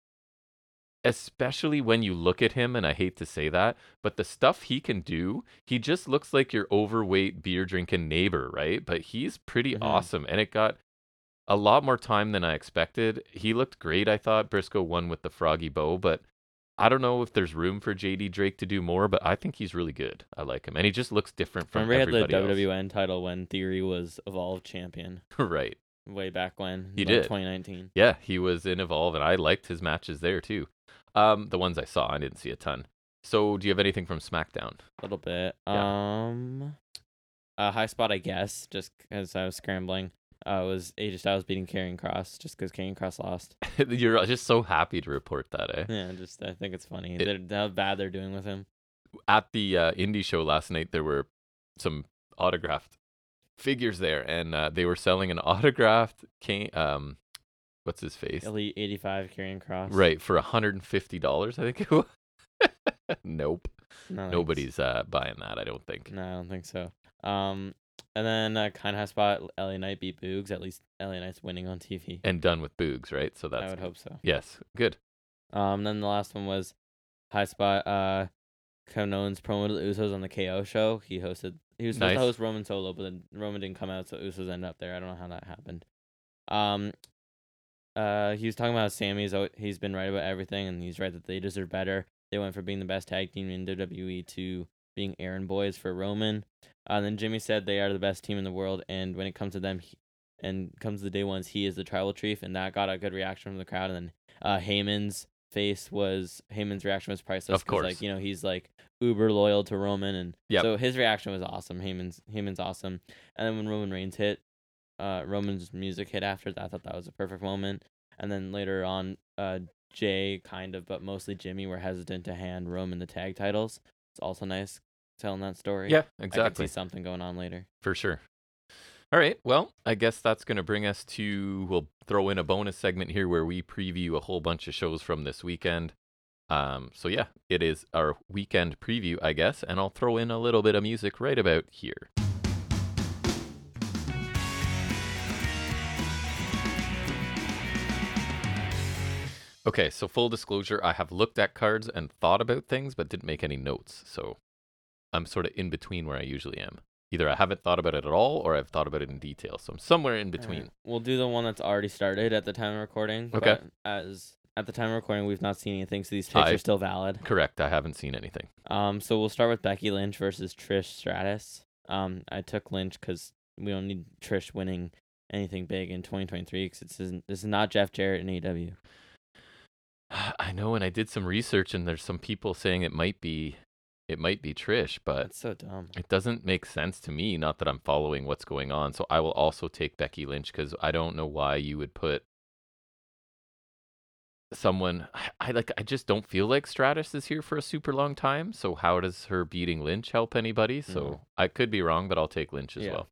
Especially when you look at him, and I hate to say that, but the stuff he can do, he just looks like your overweight beer drinking neighbor, right? But he's pretty
Mhm.
awesome. And it got a lot more time than I expected. He looked great, I thought. Briscoe won with the froggy bow, but I don't know if there's room for JD Drake to do more, but I think he's really good. I like him. And he just looks different from
Remember, he had the E
everybody else.
WWN title when Theory was Evolved Champion
right.
way back when.
He
like
did.
2019.
Yeah, he was in Evolve, and I liked his matches there too. Um, the ones I saw, I didn't see a ton. So, do you have anything from SmackDown?
A little bit.
Yeah.
Um, a high spot, I guess, just because I was scrambling. Uh, was AJ Styles beating Karrion Cross just because Karrion Cross lost?
You're just so happy to report that, eh?
Yeah, just I think it's funny
It-
they're, how bad they're doing with him.
At the uh, indie show last night, there were some autographed figures there, and uh, they were selling an autographed, Kane, um, what's his face?
Elite 85 Karrion Cross.
Right, for $150, I think it was. nope.
No, thanks.
Nobody's uh, buying that, I don't think.
No, I don't think so. Um, And then uh, kind of spot LA Knight beat Boogs. At least LA Knight's winning on TV.
and done with Boogs, right? So that's
I would
good.
hope so.
yes, good.
Um, then the last one was high spot. Uh, Kevin Owens promoted the Usos on the KO show. He hosted. He was supposed
Nice.
to host Roman Solo, but then Roman didn't come out, so Usos ended up there. I don't know how that happened. Um, uh, he was talking about how Sammy's. al- He's been right about everything, and he's right that they deserve better. They went from being the best tag team in WWE to being errand boys for Roman. Uh, and then Jimmy said they are the best team in the world, and when it comes to them, he, and comes the day ones, he is the tribal chief, and that got a good reaction from the crowd. And then uh, Heyman's face was Heyman's reaction was priceless.
Of
'cause,
course.
like you know he's like uber loyal to Roman, and
Yep.
so his reaction was awesome. Heyman's Heyman's awesome, and then when Roman Reigns hit, uh, Roman's music hit after that. I thought that was a perfect moment, and then later on, uh, Jay kind of, but mostly Jimmy were hesitant to hand Roman the tag titles. It's also nice telling that story.
Yeah,
I could
exactly.
see something going on later.
For sure. All right. Well, I guess that's going to bring us to. We'll throw in a bonus segment here where we preview a whole bunch of shows from this weekend. Um, so, yeah, it is our weekend preview, I guess. And I'll throw in a little bit of music right about here. Okay, so full disclosure, I have looked at cards and thought about things, but didn't make any notes. So I'm sort of in between where I usually am either I haven't thought about it at all or I've thought about it in detail. So I'm somewhere in
All
between.
right, We'll do the one that's already started at the time of recording.
Okay.
but As at the time of recording, we've not seen anything, so these picks
I-
are still valid.
Correct. I haven't seen anything.
Um, so we'll start with Becky Lynch versus Trish Stratus. Um, I took Lynch because we don't need Trish winning anything big in 2023 because this is this is not Jeff Jarrett in E AEW.
I know, and I did some research, and there's some people saying it might be, it might be Trish, but
That's so dumb.
it doesn't make sense to me. Not that I'm following what's going on, so I will also take Becky Lynch because I don't know why you would put someone. I- I like. I just don't feel like Stratus is here for a super long time. So how does her beating Lynch help anybody? So
Mhm.
I could be wrong, but I'll take Lynch as
Yeah.
well.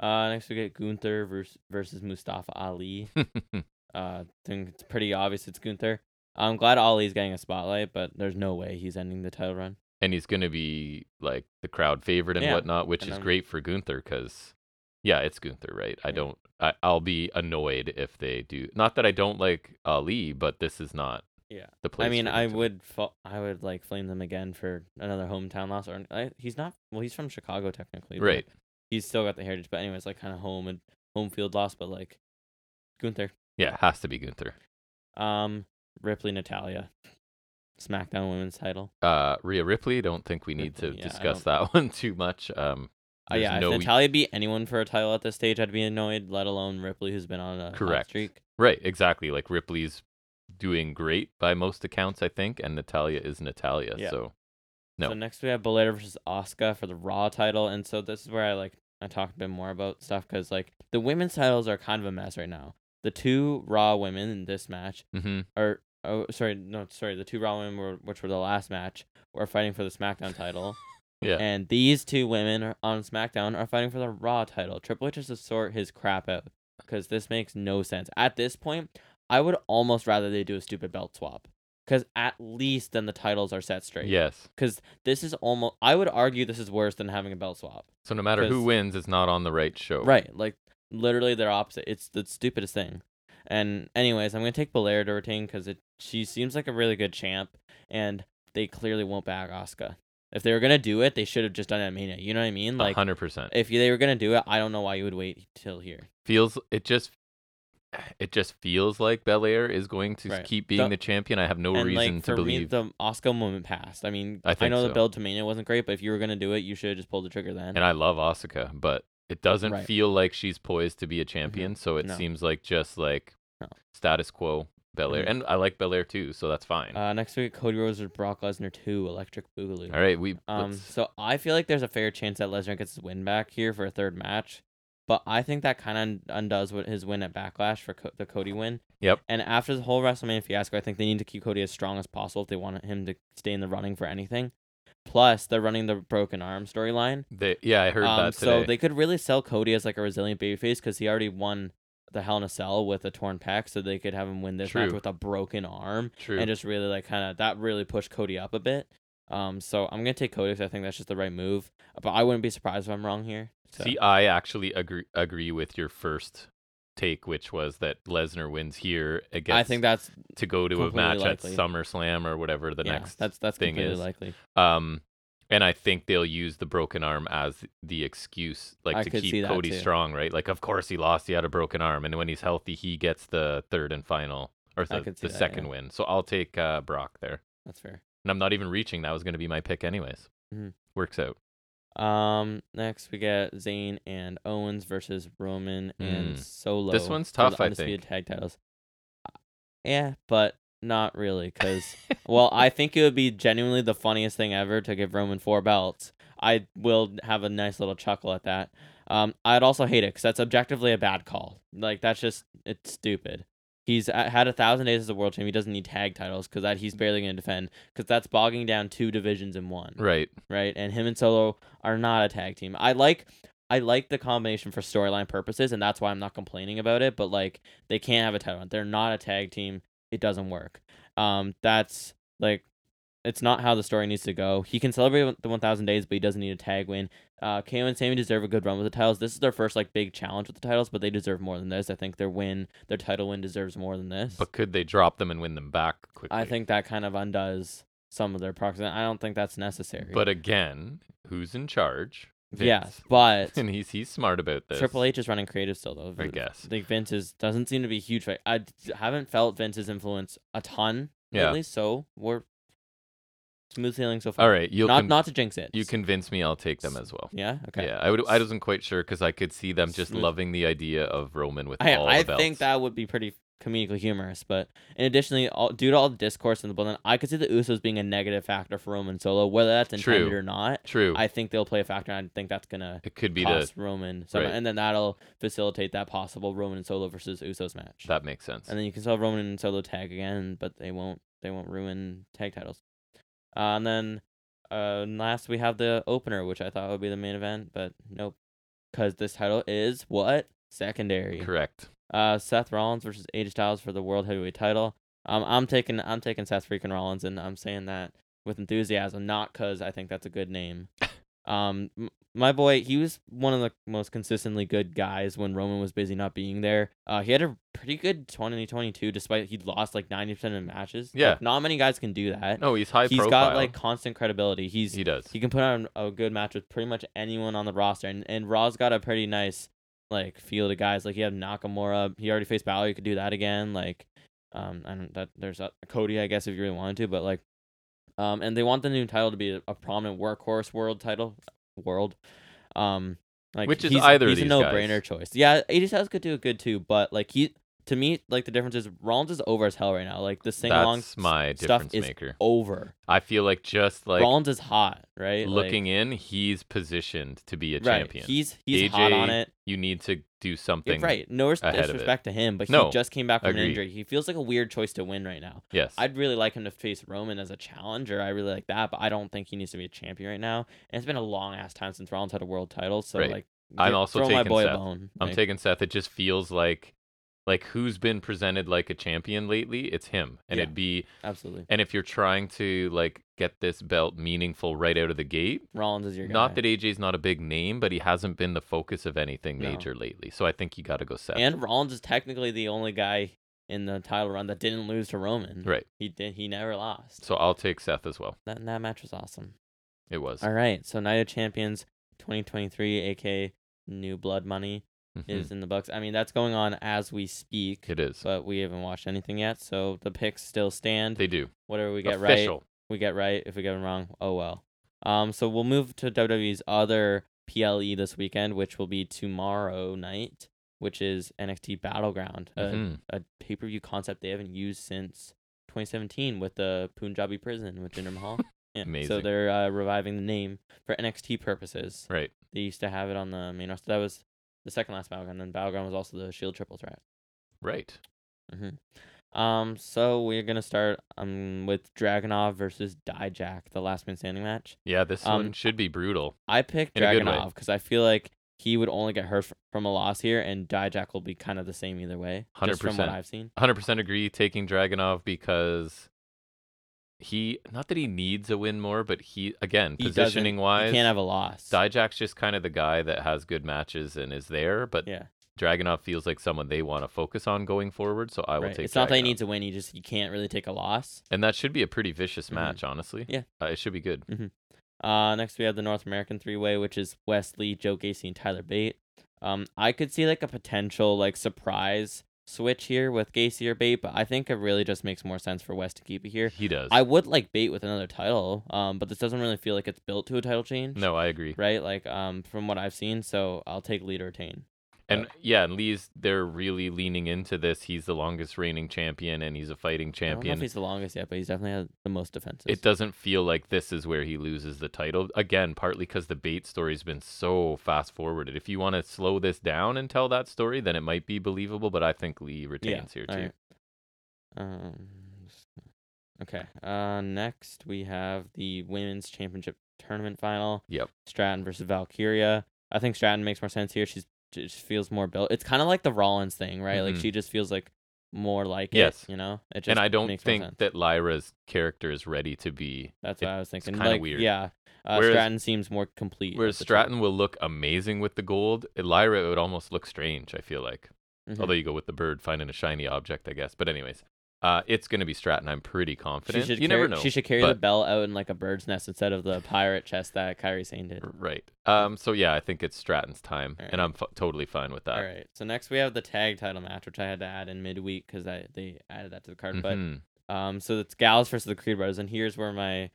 Uh, next we get Gunther versus versus Mustafa Ali. Uh, I think it's pretty obvious it's Gunther. I'm glad Ali's getting a spotlight, but there's no way he's ending the title run.
and he's going to be like the crowd favorite and
Yeah,
whatnot, which
and
is
I'm-
great for Gunther because, yeah, it's Gunther, right? I
Yeah.
don't, I, I'll be annoyed if they do. Not that I don't like Ali, but this is not
Yeah.
the place.
I mean,
for
I
them to-
would, fa- I would like flame them again for another hometown loss. Or I, he's not. Well, he's from Chicago technically. but
Right.
He's still got the heritage, but anyways, like kind of home and home field loss. But like Gunther,
Yeah, it has to be Gunther.
um, Ripley, Natalia, SmackDown Women's Title.
Uh, Rhea Ripley, don't think we need
Ripley,
to
yeah, I
discuss that one too much. Um,
Uh,
there's
yeah,
no-
if Natalia beat anyone for a title at this stage, I'd be annoyed. Let alone Ripley, who's been on a hot
Correct.
streak.
right, exactly. Like Ripley's doing great by most accounts, I think, and Natalia is Natalia.
Yeah.
So No.
So next we have Belair versus Asuka for the Raw title, and so this is where I like I talked a bit more about stuff because like the women's titles are kind of a mess right now. The two Raw women in this match
hmm
are oh sorry no sorry the two Raw women were, which were the last match were fighting for the SmackDown title,
yeah,
and these two women are, on SmackDown are fighting for the Raw title. Triple H is to sort his crap out because this makes no sense at this point. I would almost rather they do a stupid belt swap because at least then the titles are set straight
yes.
because this is almost i would argue this is worse than having a belt swap
So no matter who
'Cause-
wins, it's not on the right show.
right like literally they're opposite it's the stupidest thing and anyways i'm gonna take belair to retain because it she seems like a really good champ and they clearly won't back oscar if they were gonna do it they should have just done it at mania you know what i mean like
hundred percent.
if they were gonna do it i don't know why you would wait till here
feels it just it just feels like Belair is going to
Right.
keep being the,
The-
champion. I have no
and
reason
like
to
for me
believe.
the oscar moment passed i mean
I
i,
think
know
so.
the build to mania wasn't great but if you were gonna do it you should have just pulled the trigger then
and I love Asuka, but it doesn't
Right. Mm-hmm.
feel like she's poised to be a champion. So it
No.
seems like just like
No.
status quo Belair,
Mhm.
and I like Belair too, so that's fine.
uh, next week cody rose versus brock lesnar 2 electric boogaloo
All right, we
Um,
let's-
so I feel like there's a fair chance that Lesnar gets his win back here for a third match, but I think that kind of undoes what his win at Backlash for Co- the Cody win.
Yep.
And after the whole WrestleMania fiasco, I think they need to keep Cody as strong as possible if they want him to stay in the running for anything. Plus, they're running the broken arm storyline,
they, yeah, I heard
um,
that today.
so they could really sell Cody as like a resilient babyface because he already won the Hell in a Cell with a torn pec, so they could have him win this match
True.
with a broken arm
True.
and just really like kind of that really pushed Cody up a bit. Um, so I'm gonna take Cody 'cause I think that's just the right move. But I wouldn't be surprised if I'm wrong here. So.
See, I actually agree agree with your first take, which was that Lesnar wins here against
I think that's
to go to a
completely
match
likely.
at SummerSlam or whatever the
yeah,
next.
that's that's
thing
completely
is-
likely.
um, and I think they'll use the broken arm as the excuse, like
I
to
could see
keep
that
Cody
too.
strong, right? Like, of course he lost, he had a broken arm, and when he's healthy, he gets the third and final or
I
the,
could see
the
that, yeah.
second win. So I'll take uh, Brock there,
That's fair.
and I'm not even reaching. That was going to be my pick, anyways.
Mhm.
Works out.
Um, next we get Zayn and Owens versus Roman and
Mm.
Solo.
This one's
for
tough,
the
I
undisputed Tag titles. Uh, Yeah, but not really, because well, I think it would be genuinely the funniest thing ever to give Roman four belts. I will have a nice little chuckle at that. Um, I'd also hate it because that's objectively a bad call. Like that's just it's stupid. He's uh, had a thousand days as a world champion. He doesn't need tag titles because that he's barely going to defend because that's bogging down two divisions in one
right.
right? And him and Solo are not a tag team. I like I like the combination for storyline purposes, and that's why I'm not complaining about it. But like they can't have a title. They're not a tag team. It doesn't work. Um, that's like it's not how the story needs to go. He can celebrate the 1,000 days, but he doesn't need a tag win. Uh, KO and Sammy deserve a good run with the titles. This is their first like big challenge with the titles, but they deserve more than this. I think their win, their title win, deserves more than this.
But could they drop them and win them back quickly?
I think that kind of undoes some of their proxy. I don't think that's necessary.
But again, who's in charge?
yes,
Vince.
but
and he's he's smart about this.
Triple H is running creative still though.
I
V-
guess.
Like Vince is doesn't seem to be a huge. fa- I d- haven't felt Vince's influence a ton
Yeah.
lately, so we're smooth sailing so far.
All right, you'll
not
con-
not to jinx it.
you convince me. I'll take them as well.
Yeah. Okay.
Yeah, I would. I wasn't quite sure because I could see them just
Smooth.
loving the idea of Roman with
I
all
I
the belts.
think that would be pretty comedically humorous, but and additionally, all, due to all the discourse in the building, I could see the Usos being a negative factor for Roman Solo, whether that's intended
True.
or not.
true.
I think they'll play a factor, and I think that's gonna
it could be the
cost Roman, some,
right.
and then that'll facilitate that possible Roman and Solo versus Usos match.
that makes sense.
and then you can still have Roman and Solo tag again, but they won't they won't ruin tag titles. Uh, and then uh, and last we have the opener, which I thought would be the main event, but nope, because this title is what secondary.
Correct.
Uh, Seth Rollins versus AJ Styles for the world heavyweight title. Um, I'm taking I'm taking Seth freaking Rollins, and I'm saying that with enthusiasm, not because I think that's a good name. Um, m- my boy, he was one of the most consistently good guys when Roman was busy not being there. Uh, he had a pretty good 2022, despite he lost like 90% of matches. Like,
Yeah.
not many guys can do that.
No, he's high
He's
profile.
got like constant credibility. He's
he does.
he can put on a good match with pretty much anyone on the roster, and and Raw's got a pretty nice like field of guys. Like he had Nakamura, he already faced Balor, he could do that again. Like, um, I don't that there's a, Cody, I guess if you really wanted to, but like, um, and they want the new title to be a, a prominent workhorse world title, world, um, like
Which is
he's-
either of
he's
these
a
guys.
no-brainer choice. Yeah, AJ Styles could do it good too, but like he to me like the difference is Rollins is over as hell right now. Like the sing along
That's my
stuff
difference
is
maker.
over.
I feel like just like
Rollins is hot, right? Like-
looking in, he's positioned to be a
right.
champion.
He's he's
AJ
hot on it.
You need to do
You're
something.
right. No res-
ahead of it.
disrespect to him, but he
No,
just came back from an
agreed.
injury. He feels like a weird choice to win right now.
Yes.
I'd really like him to face Roman as a challenger. I really like that, but I don't think he needs to be a champion right now. And it's been a long ass time since Rollins had a world title, so
Right.
like
I'm
gi-
also
throw my
taking
boy
Seth.
a bone.
I'm
Like,
taking Seth. It just feels like like who's been presented like a champion lately? It's him. And
Yeah.
it'd be
absolutely
and if you're trying to like get this belt meaningful right out of the gate,
Rollins is your guy.
Not that AJ's not a big name, but he hasn't been the focus of anything
No.
major lately. So I think you got to go Seth.
and Rollins is technically the only guy in the title run that didn't lose to Roman.
right.
He did. He never lost.
So I'll take Seth as well.
That that match was awesome.
It was.
All right, so Night of Champions 2023, aka New Blood Money,
Mhm.
is in the books. I mean, that's going on as we speak,
It is.
but we haven't watched anything yet, so the picks still stand.
They do.
Whatever we get right,
Official.
we get right. If we get it wrong, oh well. Um, so we'll move to WWE's other PLE this weekend, which will be tomorrow night, which is NXT Battleground, a,
Mhm.
a pay per view concept they haven't used since 2017 with the Punjabi prison with Jinder Mahal. Yeah, So
Amazing.
they're uh, reviving the name for NXT purposes.
Right.
They used to have it on the main roster. That was the second last Battleground, and Battleground was also the Shield triple threat.
Right.
Mm-hmm. Um, so we're gonna start um with Dragonov versus Dijak, the last man standing match.
Yeah, this
Um,
one should be brutal.
I picked
In a good way.
Dragonov because I feel like he would only get hurt f- from a loss here, and Dijak will be kind of the same either way. Just from what
100%.
I've seen.
100% agree taking Dragonov because he not that he needs a win more, but he again
He doesn't-
positioning wise,
he can't have a loss.
Dijak's just kind of the guy that has good matches and is there, but
Yeah,
Dragunov feels like someone they want to focus on going forward. So I will
right.
take.
It's not that he
Dragunov.
needs a win. He just he can't really take a loss.
and that should be a pretty vicious
Mhm.
match, honestly.
Yeah.
uh, it should be good.
Uh, next we have the North American three way, which is Wesley, Joe Gacy, and Tyler Bate. Um, I could see like a potential like surprise switch here with Gacy or Bate, but I think it really just makes more sense for West to keep it here.
He does.
I would like Bate with another title, um, but this doesn't really feel like it's built to a title change.
no, I agree.
Right, like um, from what I've seen, so I'll take lead or retain.
And yeah, and Lee's they're really leaning into this. He's the longest reigning champion, and he's a fighting
I don't know if
champion.
he's the longest yet, but he's definitely had the most defenses.
It doesn't feel like this is where he loses the title again, partly because the Bate story's been so fast forwarded. If you want to slow this down and tell that story, then it might be believable. But I think Lee retains here too.
alright. Um, s- okay. Uh, next we have the women's championship tournament final.
Yep.
Stratton versus Valkyria. I think Stratton makes more sense here. She's she just feels more built. It's kind of like the Rollins thing, right? Like
Mhm.
she just feels like more like
Yes.
it. You know, it just
and I don't
makes more
think
sense.
that Lyra's character is ready to be.
that's
it-
what I was thinking.
kinda
like,
weird.
Yeah. Uh,
Whereas-
Stratton seems more complete.
Whereas
as a
Stratton will look amazing with the gold, Lyra would almost look strange. I feel like,
team. Mhm.
although you go with the bird finding a shiny object, I guess. But anyways, uh, it's gonna be Stratton. I'm pretty
she
confident.
should
You
carry,
never know.
She should carry the
but-
bell out in like a bird's nest instead of the pirate chest that Kyrie Sane did.
Right. Um. So yeah, I think it's Stratton's time,
All right.
and I'm f- totally fine with that.
All right. So next we have the tag title match, which I had to add in midweek because I they added that to the card.
Mhm.
But um, so it's Gallus versus the Creed Brothers, and here's where my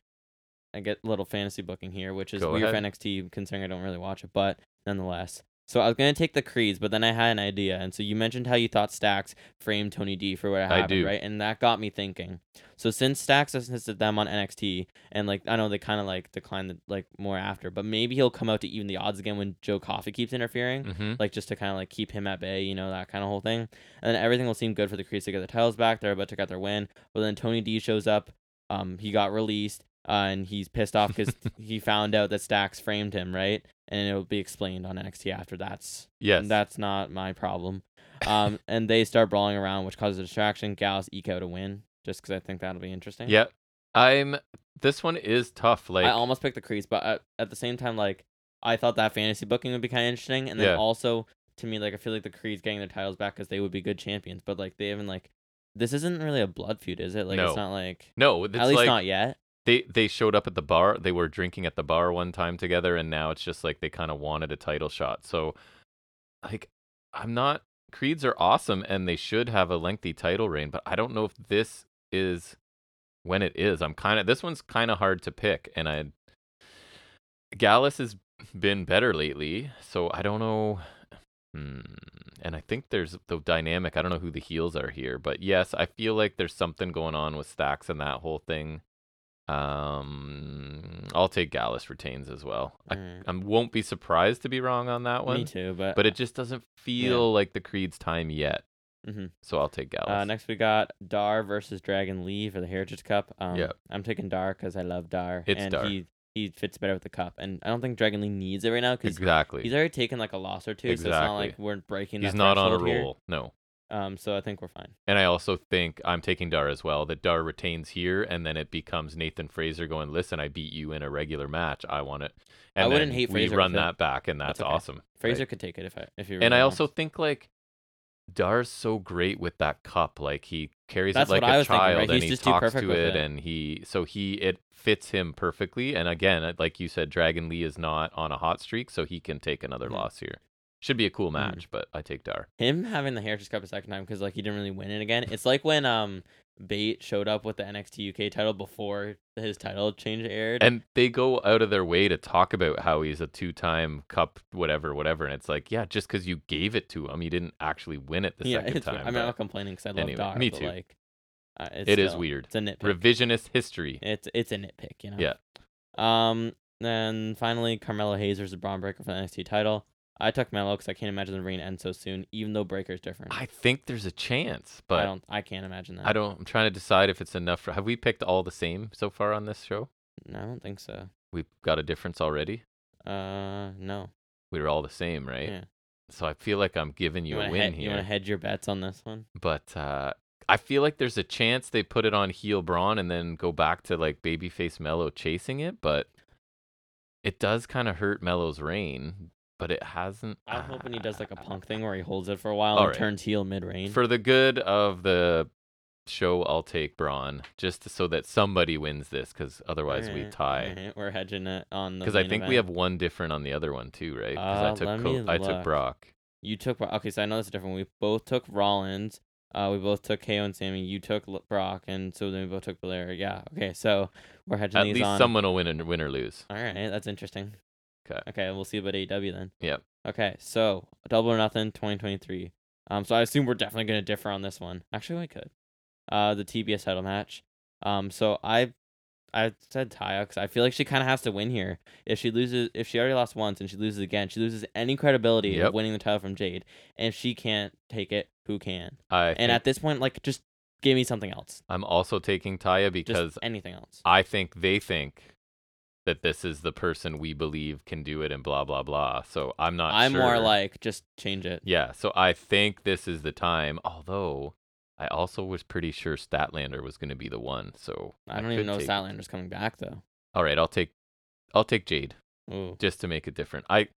I get a little fantasy booking here, which is
Go
weird
ahead.
for NXT considering I don't really watch it, but nonetheless. So I was gonna take the Creeds, but then I had an idea, and so you mentioned how you thought Stacks framed Tony D for what happened,
do.
right? And that got me thinking. So since Stacks assisted them on NXT, and like I know they kind of like declined the, like more after, but maybe he'll come out to even the odds again when Joe Coffey keeps interfering
Mhm.
like just to kind of like keep him at bay, you know, that kind of whole thing. And then everything will seem good for the Crease to get their titles back. They're about to get their win, but then Tony D shows up. Um, he got released, uh, and he's pissed off because he found out that Stacks framed him, right? And it'll be explained on NXT after. That's
Yes.
that's not my problem. Um, and they start brawling around, which causes a distraction. Gallus eke out a win, just because I think that'll be interesting.
Yep. I'm. This one is tough. Like
I almost picked the crease, but at, at the same time, like I thought that fantasy booking would be kind of interesting, and then
Yeah.
also to me, like I feel like the Creeds getting their titles back because they would be good champions, but like they haven't like this isn't really a blood feud, is it? Like
No.
it's not like
no. It's
at least
like
not yet.
they they showed up at the bar. They were drinking at the bar one time together, and now it's just like they kind of wanted a title shot. So, like, I'm not. Creeds are awesome, and they should have a lengthy title reign, but I don't know if this is when it is. I'm kind of this one's kind of hard to pick, and I Gallus has been better lately, so I don't know. Hmm. And I think there's the dynamic. I don't know who the heels are here, but yes, I feel like there's something going on with Stacks and that whole thing. Um, I'll take Gallus retains as well. I,
Mm,
I won't be surprised to be wrong on that
me
one,
too, but
but it just doesn't feel like the Creed's time yet.
Mhm.
So I'll take Gallus.
Uh, next we got Dar versus Dragon Lee for the Heritage Cup. Um,
Yep.
I'm taking Dar because I love Dar,
It's
and
Dar.
he he fits better with the cup, and I don't think Dragon Lee needs it right now because
exactly.
he's already taken like a loss or two, so it's not
Exactly.
like we're breaking.
He's
that
not on a
threshold here.
roll. No.
Um, so I think we're fine.
And I also think I'm taking Dar as well. That Dar retains here, and then it becomes Nathan Fraser going, "Listen, I beat you in a regular match. I want it."
I
And
wouldn't
then
hate
we
Fraser
run
with it.
that back, and that's,
That's okay.
awesome.
Fraser
Right.
could take it if I if you.
and I
really
also
wants.
think like Dar's so great with that cup. Like he carries
That's
it like
what I
a
was thinking, right?
child, and
He's
he
just too
talks
perfect
to
with
it,
it.
and he so he it fits him perfectly. And again, I- like you said, Dragon Lee is not on a hot streak, so he can take another
Mhm.
loss here. Should be a
Hmm.
cool match, but I take Dar.
him having the Heritage Cup a second time because like he didn't really win it again. It's like when um Bate showed up with the NXT UK title before his title change aired.
And they go out of their way to talk about how he's a two time cup, whatever, whatever. And it's like, yeah, just because you gave it to him, you didn't actually win it the
yeah,
second
it's,
time.
I mean,
but
I'm not complaining because I love
anyway,
Dar,
me
but,
too.
Like, uh, it's
It is
still-
weird.
It's a nitpick.
Revisionist history.
it's it's a nitpick, you know.
Yeah.
Um. Then finally, Carmelo Hayes versus Braun Breaker for the NXT title. I took Melo because I can't imagine the reign ends so soon, even though Breaker's different.
I think there's a chance,
I
but
don't. I can't imagine that.
I don't. I'm trying to decide if it's enough. For, have we picked all the same so far on this show?
No, I don't think so.
We've got a difference already.
Uh, no.
We were all the same, right?
Yeah.
So I feel like I'm giving you, a
wanna
win
he- You
here.
want to hedge your bets on this one?
but uh, I feel like there's a chance they put it on heel Braun and then go back to like babyface Mello chasing it, but it does kind of hurt Mello's reign. But it hasn't.
I'm hoping he does like a punk thing where he holds it for a while and
Alright. turns
turns heel mid range.
for the good of the show. I'll take Braun just so that somebody wins this, because otherwise
Eh,
we tie.
We're hedging it on the.
Because I think we have one different on the other one too, right? Because I
Uh,
took
let
Co-
me
I took
look.
Brock.
You took Bro- okay, so I know that's different. We both took Rollins. Uh, we both took KO and Sammy. You took L- Brock, and so then we both took Belair. Yeah. Okay, so we're hedging
At
these
least
on.
someone will win and win or lose.
All right, that's interesting.
'Kay.
Okay, we'll see about AEW then.
Yep.
Okay, so Double or Nothing 2023. Um, so I assume we're definitely gonna differ on this one. Actually, we could. Uh, the TBS title match. Um, so I, I said Taya because I feel like she kind of has to win here. If she loses, if she already lost once and she loses again, she loses any credibility
Yep.
of winning the title from Jade. And if she can't take it, who can?
I
And
think
at this point, like, just give me something else.
I'm also taking Taya because
Just anything else.
I think they think that this is the person we believe can do it and blah blah blah. So I'm not.
I'm more
sure.
like just change it.
Yeah, so I think this is the time. Although I also was pretty sure Statlander was going to be the one. So
I don't even
could
know
take-
if Statlander's coming back though.
All right, I'll take I'll take Jade
Ooh.
just to make it different. I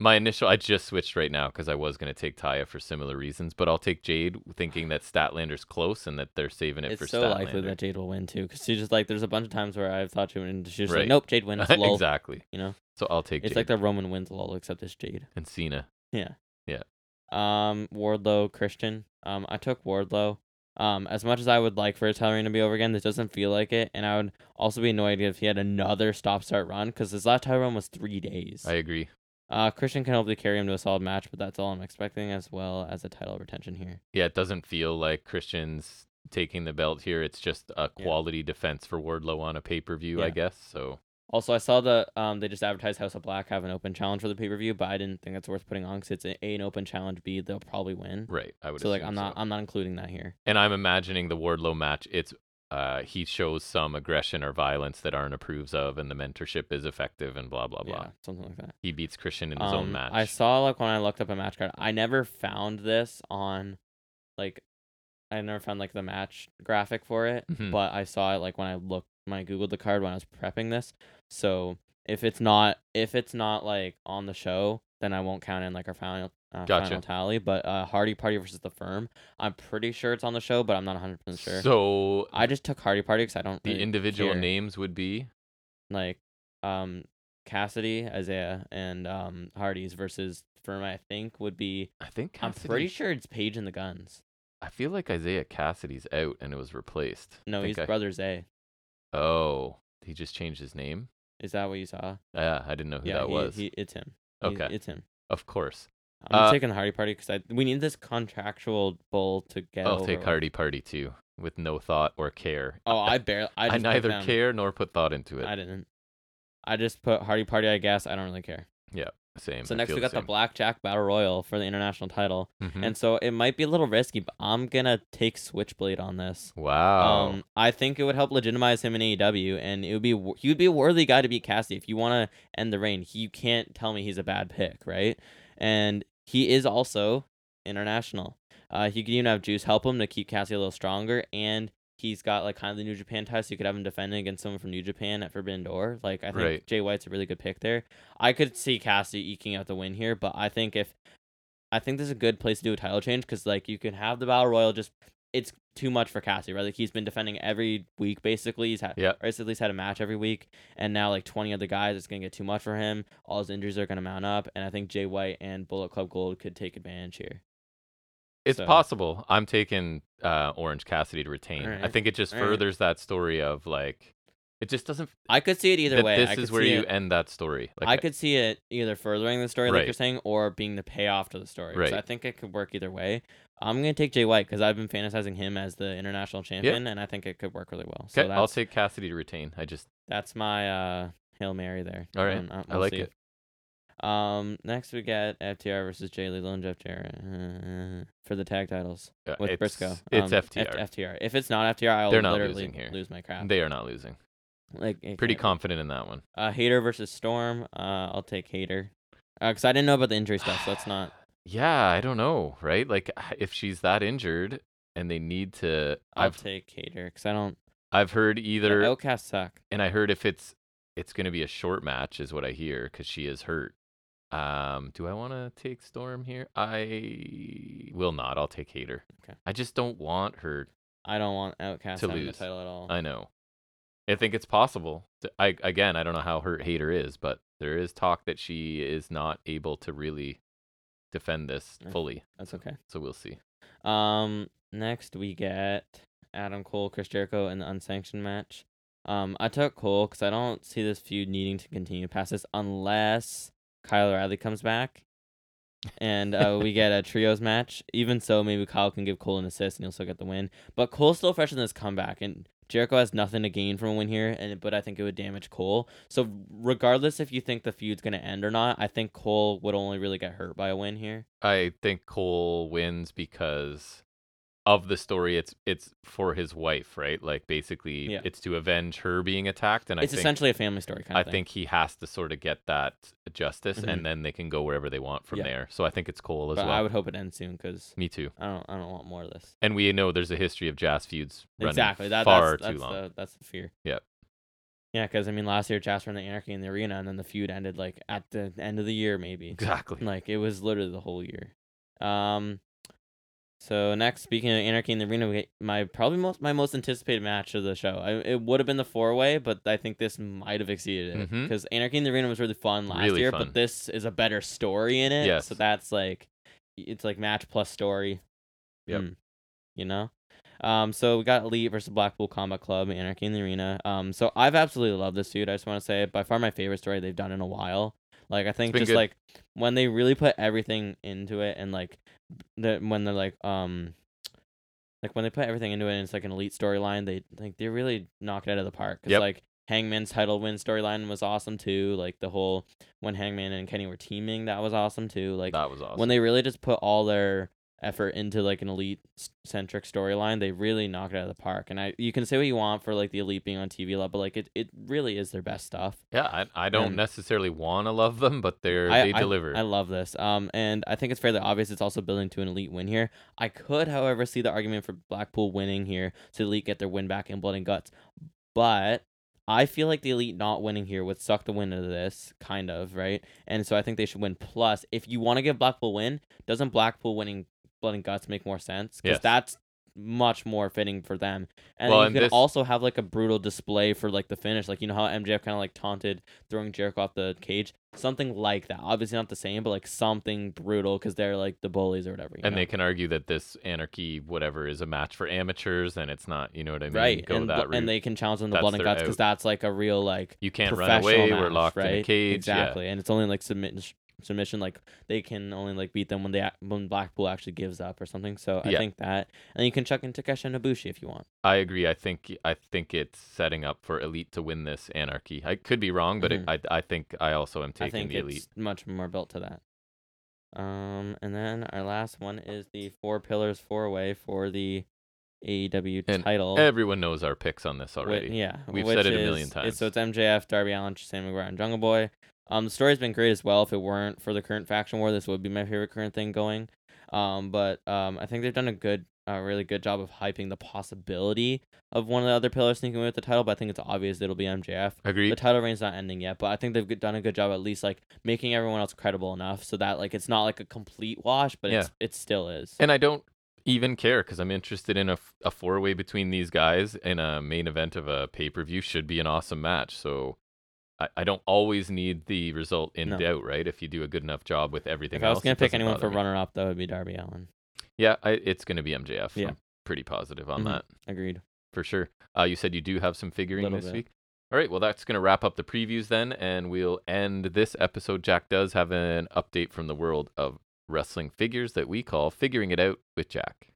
my initial I just switched right now because I was going to take Taya for similar reasons, but I'll take Jade thinking that Statlander's close and that they're saving it
it's
for
so
Statlander.
likely that Jade will win too, because she's just like there's a bunch of times where I've thought she would, and she's just
Right.
like, nope, Jade wins. Lol.
exactly.
You know,
So I'll take
it's
Jade
like the Roman wins lol, except it's Jade.
and Cena.
Yeah.
Yeah.
Um, Wardlow Christian. Um, I took Wardlow. Um, as much as I would like for Italian to be over again, this doesn't feel like it, and I would also be annoyed if he had another stop start run because his last title run was three days.
I agree.
Uh, Christian can hopefully carry him to a solid match, but that's all I'm expecting, as well as a title retention here.
Yeah, it doesn't feel like Christian's taking the belt here. It's just a
Yeah.
quality defense for Wardlow on a pay-per-view, I
Yeah.
guess. So
Also, I saw the um they just advertised House of Black have an open challenge for the pay per view, but I didn't think that's worth putting on because it's a, A, an open challenge. B they'll probably win.
right, I would
So like
assume
I'm not
so.
I'm not including that here.
and I'm imagining the Wardlow match. It's uh, he shows some aggression or violence that Arn approves of, and the mentorship is effective, and blah blah blah.
Yeah, something like that.
He beats Christian in his own
Um,
match.
I saw like when I looked up a match card, I never found this on, like, I never found like the match graphic for it,
Mhm.
but I saw it like when I looked when I googled the card when I was prepping this. So if it's not if it's not like on the show, then I won't count in like our final uh,
Gotcha.
final tally. But uh, Hardy Party versus the Firm, I'm pretty sure it's on the show, but I'm not 100 percent sure.
So
I just took Hardy Party because I don't
the
really
individual
care.
names would be
like um Cassidy, Isaiah, and um Hardy's versus Firm, I think would be
I think
I'm pretty
Cassidy-
sure it's Paige and the Guns.
I feel like Isaiah Cassidy's out and it was replaced. I
No,
think
he's
I-
brothers A.
Oh, he just changed his name.
Is that what you saw?
Yeah, I didn't know who
yeah,
Uh, that
he-
was.
He, it's him. He-
okay,
it's him.
of course.
I'm
Uh,
taking the Hardy Party because I we need this contractual bull to get.
I'll
over
take
with.
Hardy Party too, with no thought or care.
Oh, I barely.
I,
I, just put
neither
them.
care nor put thought into it.
I didn't. I just put Hardy Party. I guess I don't really care.
same. I
So next
feel
we got the
same.
Blackjack Battle Royal for the international title,
Mhm.
and so it might be a little risky, but I'm gonna take Switchblade on this.
Wow.
Um, I think it would help legitimize him in AEW, and it would be wor- he would be a worthy guy to beat Cassidy. If you want to end the reign, he you can't tell me he's a bad pick, right? And he is also international. Uh, he could even have Juice help him to keep Cassidy a little stronger, and he's got like kind of the New Japan tie, so you could have him defending against someone from New Japan at Forbidden Door. Like I think
Right.
Jay White's a really good pick there. I could see Cassidy eking out the win here, but I think if I think this is a good place to do a title change because like you can have the battle royal just it's too much for Cassie, right? Like he's been defending every week basically. He's had
Yeah.
or he's at least had a match every week and now like twenty other guys, it's gonna get too much for him. All his injuries are gonna mount up and I think Jay White and Bullet Club Gold could take advantage here.
it's
so-
possible. I'm taking uh, Orange Cassidy to retain. I
Alright,
think it just
alright.
furthers that story of like, it just doesn't.
I could see it either
that
way.
This
I
is
could
where
see
you
it-
end that story. Like,
I could see it either furthering the story, like you're
Right.
saying, or being the payoff to the story. So I
Right.
think it could work either way. I'm gonna take Jay White because I've been fantasizing him as the international champion, and I think it could work really well. So
Okay,
that's,
I'll take Cassidy to retain. I just
That's my uh Hail Mary there.
All right,
Um, uh,
I
we'll
like
see.
it.
Um next we get FTR versus Jay Lethal and Jeff Jarrett uh, for the tag titles
uh,
with
it's,
Briscoe.
It's
Um, F-
FTR.
FTR. If it's not FTR, I'll
They're not
literally
losing here.
lose my crap.
They are not losing.
like it
Pretty
can't-
confident in that one.
uh Hater versus Storm. Uh I'll take Hater. Uh, cuz I didn't know about the injury stuff, so that's not
Yeah, I don't know, right? Like if she's that injured and they need to.
I'll
I've
take Cater because I don't.
I've heard
the
either,
Outcasts suck.
and I heard if it's it's going to be a short match is what I hear because she is hurt. Um, do I want to take Storm here? I will not. I'll take Hater.
Okay.
I just don't want her.
I don't want Outcasts
To
having
lose.
the title at all.
I know. I think it's possible. Th- I again, I don't know how hurt Hater is, but there is talk that she is not able to really defend this
Yeah.
fully.
That's okay.
So we'll see.
Um, next we get Adam Cole, Chris Jericho in the unsanctioned match. Um, I took Cole because I don't see this feud needing to continue past this unless Kyle O'Reilly comes back, and uh, we get a trios match. Even so, maybe Kyle can give Cole an assist and he'll still get the win. But Cole's still fresh in this comeback, and Jericho has nothing to gain from a win here. And but I think it would damage Cole. So regardless if you think the feud's gonna end or not, I think Cole would only really get hurt by a win here.
I think Cole wins because of the story. It's it's for his wife, right? Like basically,
Yeah.
it's to avenge her being attacked, and
it's
I think
essentially a family story kind
I
of thing. Mm-hmm.
think he has to sort of get that justice, and then they can go wherever they want from
Yeah.
there. So I think it's Cole as
but
well.
I would hope it ends soon because
Me too.
I don't I don't want more of this.
And we know there's a history of Jazz feuds running
exactly. That,
far
that's,
too
that's
long.
The, that's the fear.
Yep.
Yeah, because I mean, last year Jasper and the Anarchy in the arena, and then the feud ended like at the end of the year, maybe.
Exactly.
Like it was literally the whole year. Um. So next, speaking of Anarchy in the arena, we get my probably most my most anticipated match of the show. I, it would have been the four way, but I think this might have exceeded it
Mhm.
because Anarchy in the arena was really fun last
Really
year,
fun.
but this is a better story in it.
Yes.
So that's like, it's like match plus story.
Yep.
Mm. you know. Um, so we got Elite versus Blackpool Combat Club, Anarchy in the Arena. Um, so I've absolutely loved this dude. I just want to say, by far my favorite story they've done in a while. Like I think
been
just
good.
like when they really put everything into it, and like the when they're like um, like when they put everything into it, and it's like an elite storyline. They like they really knocked it out of the park. 'Cause,
Yep.
like Hangman's title win storyline was awesome too. Like the whole when Hangman and Kenny were teaming, that was awesome too. Like
that was awesome.
when they really just put all their effort into like an elite s- centric storyline they really knocked it out of the park and i you can say what you want for like the elite being on tv a lot but like it, it really is their best stuff
yeah, I, I don't
and-
necessarily want to love them, but they're
I-
they deliver.
I love this. Um, and I think it's fairly obvious it's also building to an elite win here. I could, however, see the argument for Blackpool winning here so the elite get their win back in blood and guts. But I feel like the elite not winning here would suck the win out of this, kind of, right? And so I think they should win. Plus, if you want to give Blackpool win, doesn't Blackpool winning blood and guts make more sense? Because
Yes.
that's much more fitting for them. And
Well,
then you
and
could
this-
also have like a brutal display for like the finish. Like you know how MJF kind of like taunted throwing Jericho off the cage, something like that. Obviously not the same, but like something brutal because they're like the bullies or whatever. you
and
know?
they can argue that this anarchy whatever is a match for amateurs, and it's not. You know what I mean?
right
Go
and,
that
bl-
route.
and they can challenge them to
That's
blood and
their
guts because
out.
that's like a real like
you can't run
professional
away.
Match,
We're locked
right?
in a cage. Yeah.
Exactly, and it's only like submit submission. Like they can only like beat them when they ac- when Blackpool actually gives up or something. So I
Yeah.
think that, and you can chuck in Takeshi and Ibushi if you want.
I agree. I think I think it's setting up for Elite to win this Anarchy. I could be wrong, but it, I I think I also am
Mm-hmm. I
taking
think
the
it's
Elite.
much more built to that. Um, and then our last one is the four pillars four way for the AEW
And
title.
Everyone knows our picks on this
Wh-
already.
yeah,
We've
which
said it a million
is- It's,
times.
so it's MJF, Darby Allen, Sam McGuire, and Jungle Boy. Um, the story's been great as well. If it weren't for the current faction war, this would be my favorite current thing going. Um, but um, I think they've done a good, a really good job of hyping the possibility of one of the other pillars sneaking away with the title. But I think it's obvious it'll be MJF. The
Agreed.
title reign's not ending yet, but I think they've g- done a good job at least like making everyone else credible enough so that like it's not like a complete wash, but it's, it still is.
And I don't even care because I'm interested in a, f- a four way between these guys in a main event of a pay per view should be an awesome match. So I, I don't always need the result in
No.
doubt, right? If you do a good enough job with everything
if I was
else,
gonna
it
pick
doesn't
anyone
bother
for
me.
runner up, that would be Darby Allen.
yeah, I, it's gonna be MJF.
Yeah.
I'm pretty positive on
Mhm.
that.
Agreed.
for sure. Uh, you said you do have some figuring
Little
this
bit.
week. All right, well, that's going to wrap up the previews then, and we'll end this episode. Jack does have an update from the world of wrestling figures that we call Figuring It Out with Jack.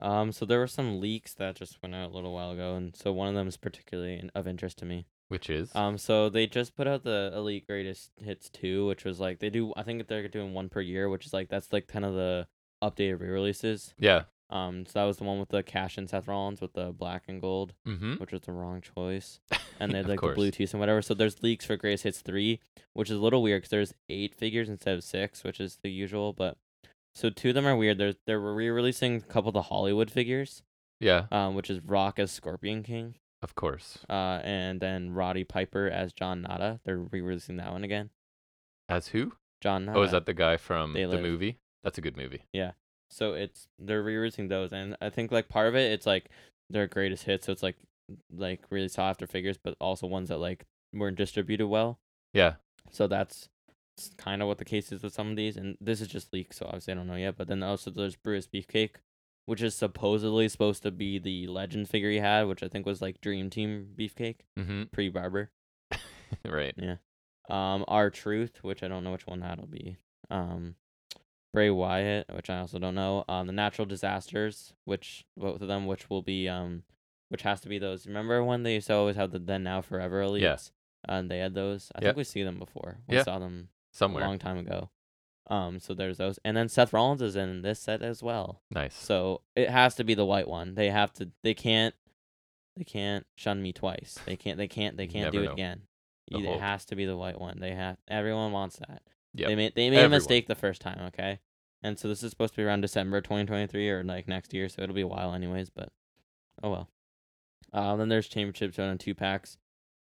Um, so there were some leaks that just went out a little while ago, and so one of them is particularly in- of interest to me.
Which is,
Um, so they just put out the Elite Greatest Hits two, which was like they do. I think they're doing one per year, which is like that's like kind of the updated re-releases.
yeah,
Um, so that was the one with the cash and Seth Rollins with the black and gold,
Mm-hmm.
which was the wrong choice. And they had
Of
like the
course.
Bluetooth and whatever. So there's leaks for Greatest Hits three, which is a little weird because there's eight figures instead of six, which is the usual. But so two of them are weird. They're they're re-releasing a couple of the Hollywood figures,
Yeah,
um, which is Rock as Scorpion King,
of course.
uh, and then Roddy Piper as John Nada. They're re-releasing that one again.
As who?
John Nada.
Oh, is that the guy from
They
the
Live.
movie? That's a good movie.
So it's they're re-releasing those, and I think like part of it, it's like their greatest hits. So it's like like really sought after figures, but also ones that like weren't distributed well.
Yeah.
So that's kind of what the case is with some of these, and this is just leaked, so obviously I don't know yet. But then also there's Brutus Beefcake, which is supposedly supposed to be the legend figure he had, which I think was like Dream Team Beefcake
Mm-hmm.
pre Barber.
Right.
Um, Our Truth, which I don't know which one that'll be. Um, Bray Wyatt, which I also don't know. Um, the Natural Disasters, which both of them, which will be um, which has to be those. Remember when they used to always have the Then Now Forever elites? Uh,
Yeah.
And they had those. I
Yeah.
think we see them before. We
Yeah.
saw them
Somewhere.
a long time ago. Um, so there's those, and then Seth Rollins is in this set as well.
nice.
So it has to be the white one. They have to. They can't. They can't shun me twice. They can't. They can't. They
You
can't
never
do it
know.
again.
The
Either
Hulk.
it has to be the white one. They have. Everyone wants that.
Yep.
They made. They made
Everyone.
a mistake the first time. Okay. And so this is supposed to be around December 2023 or like next year. So it'll be a while, anyways. But oh well. Uh, then there's championship shown in two packs.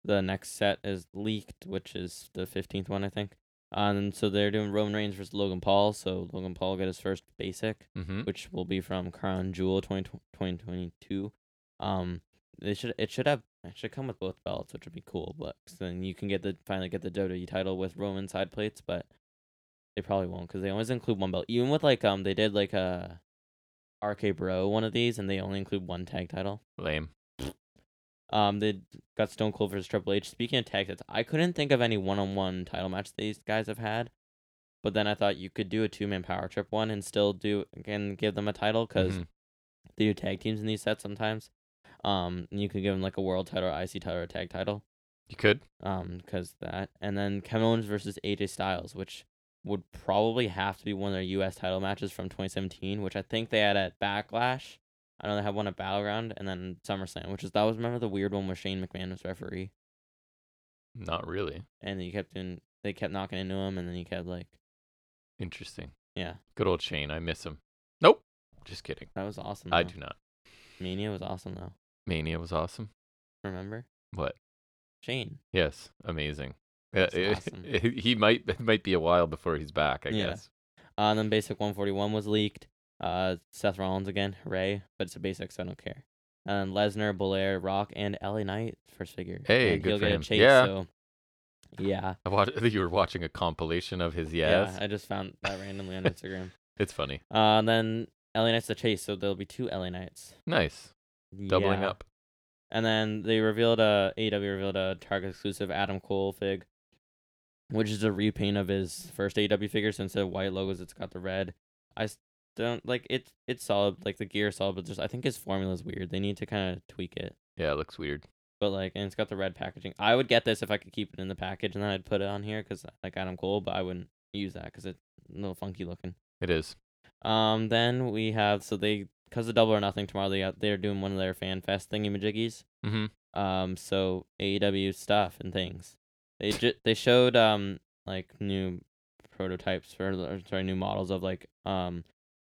The next set is leaked, which is the 15th one, I think. Um, so they're doing Roman Reigns versus Logan Paul. So Logan Paul got his first basic
mm-hmm.
which will be from Crown Jewel 20, 2022. Um, they should it should have it should come with both belts, which would be cool. But 'cause then you can get the finally get the WWE title with Roman side plates, but they probably won't because they always include one belt. Even with like um, they did like a RK Bro one of these, and they only include one tag title.
Lame.
Um, they got Stone Cold versus Triple H. Speaking of tag titles, I couldn't think of any one-on-one title match these guys have had. But then I thought you could do a two-man power trip one and still do and give them a title because
Mhm.
they do tag teams in these sets sometimes. Um, and you could give them like a world title, or IC title, or a tag title.
you could.
Um, because that, and then Kevin Owens versus AJ Styles, which would probably have to be one of their U.S. title matches from 2017, which I think they had at Backlash. I know they had one at Battleground, and then SummerSlam, which is that was remember the weird one where Shane McMahon was referee,
Not really.
and then you kept doing they kept knocking into him, and then you kept like
Interesting.
yeah,
Good old Shane. I miss him. Nope. Just kidding.
that was awesome.
I
though.
do not.
Mania was awesome though.
Mania was awesome.
Remember
What?
Shane?
Yes. Amazing. Yeah,
That's
it-
awesome.
he might it might be a while before he's back. I
Yeah.
guess.
Uh, and then Basic 141 was leaked. Uh, Seth Rollins again, hooray! But it's a basic, so I don't care. And Lesnar, Belair, Rock, and LA Knight first figure.
Hey,
and
good
he'll
for
get
him.
a chase.
Yeah.
So, yeah,
I watched, you were watching a compilation of his yes.
yeah. I just found that randomly on Instagram.
it's funny.
Uh, and then LA Knight's the chase, so there'll be two LA Knights.
Nice. Doubling
Yeah.
up.
And then they revealed uh, a AW revealed a Target exclusive Adam Cole fig, which is a repaint of his first AW figure. So instead of white logos, it's got the red. I s- don't like it's it's solid. Like the gear is solid, but just I think his formula is weird. They need to kind of tweak it.
Yeah, it looks weird.
But like, and it's got the red packaging. I would get this if I could keep it in the package, and then I'd put it on here because like Adam Cole, but I wouldn't use that because it's a little funky looking.
It is.
Um, then we have so they because of Double or Nothing tomorrow they got- they're doing one of their fan fest thingy majiggies.
Mhm.
Um, so AEW stuff and things. They ju- they showed um like new prototypes for or, sorry new models of like um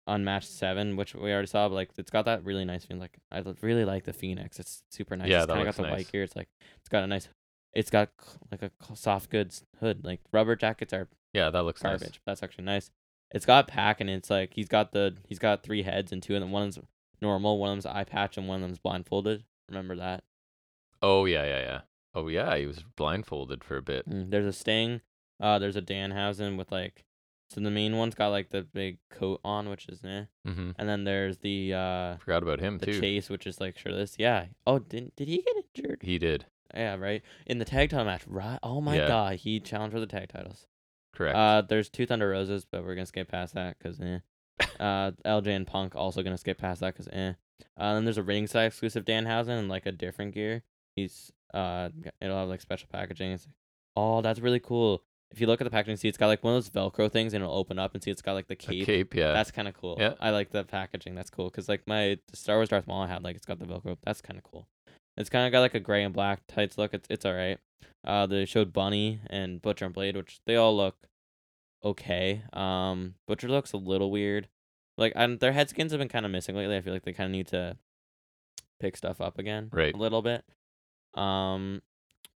unmatched seven which we already saw but like it's got that really nice thing like i l- really like the phoenix it's super nice
Yeah,
it's
that
kinda
looks
got the
nice.
white gear it's like it's got a nice it's got c- like a c- soft goods hood like rubber jackets are
Yeah, that looks
garbage.
nice.
but That's actually nice. It's got pack and it's like he's got the he's got three heads and two of them. One of them's normal, one of them's eye patch, and one of them's blindfolded. Remember that.
Oh yeah, yeah, yeah. Oh yeah, he was blindfolded for a bit.
Mm, There's a Sting. Uh, there's a Danhausen with like, so the main one's got like the big coat on, which is eh.
Mm-hmm.
And then there's the uh
Forgot about him
the
too.
chase, which is like shirtless. Yeah. Oh, did did he get injured?
He did.
Yeah, right. In the tag title match, right? Oh my
Yeah.
god, he challenged for the tag titles.
Correct.
Uh, there's two Thunder Roses, but we're gonna skip past that because eh. Uh, LJ and Punk also gonna skip past that because eh. Uh, then there's a ringside exclusive Danhausen and like a different gear. He's uh, g- it'll have like special packaging. It's, oh, that's really cool. if you look at the packaging, see it's got like one of those Velcro things, and it'll open up and see it's got like the cape.
A cape, yeah.
That's kind of cool.
Yeah.
I like the packaging. That's cool because like my the Star Wars Darth Maul I had, like it's got the Velcro. That's kind of cool. It's kind of got like a gray and black tights look. It's it's all right. Uh, they showed Bunny and Butcher and Blade, which they all look okay. Um, Butcher looks a little weird. Like, and their head skins have been kind of missing lately. I feel like they kind of need to pick stuff up again,
Right.
A little bit. Um,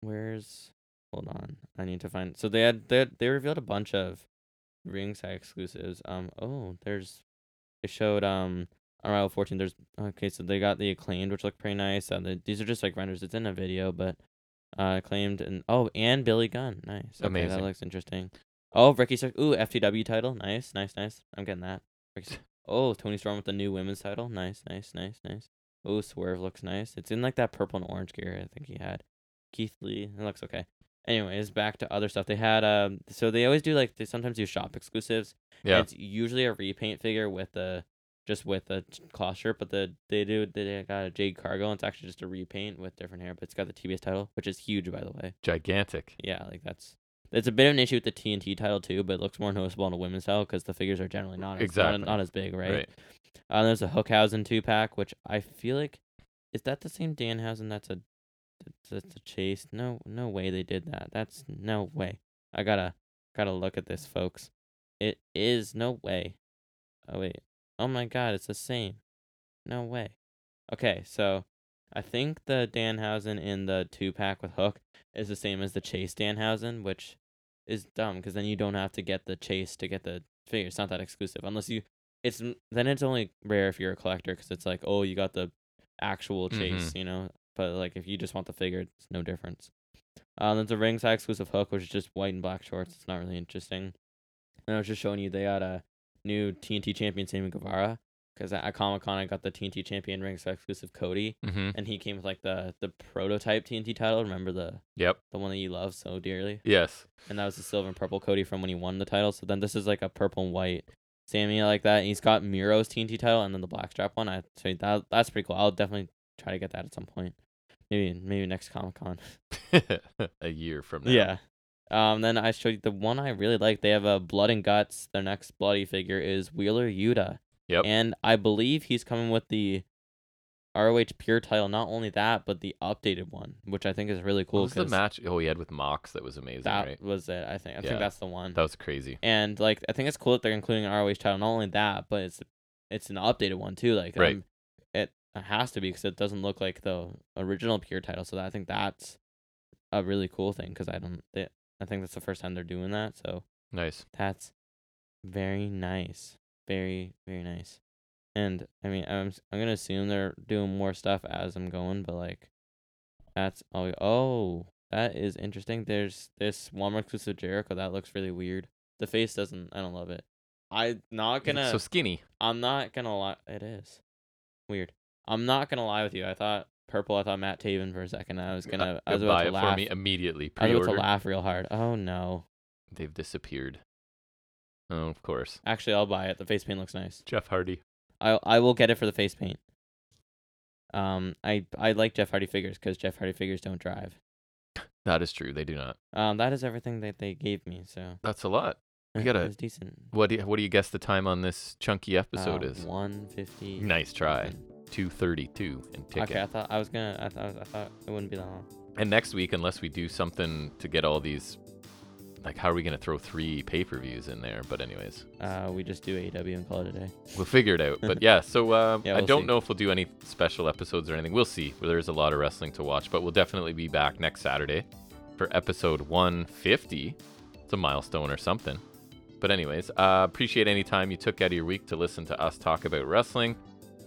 where's? Hold on, I need to find. So they had they they revealed a bunch of ringside exclusives. Um, oh, there's they showed um Unravel 14. There's okay, so they got the acclaimed, which looked pretty nice. Uh, the, these are just like renders. It's in a video, but uh, acclaimed and oh, and Billy Gunn. Nice. Okay,
Amazing.
That looks interesting. Oh, Ricky Stark. Ooh, FTW title. Nice, nice, nice. I'm getting that. Ricky Stark. Oh, Tony Storm with the new women's title. Nice, nice, nice, nice. Oh, Swerve looks nice. It's in like that purple and orange gear I think he had. Keith Lee. It looks okay. Anyways, back to other stuff. They had um so they always do like they sometimes do shop exclusives. and
Yeah.
It's usually a repaint figure with a just with a t- cloth shirt, but the they do they got a Jade Cargo and it's actually just a repaint with different hair, but it's got the TBS title, which is huge by the way.
Gigantic.
Yeah, like that's it's a bit of an issue with the TNT title too, but it looks more noticeable on a women's title because the figures are generally not as,
Exactly.
not, not as big, right? Uh, there's a Hookhausen two pack, which I feel like is that the same Danhausen? That's a that's- that's a chase. No, no way they did that. That's no way. I gotta gotta look at this, folks. It is no way. Oh wait. Oh my God, it's the same. No way. Okay, so I think the Danhausen in the two pack with Hook is the same as the Chase Danhausen, which is dumb because then you don't have to get the Chase to get the figure. It's not that exclusive unless you. It's n- then it's only rare if you're a collector because it's like oh you got the actual Chase, you know. But like if you just want the figure, it's no difference. Um, there's a ringside exclusive Hook, which is just white and black shorts. It's not really interesting. And I was just showing you they got a new TNT champion Sammy Guevara because at Comic Con I got the TNT champion ringside exclusive Cody
Mm-hmm.
and he came with like the the prototype TNT title. Remember the
Yep.
the one that you love so dearly,
Yes.
and that was the silver and purple Cody from when he won the title. So then this is like a purple and white Sammy like that. And he's got Miro's TNT title and then the black strap one. I so that that's pretty cool. I'll definitely try to get that at some point. Maybe maybe next Comic Con.
a year from now.
Yeah. Um. Then I showed you the one I really like. They have a blood and guts. Their next bloody figure is Wheeler Yuta.
Yep.
And I believe he's coming with the ROH Pure title. Not only that, but the updated one, which I think is really
What
cool.
was the
'cause
match? Oh, he had with Mox. That was amazing,
that mm.
right?
was it. I think. I
Yeah.
think that's the one.
That was crazy.
and like, I think it's cool that they're including an ROH title. Not only that, but it's it's an updated one too. Like,
Right.
um, it it has to be because it doesn't look like the original Pure title. So that, I think that's a really cool thing because I don't. They, I think that's the first time they're doing that. So
Nice.
that's very nice. Very, very nice. And I mean, I'm s- I'm gonna assume they're doing more stuff as I'm going, but like, that's all. Oh, that is interesting. There's this Walmart exclusive Jericho that looks really weird. The face doesn't. I don't love it. I'm not
He looks
gonna.
so skinny.
I'm not gonna lie. It is weird. I'm not gonna lie with you. I thought purple. I thought Matt Taven for a second. and I was gonna. I was about
buy
to
it
laugh.
Uh, for me immediately.
I was
Pre-order.
about to laugh real hard. Oh no.
They've disappeared. Oh, of course.
Actually, I'll buy it. The face paint looks nice.
Jeff Hardy.
I I will get it for the face paint. Um, I I like Jeff Hardy figures because Jeff Hardy figures don't drive.
That is true. They do not.
Um, that is everything that they gave me. So
That's a lot. We
it
gotta-
was decent.
What do you, what do you guess the time on this chunky episode is?
Uh, one fifty.
Nice try. 232 and ticket.
Okay, I thought I was gonna. I thought I thought it wouldn't be that long.
And next week, unless we do something to get all these, like, how are we going to throw three pay per views in there? But, anyways,
Uh, we just do AEW and call it a day.
we'll figure it out. But yeah, so um,
Yeah,
I
we'll
don't
see.
know if we'll do any special episodes or anything. We'll see. There's a lot of wrestling to watch, but we'll definitely be back next Saturday for episode 150. It's a milestone or something. But, anyways, uh, appreciate any time you took out of your week to listen to us talk about wrestling.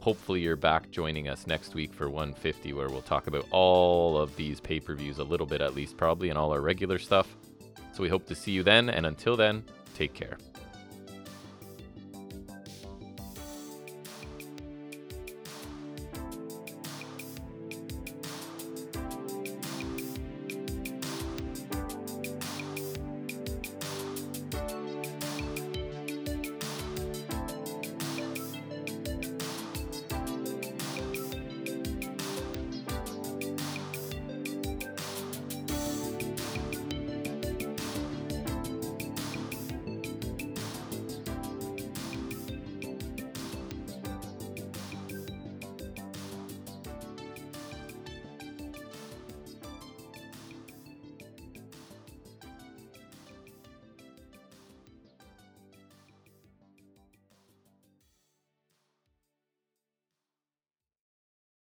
Hopefully, you're back joining us next week for 150, where we'll talk about all of these pay per views, a little bit at least, probably, and all our regular stuff. So, we hope to see you then. And until then, take care.